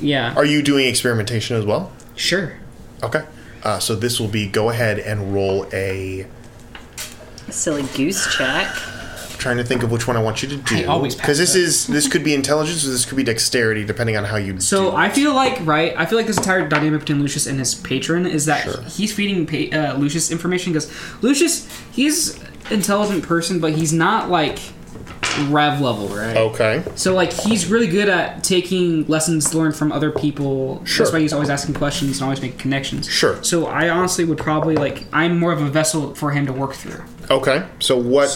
[SPEAKER 3] Yeah.
[SPEAKER 2] Are you doing experimentation as well?
[SPEAKER 3] Sure.
[SPEAKER 2] Okay. Uh, so this will be go ahead and roll a.
[SPEAKER 5] Silly goose check.
[SPEAKER 2] Trying to think of which one I want you to do.
[SPEAKER 3] I always pass
[SPEAKER 2] because this
[SPEAKER 3] up.
[SPEAKER 2] is this could be intelligence or this could be dexterity depending on how you.
[SPEAKER 3] So I feel like right. I feel like this entire dynamic between Lucius and his patron is that he's feeding pa- uh, Lucius information because Lucius he's intelligent person, but he's not like rev level, right?
[SPEAKER 2] Okay.
[SPEAKER 3] So like he's really good at taking lessons learned from other people.
[SPEAKER 2] Sure.
[SPEAKER 3] That's why he's always asking questions and always making connections.
[SPEAKER 2] Sure.
[SPEAKER 3] So I honestly would probably like I'm more of a vessel for him to work through.
[SPEAKER 2] Okay. So what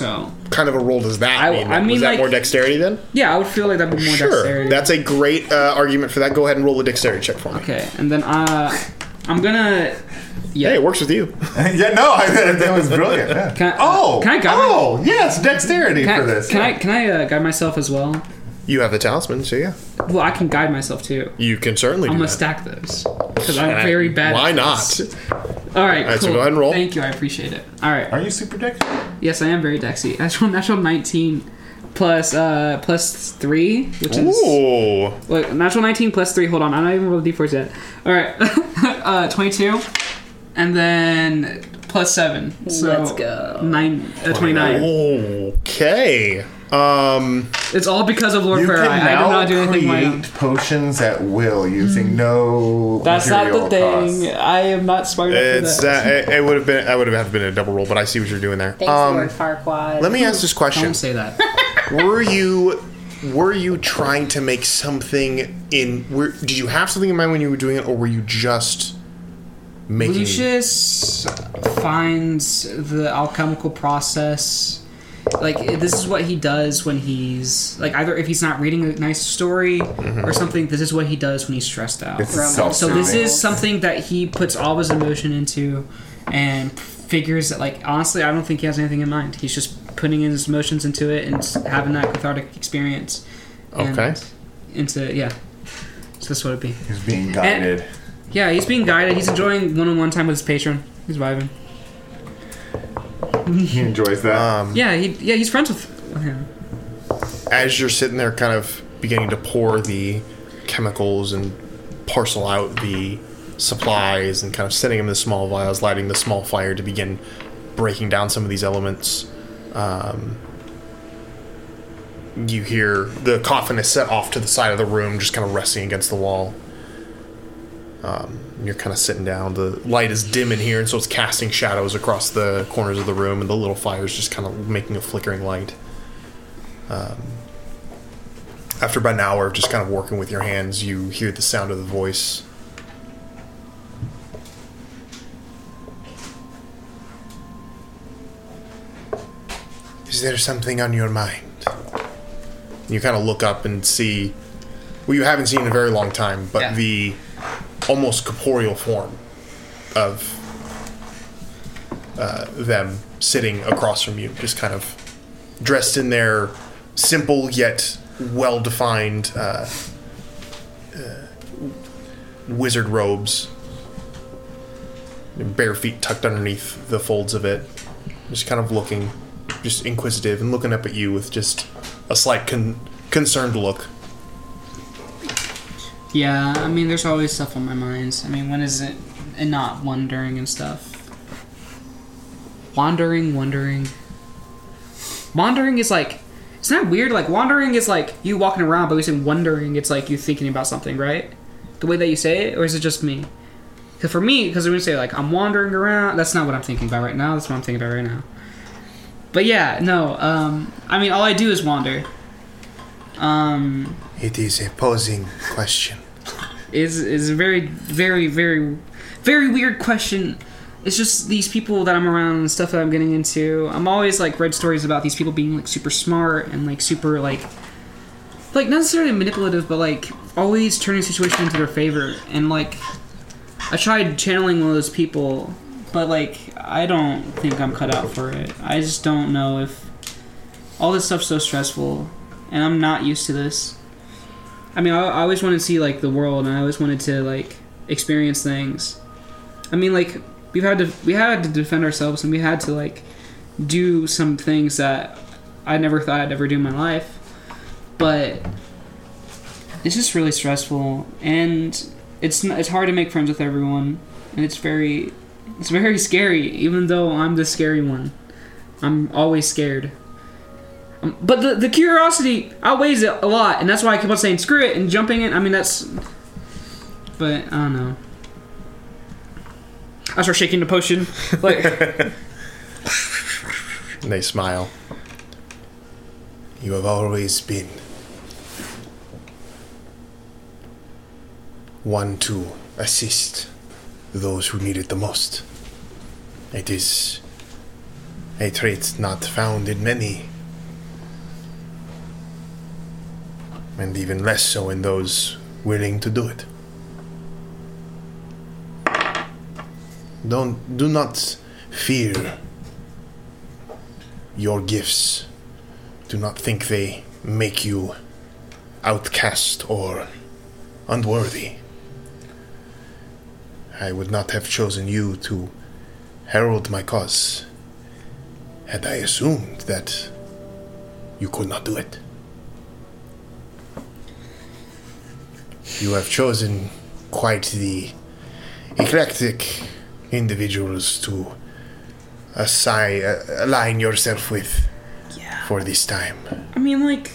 [SPEAKER 2] kind of a roll does that mean?
[SPEAKER 3] I mean,
[SPEAKER 2] Was that
[SPEAKER 3] like-
[SPEAKER 2] more dexterity then?
[SPEAKER 3] Yeah, I would feel like that'd be more
[SPEAKER 2] sure.
[SPEAKER 3] dexterity.
[SPEAKER 2] That's a great uh, argument for that. Go ahead and roll a dexterity check for me.
[SPEAKER 3] Okay, and then uh, I'm gonna. Yeah.
[SPEAKER 2] Hey, it works with you.
[SPEAKER 7] yeah, no, I, that was brilliant. yeah.
[SPEAKER 3] Can I, uh,
[SPEAKER 7] oh,
[SPEAKER 3] can I guide
[SPEAKER 7] oh, yes, dexterity
[SPEAKER 3] Can I-
[SPEAKER 7] for this.
[SPEAKER 3] Can I can I uh, guide myself as well?
[SPEAKER 2] You have the talisman, so yeah.
[SPEAKER 3] Well, I can guide myself too.
[SPEAKER 2] You can certainly.
[SPEAKER 3] I'm gonna
[SPEAKER 2] do that.
[SPEAKER 3] stack those because I'm
[SPEAKER 2] And I-
[SPEAKER 3] very bad.
[SPEAKER 2] Why
[SPEAKER 3] at
[SPEAKER 2] not?
[SPEAKER 3] this. All right,
[SPEAKER 2] All right, so
[SPEAKER 3] cool.
[SPEAKER 2] go ahead and roll.
[SPEAKER 3] Thank you, I appreciate it. All right. Are
[SPEAKER 7] you super dexy?
[SPEAKER 3] Yes, I am very dexy. Natural natural 19 plus uh plus three, which is
[SPEAKER 2] Ooh.
[SPEAKER 3] Look, natural 19 plus three. Hold on, I'm not even rolled d4s yet. All right, uh, 22, and then plus seven. So
[SPEAKER 5] Let's
[SPEAKER 3] go. Nine, uh, 29.
[SPEAKER 2] Okay. Um,
[SPEAKER 3] It's all because of Lord
[SPEAKER 7] You
[SPEAKER 3] Farah.
[SPEAKER 7] can
[SPEAKER 3] I, I
[SPEAKER 7] now
[SPEAKER 3] do not do anything my own.
[SPEAKER 7] create potions at will using no
[SPEAKER 3] That's not
[SPEAKER 7] material
[SPEAKER 3] the thing. I am not smart enough
[SPEAKER 2] It's
[SPEAKER 3] for that.
[SPEAKER 2] that eh, um, it, it would have been I would have had been a double roll, but I see what you're doing there.
[SPEAKER 5] Thanks, Lord Farquaad.
[SPEAKER 2] let me ask this question.
[SPEAKER 3] Don't say that.
[SPEAKER 2] were you were you trying to make something in? Were, did you have something in mind when you were doing it, or were you just making?
[SPEAKER 3] Lucius finds the alchemical process. Like this is what he does when he's like either if he's not reading a nice story or something. This is what he does when he's stressed out.
[SPEAKER 7] It's self-soothing.
[SPEAKER 3] so this is something that he puts all of his emotion into, and figures that like honestly, I don't think he has anything in mind. He's just putting his emotions into it and s- having that cathartic experience. And
[SPEAKER 2] Okay.
[SPEAKER 3] Into yeah. So that's what it'd be.
[SPEAKER 7] He's being
[SPEAKER 3] And-
[SPEAKER 7] guided.
[SPEAKER 3] yeah, he's being guided. He's enjoying one-on-one time with his patron. He's vibing.
[SPEAKER 7] he enjoys that.
[SPEAKER 2] Um,
[SPEAKER 3] Yeah, he yeah he's friends with with him.
[SPEAKER 2] as you're sitting there kind of beginning to pour the chemicals and parcel out the supplies and kind of setting them in small vials, lighting the small fire to begin breaking down some of these elements. Um, you hear the coffin is set off to the side of the room, just kind of resting against the wall. Um, you're kind of sitting down. The light is dim in here, and so it's casting shadows across the corners of the room, and the little fire's just kind of making a flickering light. Um, after about an hour of just kind of working with your hands, you hear the sound of the voice. Is there something on your mind? You kind of look up and see. Well, you haven't seen in a very long time, but the almost corporeal form of uh, them sitting across from you, just kind of dressed in their simple yet well defined uh, uh, wizard robes, bare feet tucked underneath the folds of it, just kind of looking, just inquisitive and looking up at you with just a slight con- concerned look.
[SPEAKER 3] Yeah, I mean, there's always stuff on my minds. I mean, when is it and not wondering and stuff? Wandering, wondering. Wandering is like, it's not weird. Like wandering is like you walking around, but we say wondering. It's like you thinking about something, right? The way that you say it, or is it just me? Because for me, because when we say like I'm wandering around, that's not what I'm thinking about right now. That's what I'm thinking about right now. But yeah, no. Um, I mean, all I do is wander. Um,
[SPEAKER 1] It is a posing question.
[SPEAKER 3] is is a very very very very weird question. It's just these people that I'm around and stuff that I'm getting into. I'm always like read stories about these people being like super smart and like super like like not necessarily manipulative, but like always turning situation into their favor. And like I tried channeling one of those people, but like I don't think I'm cut out for it. I just don't know if all this stuff's so stressful, and I'm not used to this. I mean, I, I always wanted to see like the world, and I always wanted to like experience things. I mean, like we've had to we had to defend ourselves, and we had to like do some things that I never thought I'd ever do in my life. But it's just really stressful, and it's n- it's hard to make friends with everyone, and it's very it's very scary. Even though I'm the scary one, I'm always scared. Um, but the, the curiosity outweighs it a lot, and that's why I keep on saying screw it and jumping in. I mean, that's. But I don't know. I start shaking the potion. Like,
[SPEAKER 1] And they smile. You have always been one to assist those who need it the most. It is a trait not found in many, and even less so in those willing to do it. Don't do not fear your gifts. Do not think they make you outcast or unworthy. I would not have chosen you to herald my cause had I assumed that you could not do it. You have chosen quite the eclectic individuals to assign, uh, align yourself with for this time.
[SPEAKER 3] I mean, like,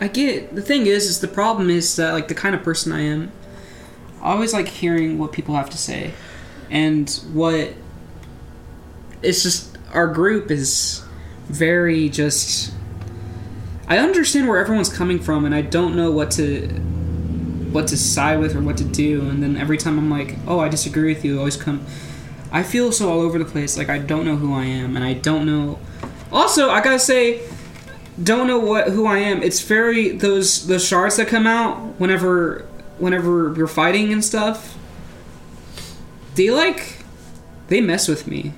[SPEAKER 3] I get the thing is, is the problem is that like the kind of person I am, I always like hearing what people have to say, and what it's just our group is very just. I understand where everyone's coming from, and I don't know what to what to side with or what to do. And then every time I'm like, oh, I disagree with you. Always come. I feel so all over the place. Like I don't know who I am, and I don't know. Also, I gotta say, don't know what who I am. It's very those those shards that come out whenever whenever we're fighting and stuff. They like they mess with me.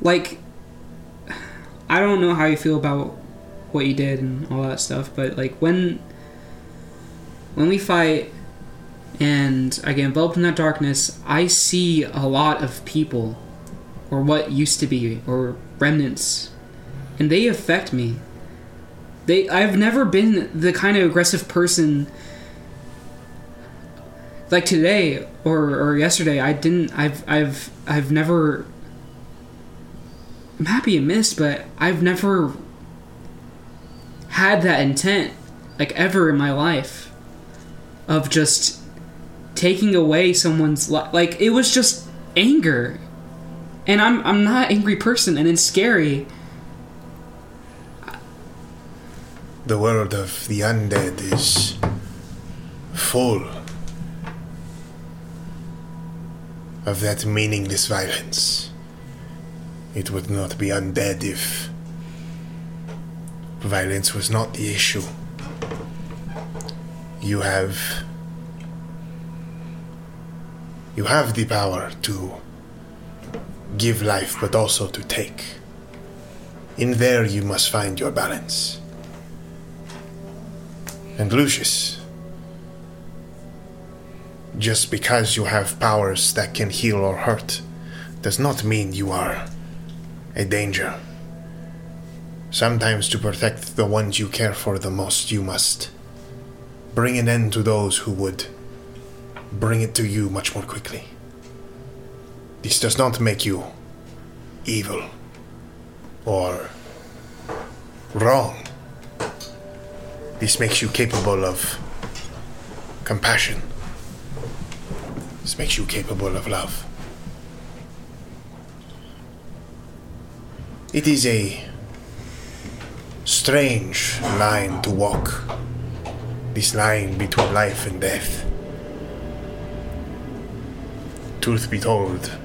[SPEAKER 3] Like I don't know how you feel about what you did and all that stuff, but like when when we fight and I get enveloped in that darkness, I see a lot of people or what used to be or remnants and they affect me. They I've never been the kind of aggressive person like today or, or yesterday I didn't I've I've I've never I'm happy and missed, but I've never had that intent like ever in my life of just taking away someone's li Like it was just anger, and I'm I'm not an angry person, and it's scary.
[SPEAKER 1] The world of the undead is full of that meaningless violence. It would not be undead if violence was not the issue. You have. You have the power to give life, but also to take. In there, you must find your balance. And Lucius, just because you have powers that can heal or hurt does not mean you are a danger. Sometimes, to protect the ones you care for the most, you must bring an end to those who would bring it to you much more quickly. This does not make you evil or wrong. This makes you capable of compassion. This makes you capable of love. It is a strange line to walk. This line between life and death. Truth be told,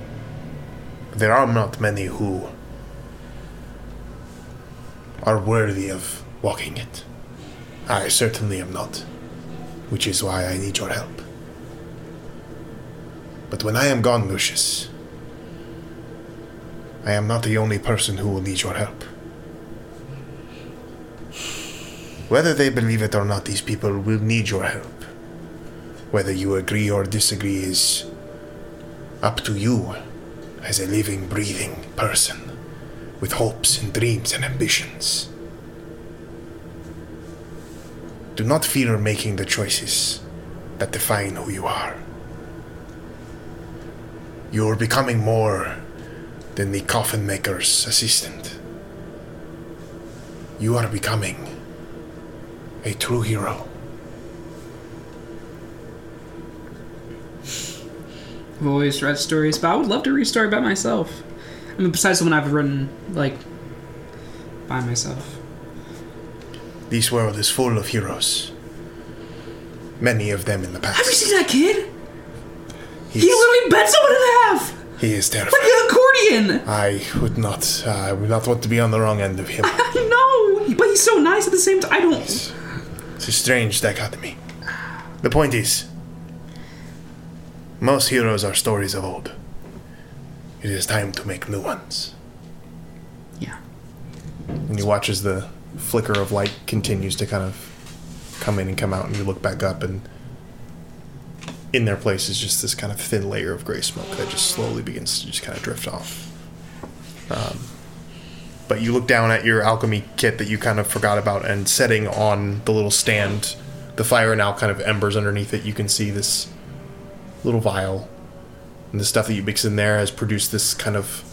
[SPEAKER 1] there are not many who are worthy of walking it. I certainly am not, which is why I need your help. But when I am gone, Lucius, I am not the only person who will need your help. Whether they believe it or not, these people will need your help. Whether you agree or disagree is up to you as a living, breathing person with hopes and dreams and ambitions. Do not fear making the choices that define who you are. You are becoming more than the coffin maker's assistant. You are becoming a true hero.
[SPEAKER 3] I've always read stories, but I would love to read a story by myself. I mean, besides the one I've written, like, by myself.
[SPEAKER 1] This world is full of heroes. Many of them in the
[SPEAKER 3] Have you
[SPEAKER 1] past.
[SPEAKER 3] seen that kid?
[SPEAKER 1] He
[SPEAKER 3] He
[SPEAKER 1] is-
[SPEAKER 3] literally bent someone in half!
[SPEAKER 1] He is terrifying.
[SPEAKER 3] Like an accordion!
[SPEAKER 1] I would not. uh, I would not want to be on the wrong end of him.
[SPEAKER 3] No! But he's so nice at the same time. I don't.
[SPEAKER 1] It's a strange dichotomy. The point is, most heroes are stories of old. It is time to make new ones.
[SPEAKER 2] And you watch as the flicker of light continues to kind of come in and come out, and you look back up, and in their place is just this kind of thin layer of gray smoke that just slowly begins to just kind of drift off. Um, but you look down at your alchemy kit that you kind of forgot about, and setting on the little stand, the fire now kind of embers underneath it. You can see this little vial, and the stuff that you mix in there has produced this kind of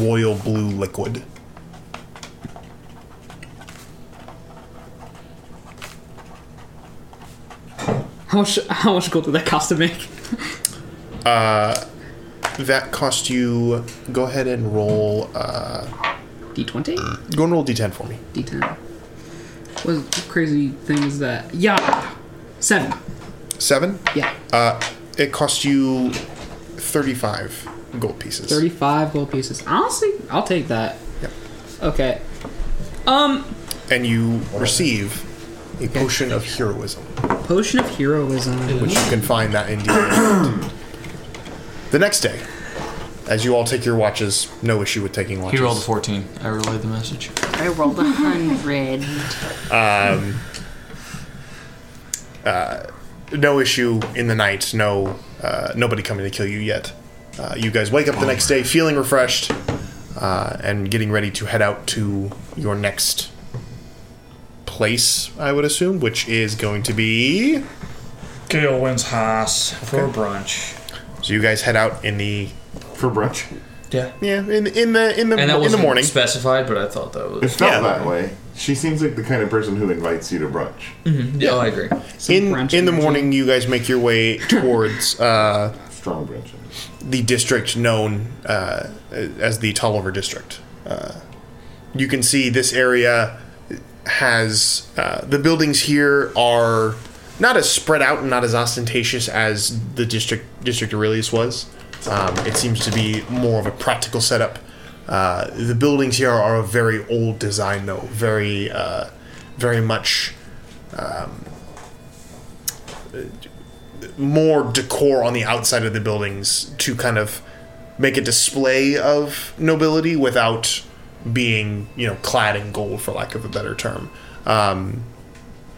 [SPEAKER 2] royal blue liquid.
[SPEAKER 3] How much, how much gold did that cost to make?
[SPEAKER 2] Uh, that cost you. Go ahead and roll. Uh,
[SPEAKER 3] D20?
[SPEAKER 2] Go and roll D10 for me.
[SPEAKER 3] D10. What crazy thing is that? Yeah! Seven.
[SPEAKER 2] Seven?
[SPEAKER 3] Yeah.
[SPEAKER 2] Uh, it cost you 35 gold pieces.
[SPEAKER 3] 35 gold pieces. Honestly, I'll take that.
[SPEAKER 2] Yep.
[SPEAKER 3] Okay. Um,
[SPEAKER 2] And you receive a potion of heroism.
[SPEAKER 3] Potion of heroism.
[SPEAKER 2] Which you can find that in D10. the next day, as you all take your watches, no issue with taking watches.
[SPEAKER 6] He rolled a 14. I relayed the message.
[SPEAKER 5] I rolled a hundred.
[SPEAKER 2] Um, uh, no issue in the night. No, uh, nobody coming to kill you yet. Uh, you guys wake up the next day feeling refreshed uh, and getting ready to head out to your next place. I would assume, which is going to be
[SPEAKER 6] Gailwind's house for brunch.
[SPEAKER 2] So you guys head out in the for brunch.
[SPEAKER 6] Yeah.
[SPEAKER 2] Yeah. In in the in the
[SPEAKER 6] And that
[SPEAKER 2] in
[SPEAKER 6] was
[SPEAKER 2] the morning.
[SPEAKER 6] specified, but I thought that was.
[SPEAKER 7] It felt that way. She seems like the kind of person who invites you to brunch.
[SPEAKER 2] Mm-hmm.
[SPEAKER 6] Mhm. Yeah, I agree.
[SPEAKER 2] in in the morning, you guys make your way towards uh, strong branch. The district known uh, as the Tolliver District. Uh, you can see this area has uh, the buildings here are not as spread out and not as ostentatious as the district district Aurelius was. Um, it seems to be more of a practical setup. Uh, the buildings here are of very old design, though very, uh, very much um, more decor on the outside of the buildings to kind of make a display of nobility without being you know clad in gold for lack of a better term um,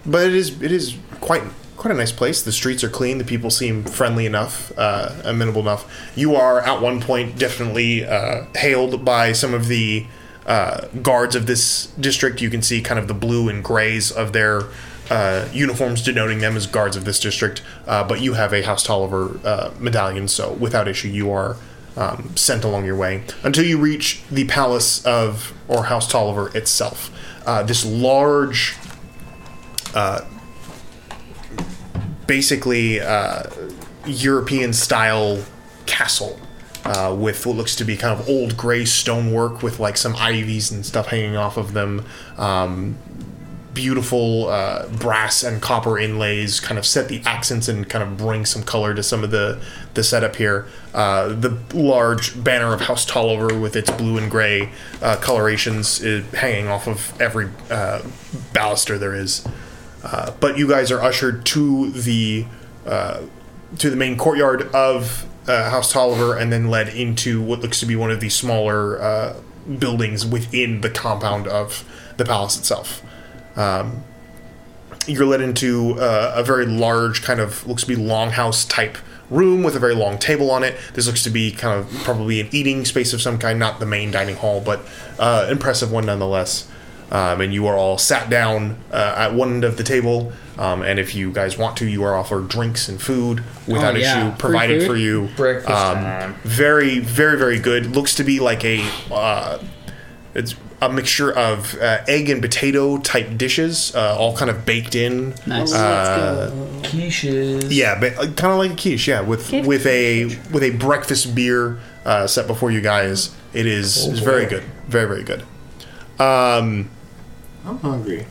[SPEAKER 2] but it is it is quite quite a nice place the streets are clean the people seem friendly enough uh, amenable enough you are at one point definitely uh, hailed by some of the uh, guards of this district you can see kind of the blue and grays of their uh, uniforms denoting them as guards of this district, uh, but you have a House Tolliver uh, medallion, so without issue, you are um, sent along your way until you reach the palace of or House Tolliver itself. Uh, this large, uh, basically uh, European style castle uh, with what looks to be kind of old gray stonework with like some ivies and stuff hanging off of them. Um, beautiful uh, brass and copper inlays kind of set the accents and kind of bring some color to some of the the setup here. Uh, the large banner of House Tolliver with its blue and gray uh, colorations is hanging off of every uh, baluster there is. Uh, but you guys are ushered to the uh, to the main courtyard of uh, House Tolliver and then led into what looks to be one of the smaller uh, buildings within the compound of the palace itself. Um, you're led into uh, a very large kind of looks to be longhouse type room with a very long table on it. This looks to be kind of probably an eating space of some kind, not the main dining hall, but uh, impressive one nonetheless. Um, and you are all sat down uh, at one end of the table. Um, and if you guys want to, you are offered drinks and food without
[SPEAKER 3] Oh, yeah.
[SPEAKER 2] issue
[SPEAKER 3] Free
[SPEAKER 2] provided
[SPEAKER 3] food?
[SPEAKER 2] for you.
[SPEAKER 3] Breakfast
[SPEAKER 2] Um, very, very, very good. Looks to be like a uh, it's a mixture of uh, egg and potato type dishes, uh, all kind of baked in.
[SPEAKER 6] Nice.
[SPEAKER 2] Uh,
[SPEAKER 6] Quiches.
[SPEAKER 2] yeah, but, kind of like a quiche. Yeah, with
[SPEAKER 6] Good
[SPEAKER 2] with a with a breakfast beer uh, set before you guys. It is
[SPEAKER 7] Oh,
[SPEAKER 2] it's very
[SPEAKER 7] boy.
[SPEAKER 2] good, very very good. Um,
[SPEAKER 7] I'm hungry.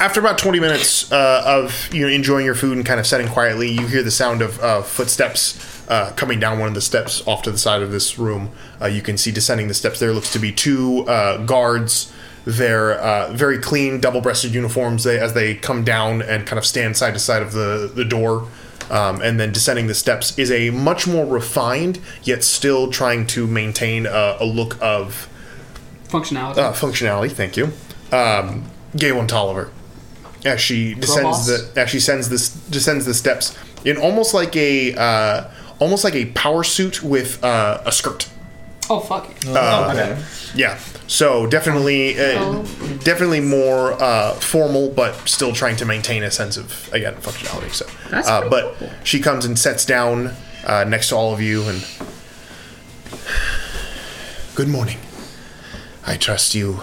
[SPEAKER 2] after about 20 minutes uh, of you know, enjoying your food and kind of sitting quietly, you hear the sound of uh, footsteps uh, coming down one of the steps off to the side of this room. Uh, you can see descending the steps there looks to be two uh, guards. Their uh, very clean, double-breasted uniforms they, as they come down and kind of stand side to side of the the door, um, and then descending the steps is a much more refined yet still trying to maintain uh, a, a look of
[SPEAKER 3] Functionality.
[SPEAKER 2] uh, functionality. Thank you, um, Galen Tolliver. As she descends
[SPEAKER 3] Proboss?
[SPEAKER 2] the, as she sends this descends the steps in almost like a uh, almost like a power suit with uh, a skirt.
[SPEAKER 3] Oh fuck it.
[SPEAKER 2] Uh, Yeah. So definitely, uh, definitely more uh, formal, but still trying to maintain a sense of again functionality. So,
[SPEAKER 3] That's
[SPEAKER 2] uh,
[SPEAKER 3] pretty
[SPEAKER 2] but she comes and sets down uh, next to all of you, and good morning. I trust you.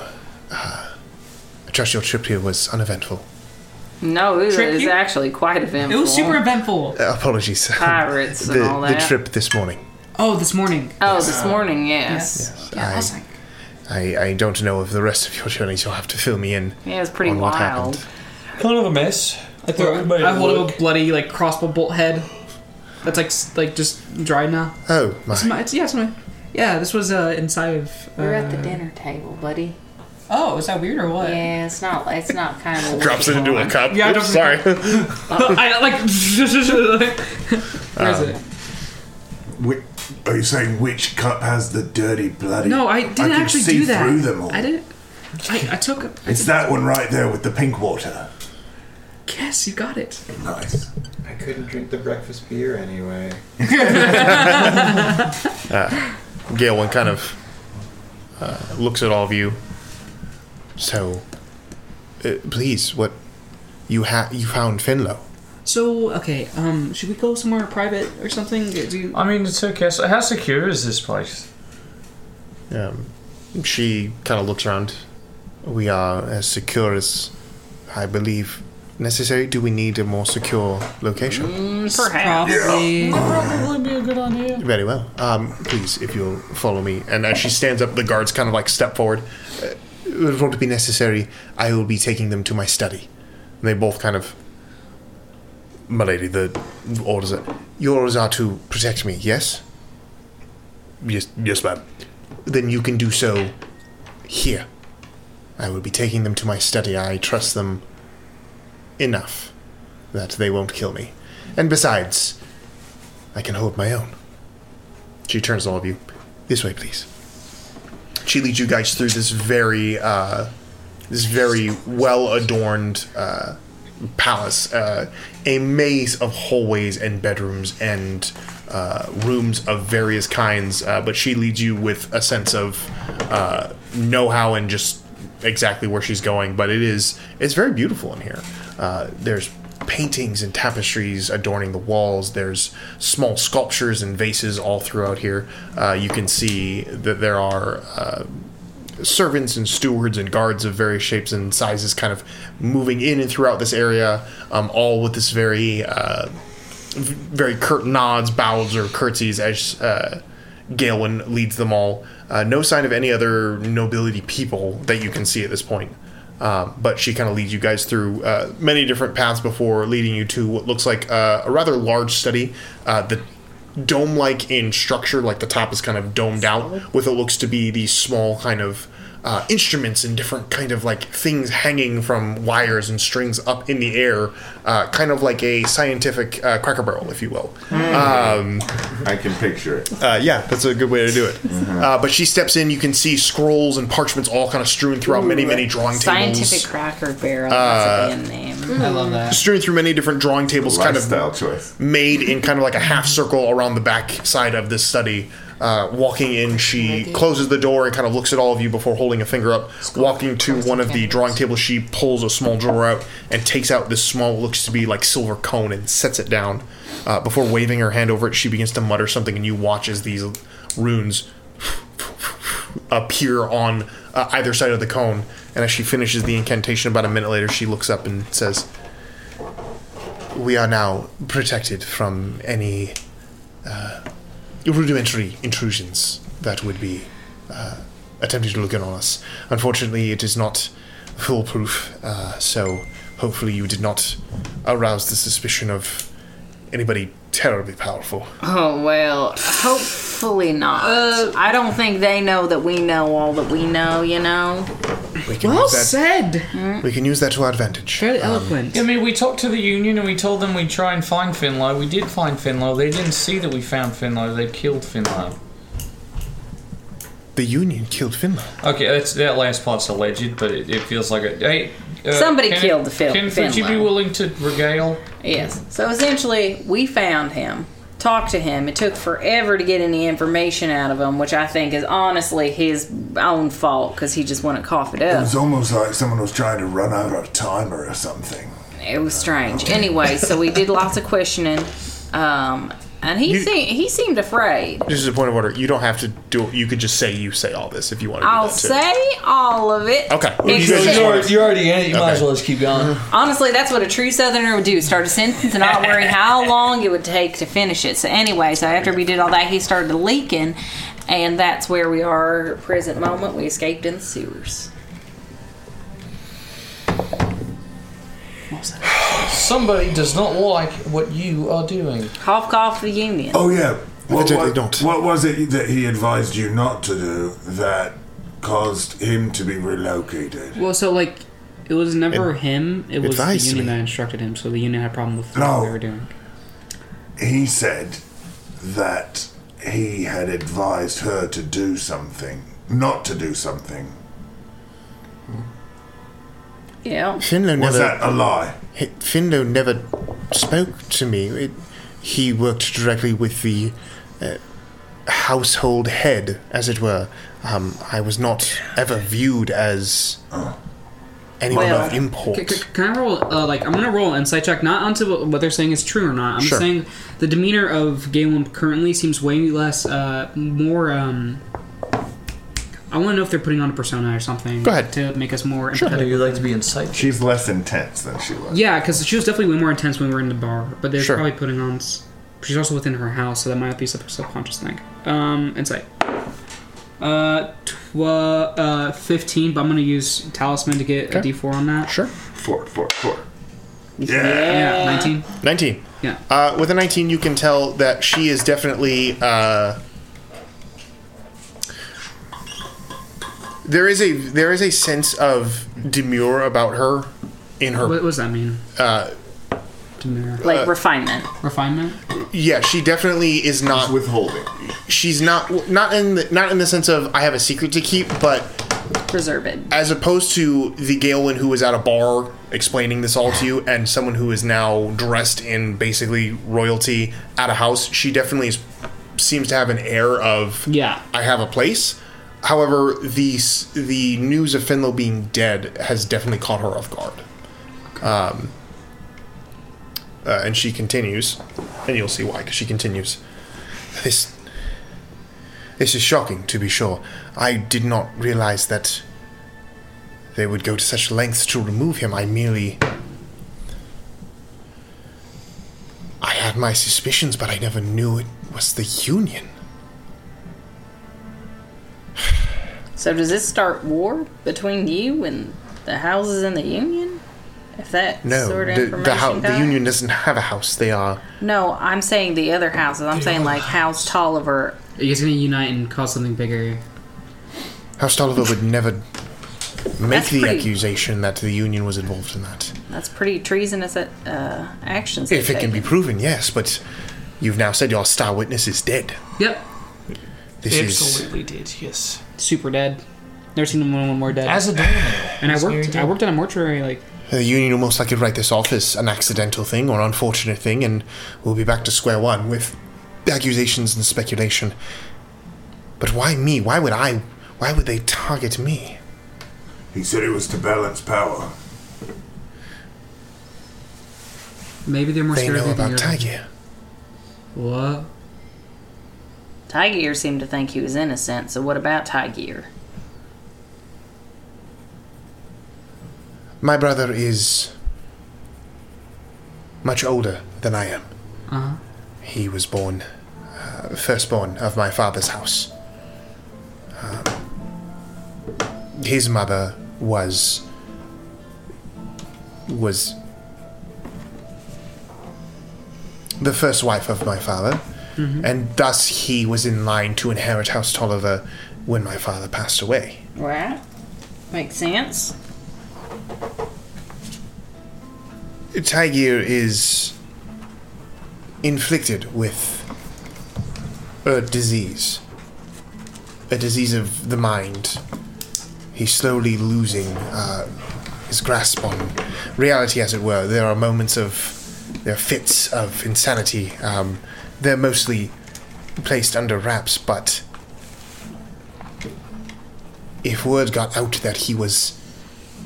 [SPEAKER 2] Uh, I trust your trip here was uneventful.
[SPEAKER 5] No, it
[SPEAKER 3] Trip
[SPEAKER 5] was
[SPEAKER 3] you-
[SPEAKER 5] actually quite eventful.
[SPEAKER 3] It was super eventful.
[SPEAKER 2] Uh, apologies.
[SPEAKER 5] Pirates and
[SPEAKER 2] the,
[SPEAKER 5] all
[SPEAKER 2] the
[SPEAKER 5] that.
[SPEAKER 2] trip this morning.
[SPEAKER 3] Oh, this morning.
[SPEAKER 5] Oh, this morning, yes.
[SPEAKER 3] Yeah, I was like,
[SPEAKER 2] I, I don't know of the rest of your journeys. You'll have to fill me in.
[SPEAKER 5] Yeah, it's pretty
[SPEAKER 2] on what
[SPEAKER 5] wild.
[SPEAKER 2] happened.
[SPEAKER 3] Kind of a mess. I
[SPEAKER 2] thought everybody
[SPEAKER 3] I hold up
[SPEAKER 2] would.
[SPEAKER 3] a bloody like crossbow bolt head. That's like s- like just dry now.
[SPEAKER 2] Oh my!
[SPEAKER 3] It's my, it's, yeah, it's my, yeah. This was uh, inside of. Uh,
[SPEAKER 5] We We're at the dinner table, buddy.
[SPEAKER 3] Oh, is that weird or what?
[SPEAKER 5] Yeah, it's not. It's not kind of.
[SPEAKER 2] Drops it into a cup.
[SPEAKER 3] Yeah, I
[SPEAKER 2] Oops, sorry.
[SPEAKER 3] Uh, I like. Where is it?
[SPEAKER 8] Which, Um, are you saying which cup has the dirty bloody?
[SPEAKER 3] No, I didn't
[SPEAKER 8] can
[SPEAKER 3] actually
[SPEAKER 8] see
[SPEAKER 3] do that.
[SPEAKER 8] Through them all.
[SPEAKER 3] I didn't. I, I took. a-
[SPEAKER 8] It's that one right there with the pink water.
[SPEAKER 3] Yes, you got it.
[SPEAKER 8] Nice.
[SPEAKER 16] I couldn't drink the breakfast beer anyway.
[SPEAKER 2] Uh, Galen kind of uh, looks at all of you. So, uh, please, what you ha- you found Finlow?
[SPEAKER 3] So okay, um, should we go somewhere private or something? Do you,
[SPEAKER 6] I mean, it's okay. So how secure is this place?
[SPEAKER 2] Um, she kind of looks around. We are as secure as I believe necessary. Do we need a more secure location?
[SPEAKER 5] Mm,
[SPEAKER 24] Mm,
[SPEAKER 5] Perhaps.
[SPEAKER 6] Probably be a good idea.
[SPEAKER 2] Very well. Um, please, if you'll follow me. And as she stands up, the guards kind of like step forward. Uh, it won't be necessary. I will be taking them to my study. And they both kind of. My lady, the orders are. Yours are to protect me, yes? Yes, yes, ma'am. Then you can do so here. I will be taking them to my study. I trust them enough that they won't kill me. And besides, I can hold my own. She turns to all of you. This way, please. She leads you guys through this very, uh, this very well adorned uh, palace, uh, a maze of hallways and bedrooms and uh, rooms of various kinds. Uh, but she leads you with a sense of uh, know-how and just exactly where she's going. But it is, it's very beautiful in here. Uh, there's paintings and tapestries adorning the walls. There's small sculptures and vases all throughout here. Uh, you can see that there are uh, servants and stewards and guards of various shapes and sizes kind of moving in and throughout this area, um, all with this very, uh, v- very curt nods, bows, or curtsies as uh, Galen leads them all. Uh, no sign of any other nobility people that you can see at this point. Um, but she kind of leads you guys through uh, many different paths before leading you to what looks like uh, a rather large study. Uh, the dome like in structure, like the top is kind of domed out, with what looks to be these small kind of uh, instruments and different kind of like things hanging from wires and strings up in the air, uh, kind of like a scientific uh, cracker barrel, if you will. Um,
[SPEAKER 8] Hmm. I can picture it. Uh-huh.
[SPEAKER 2] uh, yeah, that's a good way to do it. Uh, but she steps in, you can see scrolls and parchments all kind of strewn throughout many, many drawing tables.
[SPEAKER 5] Scientific Cracker Barrel. That's a
[SPEAKER 2] Uh,
[SPEAKER 5] band name.
[SPEAKER 3] I love that.
[SPEAKER 2] Strewn through many different drawing tables, kind of
[SPEAKER 8] Lifestyle choice.
[SPEAKER 2] made in kind of like a half circle around the back side of this study. Uh, walking in, she closes the door and kind of looks at all of you before holding a finger up. Walking to one of the drawing tables, she pulls a small drawer out and takes out this small, what looks to be like silver cone, and sets it down. Uh, before waving her hand over it, she begins to mutter something, and you watch as these runes appear on uh, either side of the cone. And as she finishes the incantation about a minute later, she looks up and says, We are now protected from any uh, rudimentary intrusions that would be uh, attempting to look in on us. Unfortunately, it is not foolproof, uh, so hopefully, you did not arouse the suspicion of anybody terribly powerful.
[SPEAKER 5] Oh well, hopefully not.
[SPEAKER 3] Uh,
[SPEAKER 5] I don't think they know that we know all that we know. You know. Mm-hmm.
[SPEAKER 2] We can use that- We can use that to our advantage. Um,
[SPEAKER 3] Fairly
[SPEAKER 1] Um,
[SPEAKER 2] eloquent.
[SPEAKER 6] I mean, we talked to the union and we told them we'd try and find Finlow. We did find Finlow. They didn't see that we found Finlow. They killed Finlow.
[SPEAKER 2] The Union killed Finland.
[SPEAKER 6] Okay, that's, that last part's alleged, but it, it feels like a. Hey, uh,
[SPEAKER 5] Somebody killed the Fin-
[SPEAKER 6] Ken, would you be
[SPEAKER 5] Finlow.
[SPEAKER 6] willing to regale?
[SPEAKER 5] Yes. So essentially, we found him, talked to him. It took forever to get any information out of him, which I think is honestly his own fault because he just wanted to cough it
[SPEAKER 8] It
[SPEAKER 5] up.
[SPEAKER 8] was almost like someone was trying to run out of timer or something.
[SPEAKER 5] It was strange. Anyway, so we did lots of questioning, um, and he
[SPEAKER 2] You-
[SPEAKER 5] seemed he seemed afraid.
[SPEAKER 2] Just as a point of order, you don't have to do it. You could just say you say all this if you want to.
[SPEAKER 5] I'll
[SPEAKER 2] do that
[SPEAKER 5] say all of it.
[SPEAKER 2] Too. Okay.
[SPEAKER 5] Except-
[SPEAKER 6] already in it. You might as well just keep going.
[SPEAKER 5] Honestly, that's what a true Southerner would do: start a sentence and not worry how long it would take to finish it. So anyway, so after we did all that, he started leaking, and that's where we are at present moment. We escaped in the sewers.
[SPEAKER 6] Somebody does not like what you are doing.
[SPEAKER 5] Cough, cough, the union.
[SPEAKER 8] Oh yeah. What,
[SPEAKER 5] Evidently
[SPEAKER 8] what- what was it that he advised you not to do that caused him to be relocated?
[SPEAKER 3] Well, so like, it was never him. It was the
[SPEAKER 8] advised
[SPEAKER 3] union
[SPEAKER 8] me.
[SPEAKER 3] that instructed him. So the union had a problem with
[SPEAKER 8] No.
[SPEAKER 3] what we were doing.
[SPEAKER 8] He said that he had advised her to do something, not to do something.
[SPEAKER 5] Yeah.
[SPEAKER 2] Finlow never.
[SPEAKER 8] Was that a lie?
[SPEAKER 2] He- Finlow never spoke to me. It, he worked directly with the uh, household head, as it were. Um, I was not ever viewed as
[SPEAKER 8] Oh.
[SPEAKER 2] anyone
[SPEAKER 3] Well-
[SPEAKER 2] of import.
[SPEAKER 3] C- c- can I roll? Uh, like, I'm gonna roll an insight check, not onto what, what they're saying is true or not. I'm
[SPEAKER 2] Sure.
[SPEAKER 3] just saying the demeanor of Galen currently seems way less, uh, more. um... I want to know if they're putting on a persona or something. Go ahead. To make us more. empathetic.
[SPEAKER 6] You'd like to be insightful.
[SPEAKER 8] She's less intense than she was.
[SPEAKER 3] Yeah, because she was definitely way more intense when we were in the bar, but they're
[SPEAKER 8] Sure.
[SPEAKER 3] probably putting on. s- She's also within her house, so that might be some subconscious thing. Um, insight. Uh, tw- uh, fifteen. But I'm gonna use talisman to get a D4 on that.
[SPEAKER 2] Sure.
[SPEAKER 8] Four, four, four.
[SPEAKER 3] Yeah.
[SPEAKER 2] Yeah.
[SPEAKER 3] 19.
[SPEAKER 2] 19.
[SPEAKER 3] Yeah.
[SPEAKER 2] Uh, with a 19, you can tell that she is definitely. Uh, there is a there is a sense of demure about her in her.
[SPEAKER 3] What does that mean?
[SPEAKER 2] Uh,
[SPEAKER 3] demure.
[SPEAKER 5] Like refinement.
[SPEAKER 3] Refinement.
[SPEAKER 2] Yeah, she definitely is not
[SPEAKER 8] withholding.
[SPEAKER 2] She's not not in the, not in the sense of I have a secret to keep, but
[SPEAKER 5] preserve it.
[SPEAKER 2] As opposed to the Galen who was at a bar explaining this all to you, and someone who is now dressed in basically royalty at a house, she definitely is, seems to have an air of
[SPEAKER 3] yeah,
[SPEAKER 2] I have a place. However, the s- the news of Finlow being dead has definitely caught her off guard. Um, Uh, and she continues, and you'll see why, because she continues.
[SPEAKER 1] This. This is shocking, to be sure. I did not realize that they would go to such lengths to remove him. I merely. I had my suspicions, but I never knew it was the Union.
[SPEAKER 5] So does this start war between you and the houses in the Union? If that
[SPEAKER 1] No,
[SPEAKER 5] sort of
[SPEAKER 1] the,
[SPEAKER 5] information
[SPEAKER 1] the, hou- the
[SPEAKER 5] got-
[SPEAKER 1] Union doesn't have a house. They are.
[SPEAKER 5] No, I'm saying the other houses. I'm saying like House Tolliver.
[SPEAKER 3] Are you guys gonna unite and cause something bigger?
[SPEAKER 1] House Tolliver would never make
[SPEAKER 5] That's
[SPEAKER 1] the
[SPEAKER 5] pretty-
[SPEAKER 1] accusation that the Union was involved in that.
[SPEAKER 5] That's pretty treasonous uh, actions.
[SPEAKER 1] If
[SPEAKER 5] they've
[SPEAKER 1] it can be
[SPEAKER 5] taken.
[SPEAKER 1] proven, yes, but you've now said your star witness is dead.
[SPEAKER 3] Yep.
[SPEAKER 1] This
[SPEAKER 3] Absolutely did. Yes. Super dead. Never seen anyone more dead.
[SPEAKER 1] As a doornail.
[SPEAKER 3] And I
[SPEAKER 1] Scary
[SPEAKER 3] worked. I
[SPEAKER 1] dude.
[SPEAKER 3] worked in a mortuary. Like
[SPEAKER 1] is. The Union will most likely write this off as an accidental thing or unfortunate thing, and we'll be back to square one with accusations and speculation. But why me? Why would I. Why would they target me?
[SPEAKER 8] He said it was to balance power.
[SPEAKER 3] maybe they're more
[SPEAKER 1] They
[SPEAKER 3] scared
[SPEAKER 1] know
[SPEAKER 3] of you than
[SPEAKER 1] about
[SPEAKER 3] you're-
[SPEAKER 1] Tiger.
[SPEAKER 3] What?
[SPEAKER 5] Tigear seemed to think he was innocent. So what about Tigear?
[SPEAKER 1] My brother is much older than I am.
[SPEAKER 3] Uh-huh.
[SPEAKER 1] He was born, uh, firstborn of my father's house. Um, his mother was was the first wife of my father,
[SPEAKER 4] Mhm.
[SPEAKER 1] and thus he was in line to inherit House Tolliver when my father passed away.
[SPEAKER 5] Right. Makes sense.
[SPEAKER 1] Tigear is inflicted with a disease, a disease of the mind. He's slowly losing uh, his grasp on reality, as it were. There are moments of, there are fits of insanity. Um, they're mostly placed under wraps, but if word got out that he was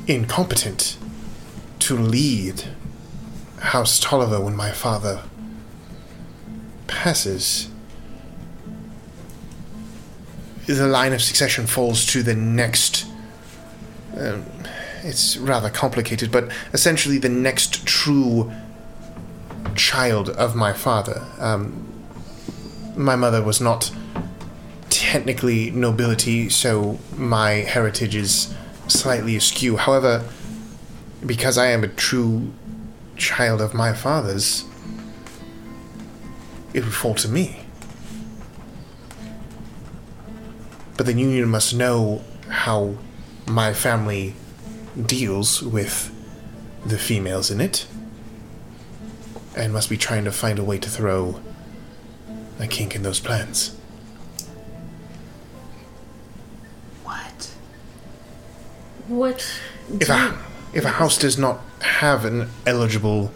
[SPEAKER 1] incompetent to lead House Tolliver when my father passes, the line of succession falls to the next. Um, it's rather complicated, but essentially the next true child of my father. Um, my mother was not technically nobility, so my heritage is slightly askew. However, because I am a true child of my father's, it would fall to me. But the Union must know how my family deals with the females in it, and must be trying to find a way to throw a kink in those plans.
[SPEAKER 5] What?
[SPEAKER 24] What?
[SPEAKER 1] If a, if a house does not have an eligible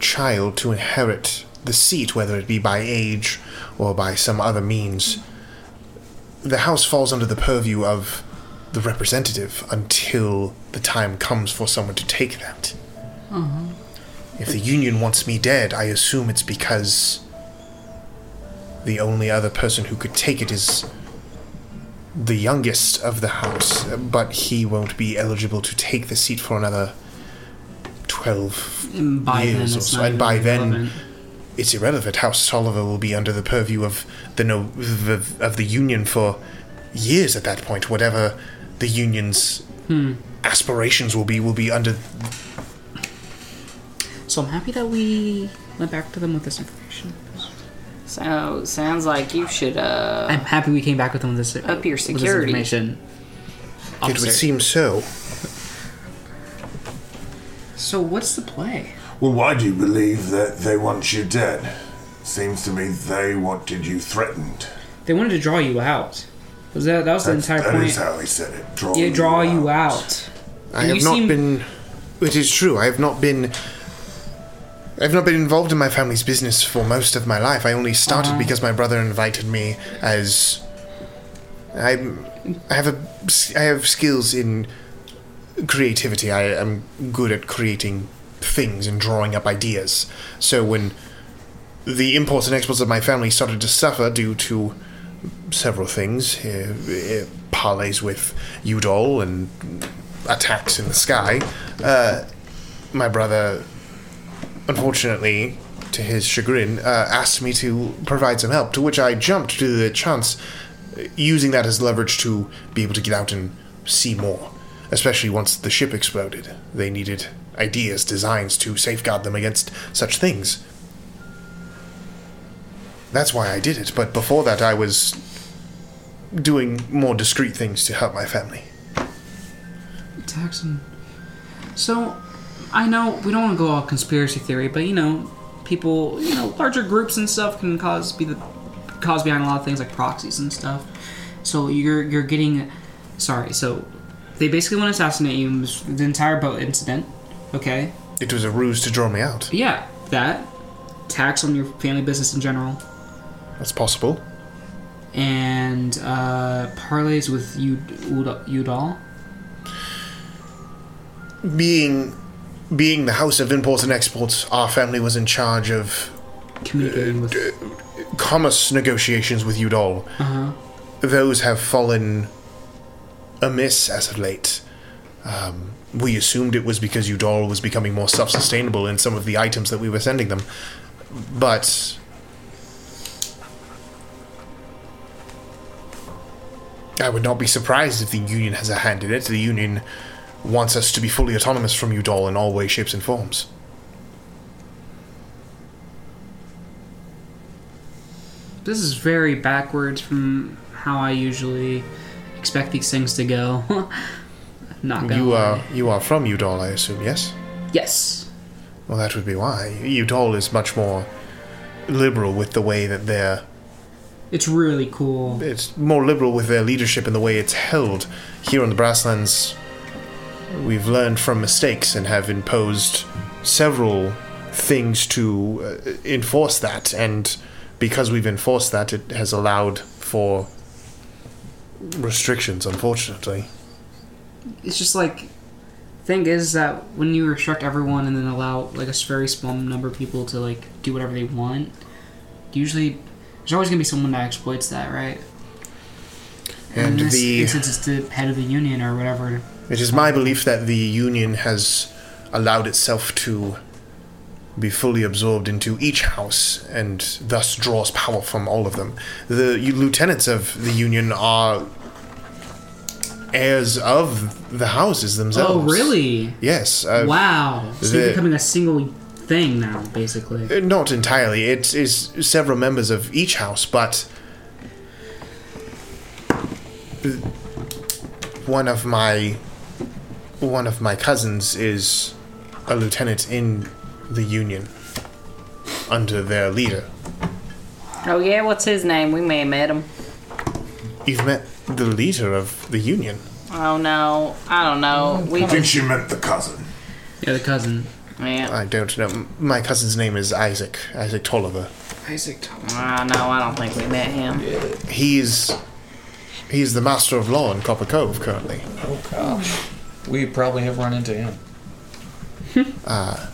[SPEAKER 1] child to inherit the seat, whether it be by age or by some other means, the house falls under the purview of the representative until the time comes for someone to take that.
[SPEAKER 4] Uh-huh.
[SPEAKER 1] If the Union wants me dead, I assume it's because the only other person who could take it is the youngest of the house, but he won't be eligible to take the seat for another 12
[SPEAKER 3] And by then
[SPEAKER 1] years or
[SPEAKER 3] it's
[SPEAKER 1] so.
[SPEAKER 3] not
[SPEAKER 1] And by
[SPEAKER 3] even
[SPEAKER 1] then,
[SPEAKER 3] relevant.
[SPEAKER 1] it's irrelevant. House Tolliver will be under the purview of the no, of, of the Union for years at that point. Whatever the Union's
[SPEAKER 3] Hmm.
[SPEAKER 1] aspirations will be, will be under
[SPEAKER 3] So I'm happy that we went back to them with this information.
[SPEAKER 5] So sounds like you should. uh
[SPEAKER 3] I'm happy we came back with them with this
[SPEAKER 5] Up your
[SPEAKER 3] with this
[SPEAKER 5] security.
[SPEAKER 3] information.
[SPEAKER 1] It would seem so.
[SPEAKER 3] So what's the play?
[SPEAKER 8] Well, why do you believe that they want you dead? Seems to me they wanted you threatened.
[SPEAKER 3] They wanted to draw you out. Was that that was
[SPEAKER 8] That's-
[SPEAKER 3] the entire
[SPEAKER 8] That
[SPEAKER 3] point?
[SPEAKER 8] is how he said it. Draw
[SPEAKER 3] yeah,
[SPEAKER 8] you
[SPEAKER 3] draw you out.
[SPEAKER 1] I
[SPEAKER 3] And
[SPEAKER 1] have
[SPEAKER 3] you
[SPEAKER 1] not
[SPEAKER 3] seem-
[SPEAKER 1] been. It is true. I have not been. I've not been involved in my family's business for most of my life. I only started
[SPEAKER 3] Uh-huh.
[SPEAKER 1] because my brother invited me as. I'm. I have a. I have skills in creativity. I am good at creating things and drawing up ideas. So when the imports and exports of my family started to suffer due to several things, uh, uh, parlays with Udol and attacks in the sky, uh, my brother, unfortunately, to his chagrin, uh, asked me to provide some help, to which I jumped to the chance, uh, using that as leverage to be able to get out and see more. Especially once the ship exploded. They needed ideas, designs to safeguard them against such things. That's why I did it, but before that, I was doing more discreet things to help my family.
[SPEAKER 3] Taxon. So, I know we don't want to go all conspiracy theory, but you know, people, you know, larger groups and stuff can cause be the cause behind a lot of things like proxies and stuff. So you're you're getting, sorry. So they basically want to assassinate you. in this- The entire boat incident. Okay.
[SPEAKER 1] It was a ruse to draw me out.
[SPEAKER 3] Yeah, that tax on your family business in general,
[SPEAKER 1] That's possible.
[SPEAKER 3] and uh, parlays with you Udall.
[SPEAKER 1] being being the house of imports and exports, our family was in charge of
[SPEAKER 3] communicating with
[SPEAKER 1] Uh, commerce negotiations with Udol.
[SPEAKER 3] Uh huh.
[SPEAKER 1] Those have fallen amiss as of late. Um, we assumed it was because Udol was becoming more self-sustainable in some of the items that we were sending them, but I would not be surprised if the Union has a hand in it. The Union wants us to be fully autonomous from Udol in all ways, shapes, and forms.
[SPEAKER 3] This is very backwards from how I usually expect these things to go. Not gonna
[SPEAKER 1] You uh,
[SPEAKER 3] lie.
[SPEAKER 1] are you are from Udol, I assume, yes?
[SPEAKER 3] Yes.
[SPEAKER 1] Well, that would be why. Udol is much more liberal with the way that they're.
[SPEAKER 3] It's really cool.
[SPEAKER 1] It's more liberal with their leadership and the way it's held. Here on the Brasslands, we've learned from mistakes and have imposed several things to uh, enforce that. And because we've enforced that, it has allowed for restrictions, unfortunately.
[SPEAKER 3] It's just like thing is that when you restrict everyone and then allow like a very small number of people to like do whatever they want, usually there's always gonna be someone that exploits that, right?
[SPEAKER 1] And
[SPEAKER 3] in this
[SPEAKER 1] the-
[SPEAKER 3] instance, it's the head of the union or whatever.
[SPEAKER 1] It is my belief that the Union has allowed itself to be fully absorbed into each house and thus draws power from all of them. The u- lieutenants of the Union are heirs of the houses themselves.
[SPEAKER 3] Oh, really?
[SPEAKER 1] Yes. uh,
[SPEAKER 3] wow, so you're
[SPEAKER 1] the-
[SPEAKER 3] becoming a single thing now, basically.
[SPEAKER 1] uh, Not entirely. It is several members of each house, but one of my one of my cousins is a lieutenant in the Union under their leader.
[SPEAKER 5] Oh yeah, what's his name? We may have met him.
[SPEAKER 1] You've met the leader of the Union.
[SPEAKER 5] Oh no, I don't know. We
[SPEAKER 1] I think
[SPEAKER 5] just-
[SPEAKER 1] she meant the cousin.
[SPEAKER 3] Yeah, the cousin.
[SPEAKER 5] Yeah.
[SPEAKER 1] I don't know. M- My cousin's name is Isaac. Isaac Tolliver.
[SPEAKER 3] Isaac Thomas.
[SPEAKER 5] Ah, no, I don't think we met him.
[SPEAKER 1] He's he's the master of law in Copper Cove currently.
[SPEAKER 6] Oh gosh, we probably have run into him.
[SPEAKER 1] Uh,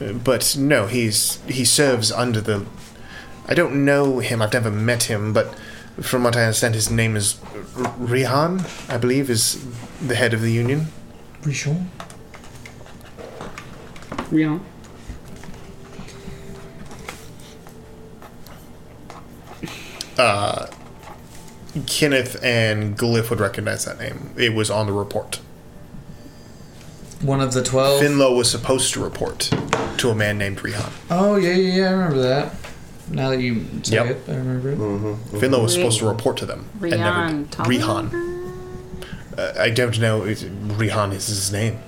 [SPEAKER 1] but no, he's he serves under the. I don't know him. I've never met him, but from what I understand, his name is R- Rihan. I believe is the head of the union.
[SPEAKER 6] Are you sure?
[SPEAKER 3] Yeah.
[SPEAKER 1] Uh, Kenneth and Glyph would recognize that name. It was on the report.
[SPEAKER 6] One of the twelve.
[SPEAKER 1] Finlow was supposed to report to a man named Rihan.
[SPEAKER 6] Oh yeah, yeah, yeah. I remember that. Now that you say
[SPEAKER 1] Yep.
[SPEAKER 6] it, I remember it.
[SPEAKER 1] Mm-hmm, Finlow was supposed to report to them.
[SPEAKER 5] Rihan
[SPEAKER 1] and never did. Rihan. Uh, I don't know. If Rihan is his name.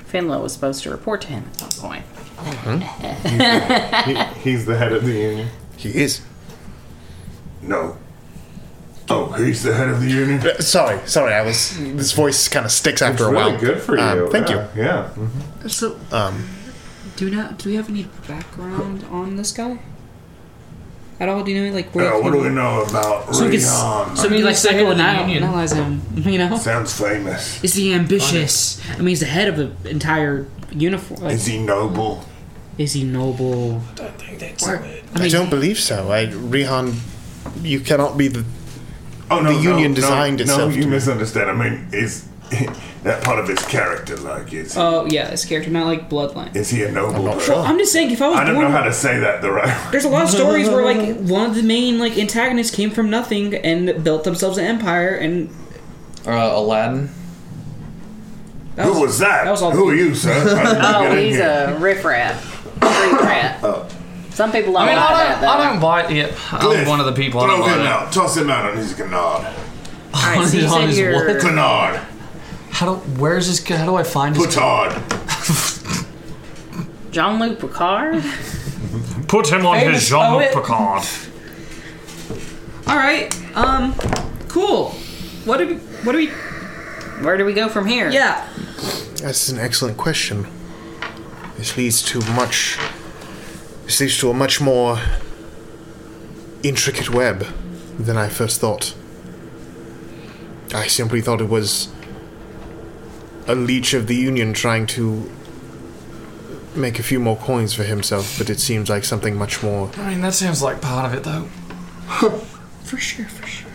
[SPEAKER 5] Finlow was supposed to report to him at some point.
[SPEAKER 7] Mm-hmm.
[SPEAKER 2] Mm-hmm.
[SPEAKER 7] he's the head of the union.
[SPEAKER 1] He is.
[SPEAKER 8] No. Oh, he's the head of the union.
[SPEAKER 1] Sorry, sorry. I was. This voice kind of sticks after a
[SPEAKER 7] really
[SPEAKER 1] while.
[SPEAKER 7] good for
[SPEAKER 1] Um,
[SPEAKER 7] you,
[SPEAKER 1] thank
[SPEAKER 7] yeah,
[SPEAKER 1] you.
[SPEAKER 7] yeah.
[SPEAKER 3] So
[SPEAKER 1] Um,
[SPEAKER 3] do we not do we have any background on this guy? at all? Do you know like where?
[SPEAKER 8] Yeah,
[SPEAKER 3] it
[SPEAKER 8] Uh, what
[SPEAKER 3] came
[SPEAKER 8] do we
[SPEAKER 3] from?
[SPEAKER 8] know about
[SPEAKER 3] So we could,
[SPEAKER 8] Rihanna?
[SPEAKER 3] s- so we like
[SPEAKER 8] Say
[SPEAKER 3] psycho
[SPEAKER 8] the
[SPEAKER 3] ana-
[SPEAKER 8] union.
[SPEAKER 3] analyze him. You know,
[SPEAKER 8] Sounds famous.
[SPEAKER 3] is he ambitious? I mean, he's the head of an entire uniform. Like,
[SPEAKER 8] Is he noble?
[SPEAKER 3] Is he noble? I
[SPEAKER 1] don't think that's
[SPEAKER 3] it.
[SPEAKER 1] I, don't believe so. I Rihan, you cannot be the.
[SPEAKER 8] Oh no,
[SPEAKER 1] the union
[SPEAKER 8] no,
[SPEAKER 1] designed
[SPEAKER 8] no,
[SPEAKER 1] itself.
[SPEAKER 8] No, you misunderstand. I mean, is that part of his character? Like, is
[SPEAKER 3] Oh yeah, this character not like bloodline.
[SPEAKER 8] is he a noble?
[SPEAKER 3] not
[SPEAKER 8] person?
[SPEAKER 3] sure. Well, I'm just saying, if I was
[SPEAKER 8] I don't
[SPEAKER 3] born-
[SPEAKER 8] know how to say that the right. way.
[SPEAKER 3] There's a lot of stories where like one of the main like antagonists came from nothing and built themselves an empire and
[SPEAKER 6] Uh, Aladdin.
[SPEAKER 3] That Who was- was that? that was all Who the- are you, sir? How did you
[SPEAKER 5] oh,
[SPEAKER 3] get in
[SPEAKER 5] he's
[SPEAKER 3] here?
[SPEAKER 5] a riffraff. Riffraff. Some people don't
[SPEAKER 6] I mean,
[SPEAKER 5] like
[SPEAKER 6] I
[SPEAKER 5] that,
[SPEAKER 6] don't,
[SPEAKER 5] though.
[SPEAKER 6] I don't buy. Yeah, I'm
[SPEAKER 8] Glyph,
[SPEAKER 6] one of the people. I
[SPEAKER 8] Throw
[SPEAKER 6] don't buy
[SPEAKER 8] him
[SPEAKER 6] it.
[SPEAKER 8] out. Toss him out on his canard.
[SPEAKER 5] All right, so you said you're.
[SPEAKER 8] Canard.
[SPEAKER 6] How do? Where's his? How do I find his?
[SPEAKER 8] Petard.
[SPEAKER 5] Jean Luc Picard?
[SPEAKER 6] Put him on
[SPEAKER 3] Famous
[SPEAKER 6] his Jean-Luc
[SPEAKER 3] poet.
[SPEAKER 6] Picard.
[SPEAKER 3] All right. Um. Cool. What do we? What do we?
[SPEAKER 5] Where do we go from here?
[SPEAKER 3] Yeah.
[SPEAKER 1] That's an excellent question. This leads to much. This leads to a much more intricate web than I first thought. I simply thought it was a leech of the Union trying to make a few more coins for himself, but it seems like something much more.
[SPEAKER 6] I mean, that sounds like part of it, though.
[SPEAKER 3] For sure. For sure.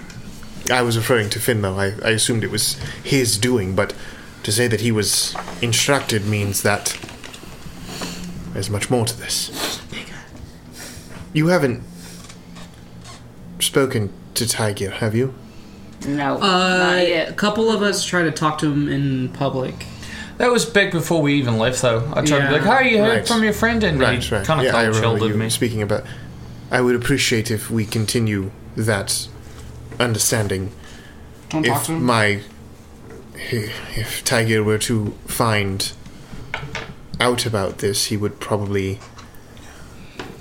[SPEAKER 1] I was referring to Finn, though. I, I assumed it was his doing, but to say that he was instructed means that there's much more to this. You haven't spoken to Tiger, have you?
[SPEAKER 5] No.
[SPEAKER 3] Uh, a couple of us tried to talk to him in public.
[SPEAKER 6] That was back before we even left, though. I tried to be like, "Hi, you heard
[SPEAKER 1] Right.
[SPEAKER 6] from your friend?" And
[SPEAKER 1] Right,
[SPEAKER 6] he
[SPEAKER 1] right.
[SPEAKER 6] kind of
[SPEAKER 1] yeah, I
[SPEAKER 6] cold
[SPEAKER 1] remember
[SPEAKER 6] chilled at
[SPEAKER 1] you
[SPEAKER 6] me.
[SPEAKER 1] speaking about. I would appreciate if we continue that understanding.
[SPEAKER 3] Don't
[SPEAKER 1] if
[SPEAKER 3] talk to him?
[SPEAKER 1] my, eh, if Tiger were to find out about this, he would probably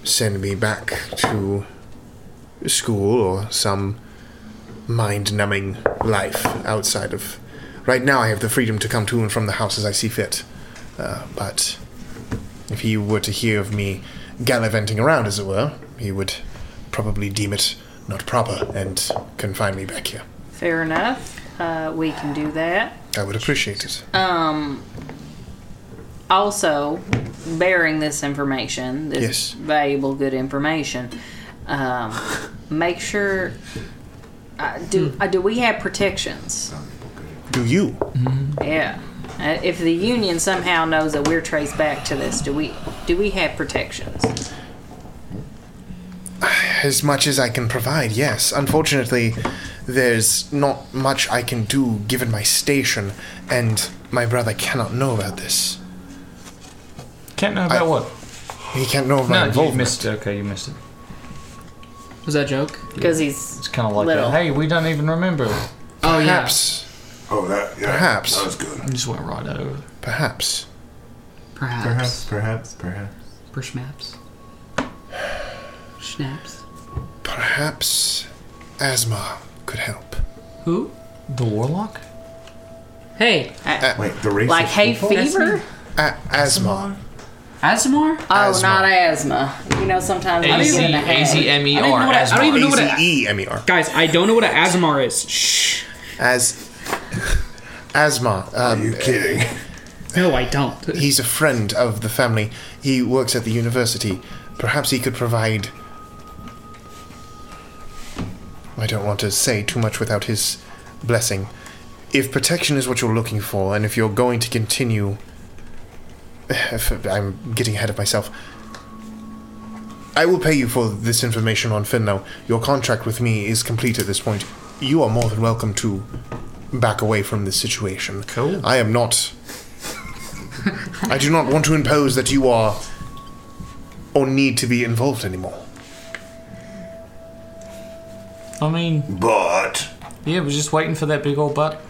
[SPEAKER 1] send me back to school or some mind-numbing life outside of. Right now, I have the freedom to come to and from the house as I see fit, uh, but if he were to hear of me gallivanting around, as it were, he would probably deem it not proper and confine me back here.
[SPEAKER 5] Fair enough. Uh, we can do that.
[SPEAKER 1] I would appreciate it.
[SPEAKER 5] Um. Also, bearing this information, this
[SPEAKER 1] Yes.
[SPEAKER 5] valuable, good information, um, make sure. Uh, do uh, do we have protections?
[SPEAKER 1] Do you?
[SPEAKER 3] Mm-hmm.
[SPEAKER 5] Yeah. Uh, if the union somehow knows that we're traced back to this, do we do we have protections?
[SPEAKER 1] As much as I can provide, yes. Unfortunately, there's not much I can do given my station, and my brother cannot know about this.
[SPEAKER 6] Can't know about what?
[SPEAKER 1] He can't know about
[SPEAKER 6] No, you
[SPEAKER 1] involvement.
[SPEAKER 6] missed. it. Okay, you missed it.
[SPEAKER 3] Was that a joke?
[SPEAKER 5] 'Cause he's
[SPEAKER 6] It's kind of like
[SPEAKER 5] little.
[SPEAKER 6] that. Hey, we don't even remember.
[SPEAKER 3] Oh yeah.
[SPEAKER 1] Perhaps.
[SPEAKER 8] Oh, that. Yeah,
[SPEAKER 1] Perhaps.
[SPEAKER 8] That was good.
[SPEAKER 6] You just went right over.
[SPEAKER 1] Perhaps.
[SPEAKER 3] Perhaps.
[SPEAKER 8] Perhaps. Perhaps.
[SPEAKER 3] Perhaps. Schnaps.
[SPEAKER 1] Perhaps Asma could help.
[SPEAKER 3] Who?
[SPEAKER 6] The warlock?
[SPEAKER 3] Hey.
[SPEAKER 1] Wait,
[SPEAKER 8] the racist
[SPEAKER 5] Like hay fever?
[SPEAKER 1] A- Asma.
[SPEAKER 3] Asmar?
[SPEAKER 5] Oh, not asthma. You know, sometimes I get in a E head.
[SPEAKER 3] I don't even know what a- I don't even know what a- E
[SPEAKER 1] A-Z-E-M-E-R.
[SPEAKER 3] Guys, I don't know what an Asmar is. Shh.
[SPEAKER 1] As. Asma. Um, Are you
[SPEAKER 8] kidding?
[SPEAKER 3] No, I don't.
[SPEAKER 1] He's a friend of the family. He works at the university. Perhaps he could provide. I don't want to say too much without his blessing. If protection is what you're looking for, and if you're going to continue. If I'm getting ahead of myself. I will pay you for this information on Finno. Your contract with me is complete at this point. You are more than welcome to back away from this situation. Cool. I am not. I do not want to impose that you are or need to be involved anymore.
[SPEAKER 6] I mean.
[SPEAKER 8] But.
[SPEAKER 6] Yeah, we're just waiting for that big old butt.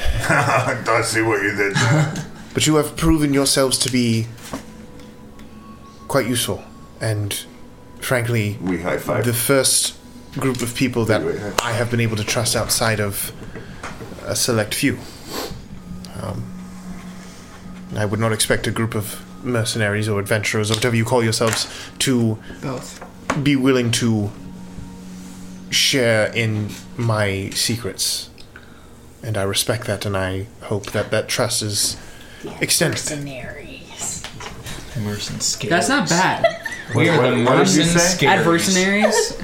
[SPEAKER 8] I see what you did. there.
[SPEAKER 1] But you have proven yourselves to be quite useful, and frankly,
[SPEAKER 8] we high five.
[SPEAKER 1] the first group of people that I have been able to trust outside of a select few. Um, I would not expect a group of mercenaries or adventurers or whatever you call yourselves to
[SPEAKER 3] Both.
[SPEAKER 1] be willing to share in my secrets. And I respect that, and I hope that that trust is extended.
[SPEAKER 5] Mercenaries.
[SPEAKER 2] Mercen scared.
[SPEAKER 3] That's not bad.
[SPEAKER 1] We are the
[SPEAKER 3] Adversaries.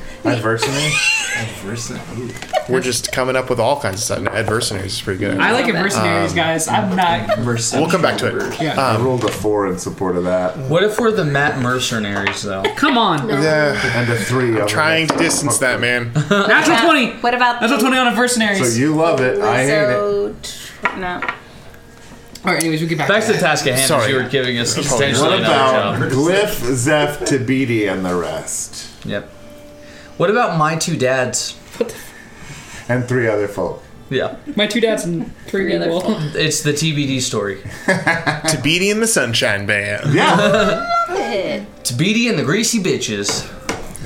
[SPEAKER 1] Adversaries? We're just coming up with all kinds of stuff. Adversaries is pretty good.
[SPEAKER 3] I like adversaries,
[SPEAKER 1] Um,
[SPEAKER 3] guys. I'm not.
[SPEAKER 1] We'll come back to it. Um,
[SPEAKER 3] Yeah.
[SPEAKER 7] I rolled a four in support of that.
[SPEAKER 2] What if we're the Matt mercenaries though?
[SPEAKER 3] Come on.
[SPEAKER 7] and a three. I'm
[SPEAKER 1] trying to distance that man.
[SPEAKER 3] Natural
[SPEAKER 5] What
[SPEAKER 3] twenty.
[SPEAKER 5] What about
[SPEAKER 3] Natural twenty on adversaries.
[SPEAKER 7] So you love it. I hate it.
[SPEAKER 5] it. No.
[SPEAKER 3] All right. Anyways, we get back.
[SPEAKER 2] Back to the task at hand. Sorry. You were giving us
[SPEAKER 7] What
[SPEAKER 2] essentially
[SPEAKER 7] about
[SPEAKER 2] another job.
[SPEAKER 7] Glyph, Zeph, Tabidi, and the rest?
[SPEAKER 2] Yep. What about my two dads?
[SPEAKER 7] And three other folk.
[SPEAKER 2] Yeah.
[SPEAKER 3] My two dads and three people.
[SPEAKER 2] It's the TBD story.
[SPEAKER 1] to Beatty and the Sunshine Band.
[SPEAKER 2] Yeah. to Beatty and the Greasy Bitches.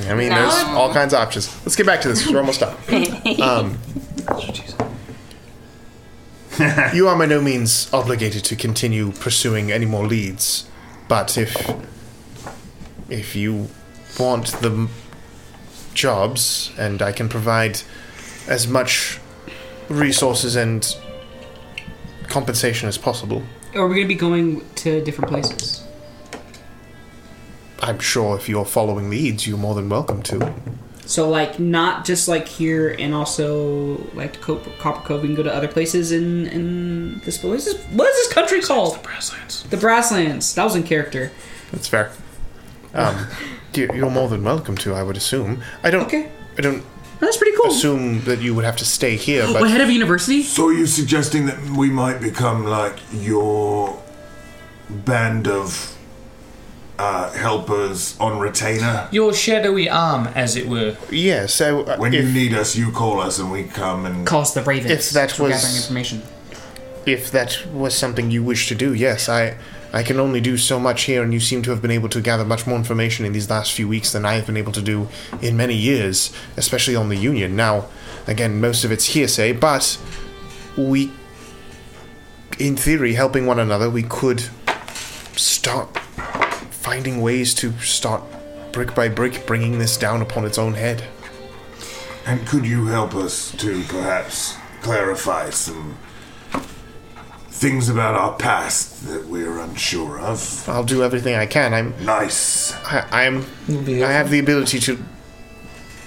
[SPEAKER 1] I mean, there's all kinds of options. Let's get back to this. 'cause We're almost done. Um, you are by no means obligated to continue pursuing any more leads, but if if you want the m- jobs and I can provide as much resources and compensation as possible,
[SPEAKER 3] Are we gonna be going to different places?
[SPEAKER 1] I'm sure if you're following leads, you're more than welcome to.
[SPEAKER 3] So like not just like here and also like to Cop- Copper Cove. We can go to other places in in this. What is this, what is this country called? The Brasslands. The Brasslands. That was in character.
[SPEAKER 1] That's fair. Um, you- you're more than welcome to, I would assume. I don't. I don't.
[SPEAKER 3] That's pretty cool.
[SPEAKER 1] Assume that you would have to stay here, but
[SPEAKER 3] We're head of university?
[SPEAKER 8] So are you suggesting that we might become like your band of uh, helpers on retainer?
[SPEAKER 2] Your shadowy arm, as it were.
[SPEAKER 1] Yes. I,
[SPEAKER 8] when you need us, you call us and we come and.
[SPEAKER 3] Calls the Ravens.
[SPEAKER 1] Mm. If that
[SPEAKER 3] for
[SPEAKER 1] was-
[SPEAKER 3] gathering information.
[SPEAKER 1] if that was something you wish to do, yes, I. I can only do so much here, and you seem to have been able to gather much more information in these last few weeks than I have been able to do in many years, especially on the Union. Now, again, most of it's hearsay, but we, in theory, helping one another, we could start finding ways to start brick by brick bringing this down upon its own head.
[SPEAKER 8] And could you help us to perhaps clarify some things about our past that we're unsure of?
[SPEAKER 1] I'll do everything I can. I'm
[SPEAKER 8] nice.
[SPEAKER 1] I, I'm. I have the ability to.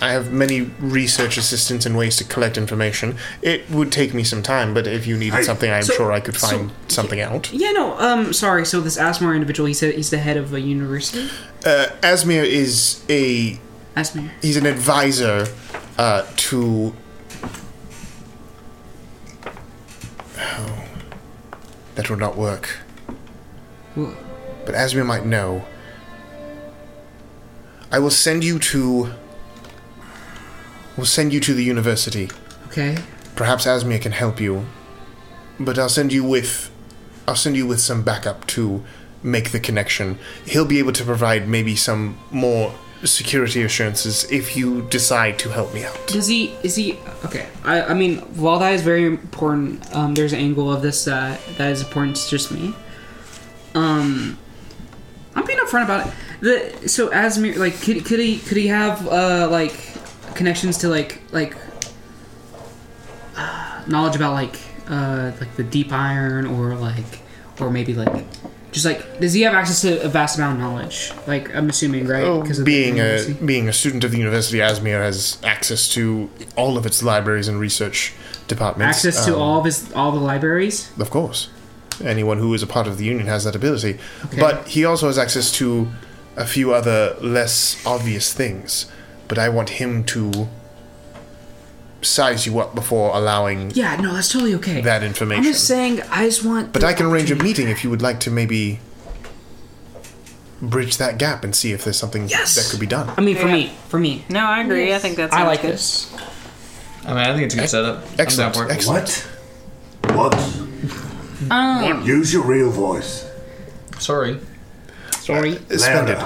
[SPEAKER 1] I have many research assistants and ways to collect information. It would take me some time, but if you needed
[SPEAKER 3] Hey.
[SPEAKER 1] something, I'm
[SPEAKER 3] So-
[SPEAKER 1] sure I could
[SPEAKER 3] so-
[SPEAKER 1] find something out.
[SPEAKER 3] Yeah, no. Um, sorry. So this Asmar individual, he said he's the head of a university.
[SPEAKER 1] Uh, Asmir is a.
[SPEAKER 3] Asmir.
[SPEAKER 1] He's an advisor uh, to. Oh, that would not work.
[SPEAKER 3] Wha-
[SPEAKER 1] But Asmir might know. I will send you to. We'll send you to the university.
[SPEAKER 3] Okay.
[SPEAKER 1] Perhaps Asmir can help you. But I'll send you with I'll send you with some backup to make the connection. He'll be able to provide maybe some more security assurances if you decide to help me out.
[SPEAKER 3] Does he? Is he? Okay. I, I mean, while that is very important, um, there's an angle of this uh, that is important to just me. Um, I'm being upfront about it. The so Asmir, like, could, could he could he have uh like connections to like like uh, knowledge about like uh like the deep iron or like or maybe like just like does he have access to a vast amount of knowledge? Like I'm assuming, right?
[SPEAKER 1] Oh,
[SPEAKER 3] of the
[SPEAKER 1] being a
[SPEAKER 3] university?
[SPEAKER 1] being a student of the university, Asmir has access to all of its libraries and research departments.
[SPEAKER 3] access to
[SPEAKER 1] Um,
[SPEAKER 3] all of his all the libraries.
[SPEAKER 1] Of course. Anyone who is a part of the union has that ability.
[SPEAKER 3] Okay.
[SPEAKER 1] But he also has access to a few other less obvious things. But I want him to size you up before allowing
[SPEAKER 3] Yeah, no, that's totally okay.
[SPEAKER 1] that
[SPEAKER 3] I'm
[SPEAKER 1] information.
[SPEAKER 3] just saying, I just want.
[SPEAKER 1] But I can arrange a meeting if you would like to maybe bridge that gap and see if there's something that could be done.
[SPEAKER 3] I mean, for me, for me.
[SPEAKER 5] No, I agree. I think that's.
[SPEAKER 3] I like this.
[SPEAKER 2] I mean, I think it's a good setup.
[SPEAKER 1] Excellent.
[SPEAKER 2] I'm down for it.
[SPEAKER 1] Excellent.
[SPEAKER 8] What?
[SPEAKER 5] Um,
[SPEAKER 8] Use your real voice.
[SPEAKER 2] Sorry.
[SPEAKER 3] Sorry.
[SPEAKER 1] Splendid.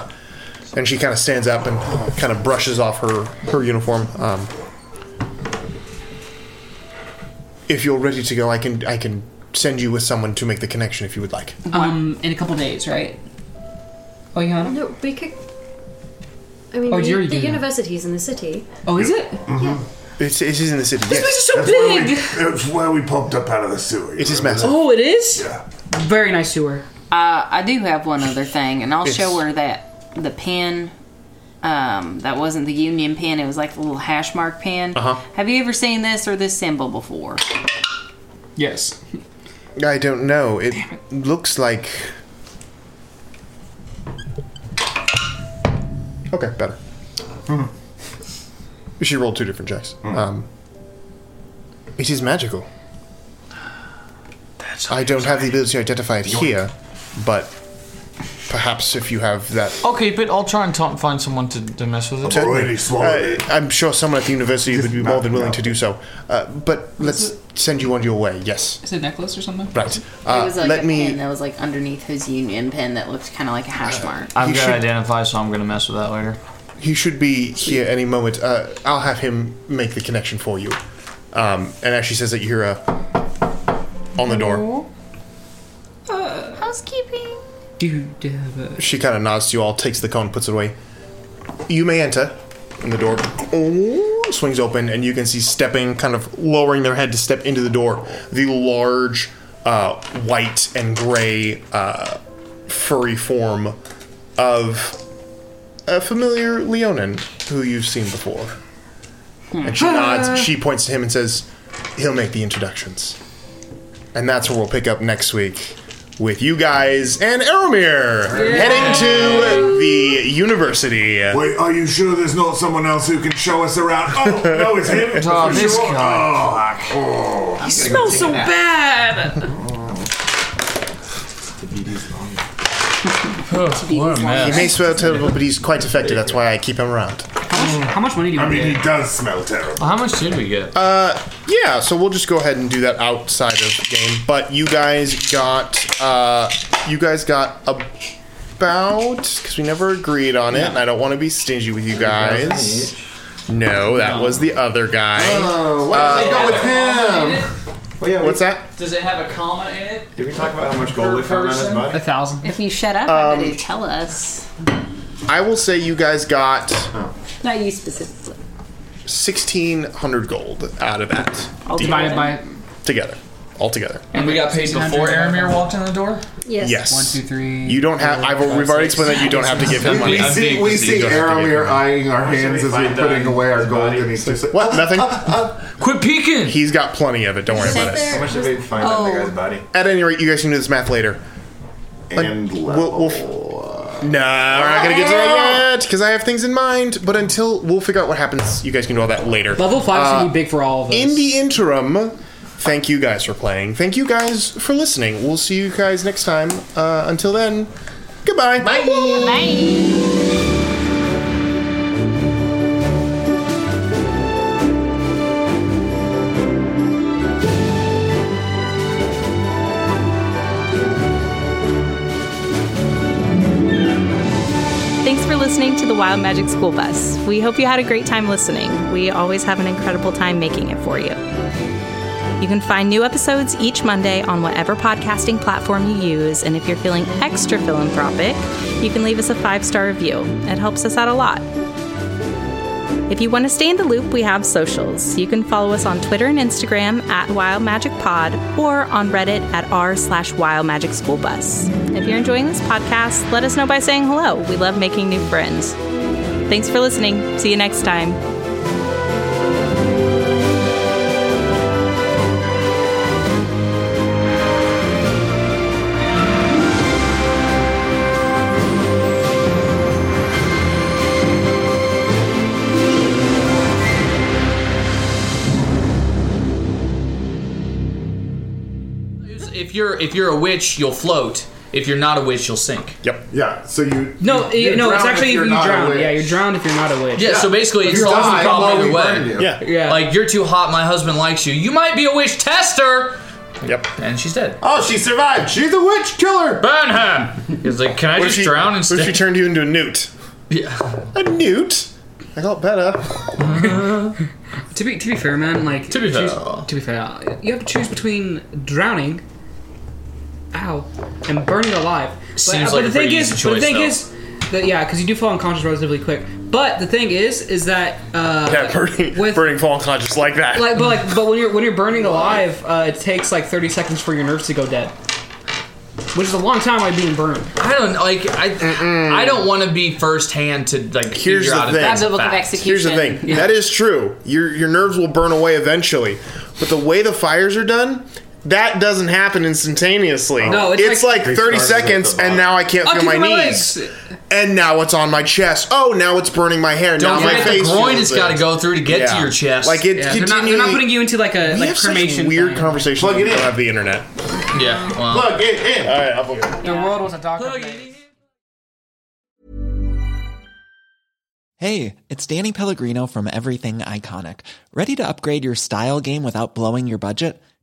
[SPEAKER 1] And she kind of stands up and kind of brushes off her, her uniform. Um, if you're ready to go, I can I can send you with someone to make the connection if you would like.
[SPEAKER 3] Um, in a couple days, right? Oh, you
[SPEAKER 24] No, we could. I mean, Oh, the, you already the do that. university's in the city.
[SPEAKER 3] Oh, is it?
[SPEAKER 2] Mm-hmm. It's, it is in the city.
[SPEAKER 24] This
[SPEAKER 2] yes.
[SPEAKER 24] place is so
[SPEAKER 2] That's
[SPEAKER 24] big!
[SPEAKER 2] why we-
[SPEAKER 8] That's where we popped up out of the sewer.
[SPEAKER 2] It is massive.
[SPEAKER 3] Oh, it is?
[SPEAKER 8] Yeah.
[SPEAKER 3] Very nice sewer.
[SPEAKER 5] Uh, I do have one other thing, and I'll
[SPEAKER 3] Yes.
[SPEAKER 5] show her that the pen. Um, that wasn't the union pen. It was like the little hash mark pen.
[SPEAKER 2] Uh-huh.
[SPEAKER 5] Have you ever seen this or this symbol before?
[SPEAKER 3] Yes.
[SPEAKER 2] I don't know. It looks like. Okay, better. She rolled two different checks.
[SPEAKER 8] Mm.
[SPEAKER 2] Um, it is magical. I don't have the ability to identify it here, but perhaps if you have that
[SPEAKER 6] Okay, but I'll try and ta- find someone to, to mess with it.
[SPEAKER 2] uh, I'm sure someone at the university would be more than willing to do so. Uh, but let's send you on your way. Yes.
[SPEAKER 3] Is it a necklace or something?
[SPEAKER 2] Right. Uh,
[SPEAKER 5] it was like
[SPEAKER 2] let
[SPEAKER 5] a
[SPEAKER 2] me. Uh,
[SPEAKER 5] pen that was like underneath his union pen that looked kind of like a hash mark.
[SPEAKER 6] I've got to
[SPEAKER 2] should-
[SPEAKER 6] identify, so I'm going to mess with that later.
[SPEAKER 2] He should be here any moment. Uh, I'll have him make the connection for you. Um, and as she says that, you hear a on the door.
[SPEAKER 25] Housekeeping.
[SPEAKER 2] She kind of nods to you all, takes the cone, puts it away. You may enter, and the door swings open, and you can see stepping, kind of lowering their head to step into the door, the large uh, white and gray uh, furry form of a familiar Leonin who you've seen before. And she
[SPEAKER 3] Hmm.
[SPEAKER 2] nods, she points to him and says, He'll make the introductions. And that's where we'll pick up next week with you guys and Eromir heading to the university.
[SPEAKER 8] Wait, are you sure there's not someone else who can show us around? Oh, no, it's him.
[SPEAKER 2] Oh,
[SPEAKER 8] for
[SPEAKER 2] this
[SPEAKER 8] sure.
[SPEAKER 2] guy.
[SPEAKER 8] Oh, oh.
[SPEAKER 3] He smells so bad! Oh,
[SPEAKER 2] He may smell terrible, but he's quite effective. That's why I keep him around.
[SPEAKER 3] How much money do you
[SPEAKER 8] I mean, he does smell terrible.
[SPEAKER 6] How much did we get?
[SPEAKER 2] Uh, yeah, so we'll just go ahead and do that outside of game. But you guys got, uh, you guys got about, because we never agreed on it, and I don't want to be stingy with you guys. No, Uh, that was the other guy.
[SPEAKER 7] Oh, why did they go with him?
[SPEAKER 2] Well, yeah, What's that?
[SPEAKER 3] Does it have a comma in it?
[SPEAKER 7] Oh, Did we talk about how much gold we found on his body?
[SPEAKER 3] A thousand.
[SPEAKER 5] If you shut up, I'm
[SPEAKER 2] Um,
[SPEAKER 5] going to tell us.
[SPEAKER 2] I will say you guys got
[SPEAKER 5] Not you specifically.
[SPEAKER 2] 1,600 gold out of that.
[SPEAKER 5] All Divided together?
[SPEAKER 2] Together. All together.
[SPEAKER 6] And we got paid before Aramir walked in the door?
[SPEAKER 24] Yes.
[SPEAKER 2] Yes.
[SPEAKER 3] One, two, three.
[SPEAKER 2] You don't have. I've, we've already explained that you don't have to give him money.
[SPEAKER 7] We see, we see Aramir eyeing our hands as we're putting away our gold, and he's just like,
[SPEAKER 2] What? Nothing? Quit peeking! He's got plenty of it. Don't worry
[SPEAKER 7] Is
[SPEAKER 2] about
[SPEAKER 7] that
[SPEAKER 2] it.
[SPEAKER 7] there- How much did they find on the guy's body?
[SPEAKER 2] At any rate, you guys can do this math later. And we'll, we'll f- no, we're not gonna get to that yet because I have things in mind. But until we'll figure out what happens, you guys can do all that later. Uh,
[SPEAKER 3] Level five should be big for all of us.
[SPEAKER 2] In the interim, thank you guys for playing. Thank you guys for listening. We'll see you guys next time. Uh, until then, goodbye. Bye. Bye.
[SPEAKER 17] Thanks for listening to the Wild Magic School Bus. We hope you had a great time listening. We always have an incredible time making it for you. You can find new episodes each Monday on whatever podcasting platform you use, and if you're feeling extra philanthropic, you can leave us a five star review. It helps us out a lot. If you want to stay in the loop, we have socials. You can follow us on Twitter and Instagram at Wild Magic Pod or on Reddit at r slash Wild Magic School Bus. If you're enjoying this podcast, let us know by saying hello. We love making new friends. Thanks for listening. See you next time.
[SPEAKER 6] If you're if you're a witch, you'll float. If you're not a witch, you'll sink.
[SPEAKER 2] Yep.
[SPEAKER 7] Yeah. So you
[SPEAKER 3] No,
[SPEAKER 6] You-
[SPEAKER 3] Uh, you,
[SPEAKER 6] you
[SPEAKER 3] no, it's
[SPEAKER 6] drown
[SPEAKER 3] actually
[SPEAKER 6] if
[SPEAKER 3] if
[SPEAKER 6] you're
[SPEAKER 3] you
[SPEAKER 6] not a
[SPEAKER 3] drown.
[SPEAKER 6] witch.
[SPEAKER 3] Yeah, you're drowned if you're not a witch.
[SPEAKER 6] Yeah, so basically it solves the problem either way.
[SPEAKER 3] Yeah. yeah.
[SPEAKER 6] Like your two hot, my husband likes you. You might be a witch tester.
[SPEAKER 2] Yep.
[SPEAKER 6] And she's dead.
[SPEAKER 7] Oh, she survived. She's a witch killer.
[SPEAKER 6] Burn her. He's like, can I
[SPEAKER 2] What if
[SPEAKER 6] just
[SPEAKER 2] she-
[SPEAKER 6] drown
[SPEAKER 2] What
[SPEAKER 6] instead?
[SPEAKER 2] if she turned you into a newt?
[SPEAKER 6] Yeah.
[SPEAKER 2] A newt? I got better.
[SPEAKER 3] to be to be fair, man, like to be fair, to be fair, you have to choose between drowning, ow, and burning alive.
[SPEAKER 6] Seems like
[SPEAKER 3] but the
[SPEAKER 6] a
[SPEAKER 3] thing
[SPEAKER 6] pretty
[SPEAKER 3] is,
[SPEAKER 6] easy
[SPEAKER 3] but the
[SPEAKER 6] choice,
[SPEAKER 3] thing
[SPEAKER 6] though.
[SPEAKER 3] is that yeah, because you do fall unconscious relatively quick. But the thing is, is that uh,
[SPEAKER 2] yeah, burning, burning fall unconscious like that.
[SPEAKER 3] like, but like, but when you're when you're burning alive, uh, it takes like 30 seconds for your nerves to go dead, which is a long time like being burned.
[SPEAKER 6] I don't like. I I don't want to be firsthand to like. figure
[SPEAKER 2] Here's the
[SPEAKER 6] out if
[SPEAKER 2] thing.
[SPEAKER 6] that's a fact.
[SPEAKER 2] Here's the thing. That is true. Your your nerves will burn away eventually, but the way the fires are done. That doesn't happen instantaneously.
[SPEAKER 3] No, it's like-
[SPEAKER 2] like, 30
[SPEAKER 3] Restarts at the
[SPEAKER 2] seconds, and
[SPEAKER 3] bottom.
[SPEAKER 2] now I can't
[SPEAKER 3] Oh,
[SPEAKER 2] feel
[SPEAKER 3] keep
[SPEAKER 2] my,
[SPEAKER 3] my
[SPEAKER 2] knees. And now it's on my chest. Oh, now it's burning my hair.
[SPEAKER 6] Don't
[SPEAKER 2] now my
[SPEAKER 6] forget the
[SPEAKER 2] face.
[SPEAKER 6] groin
[SPEAKER 2] feels
[SPEAKER 6] has gotta
[SPEAKER 2] it.
[SPEAKER 6] go through to get to your chest.
[SPEAKER 2] Like it
[SPEAKER 6] Yeah. They're
[SPEAKER 2] continually.
[SPEAKER 6] not- they're not putting
[SPEAKER 3] you into like a
[SPEAKER 2] we
[SPEAKER 6] like
[SPEAKER 2] have such
[SPEAKER 6] cremation
[SPEAKER 2] weird
[SPEAKER 6] thing.
[SPEAKER 2] conversations.
[SPEAKER 6] Plug
[SPEAKER 2] when
[SPEAKER 6] it
[SPEAKER 2] we don't
[SPEAKER 6] in.
[SPEAKER 2] have the internet.
[SPEAKER 6] Yeah. Well.
[SPEAKER 2] Plug it in. All right, I'll plug it in.
[SPEAKER 3] The world was a darker place.
[SPEAKER 26] Hey, it's Danny Pellegrino from Everything Iconic. Ready to upgrade your style game without blowing your budget?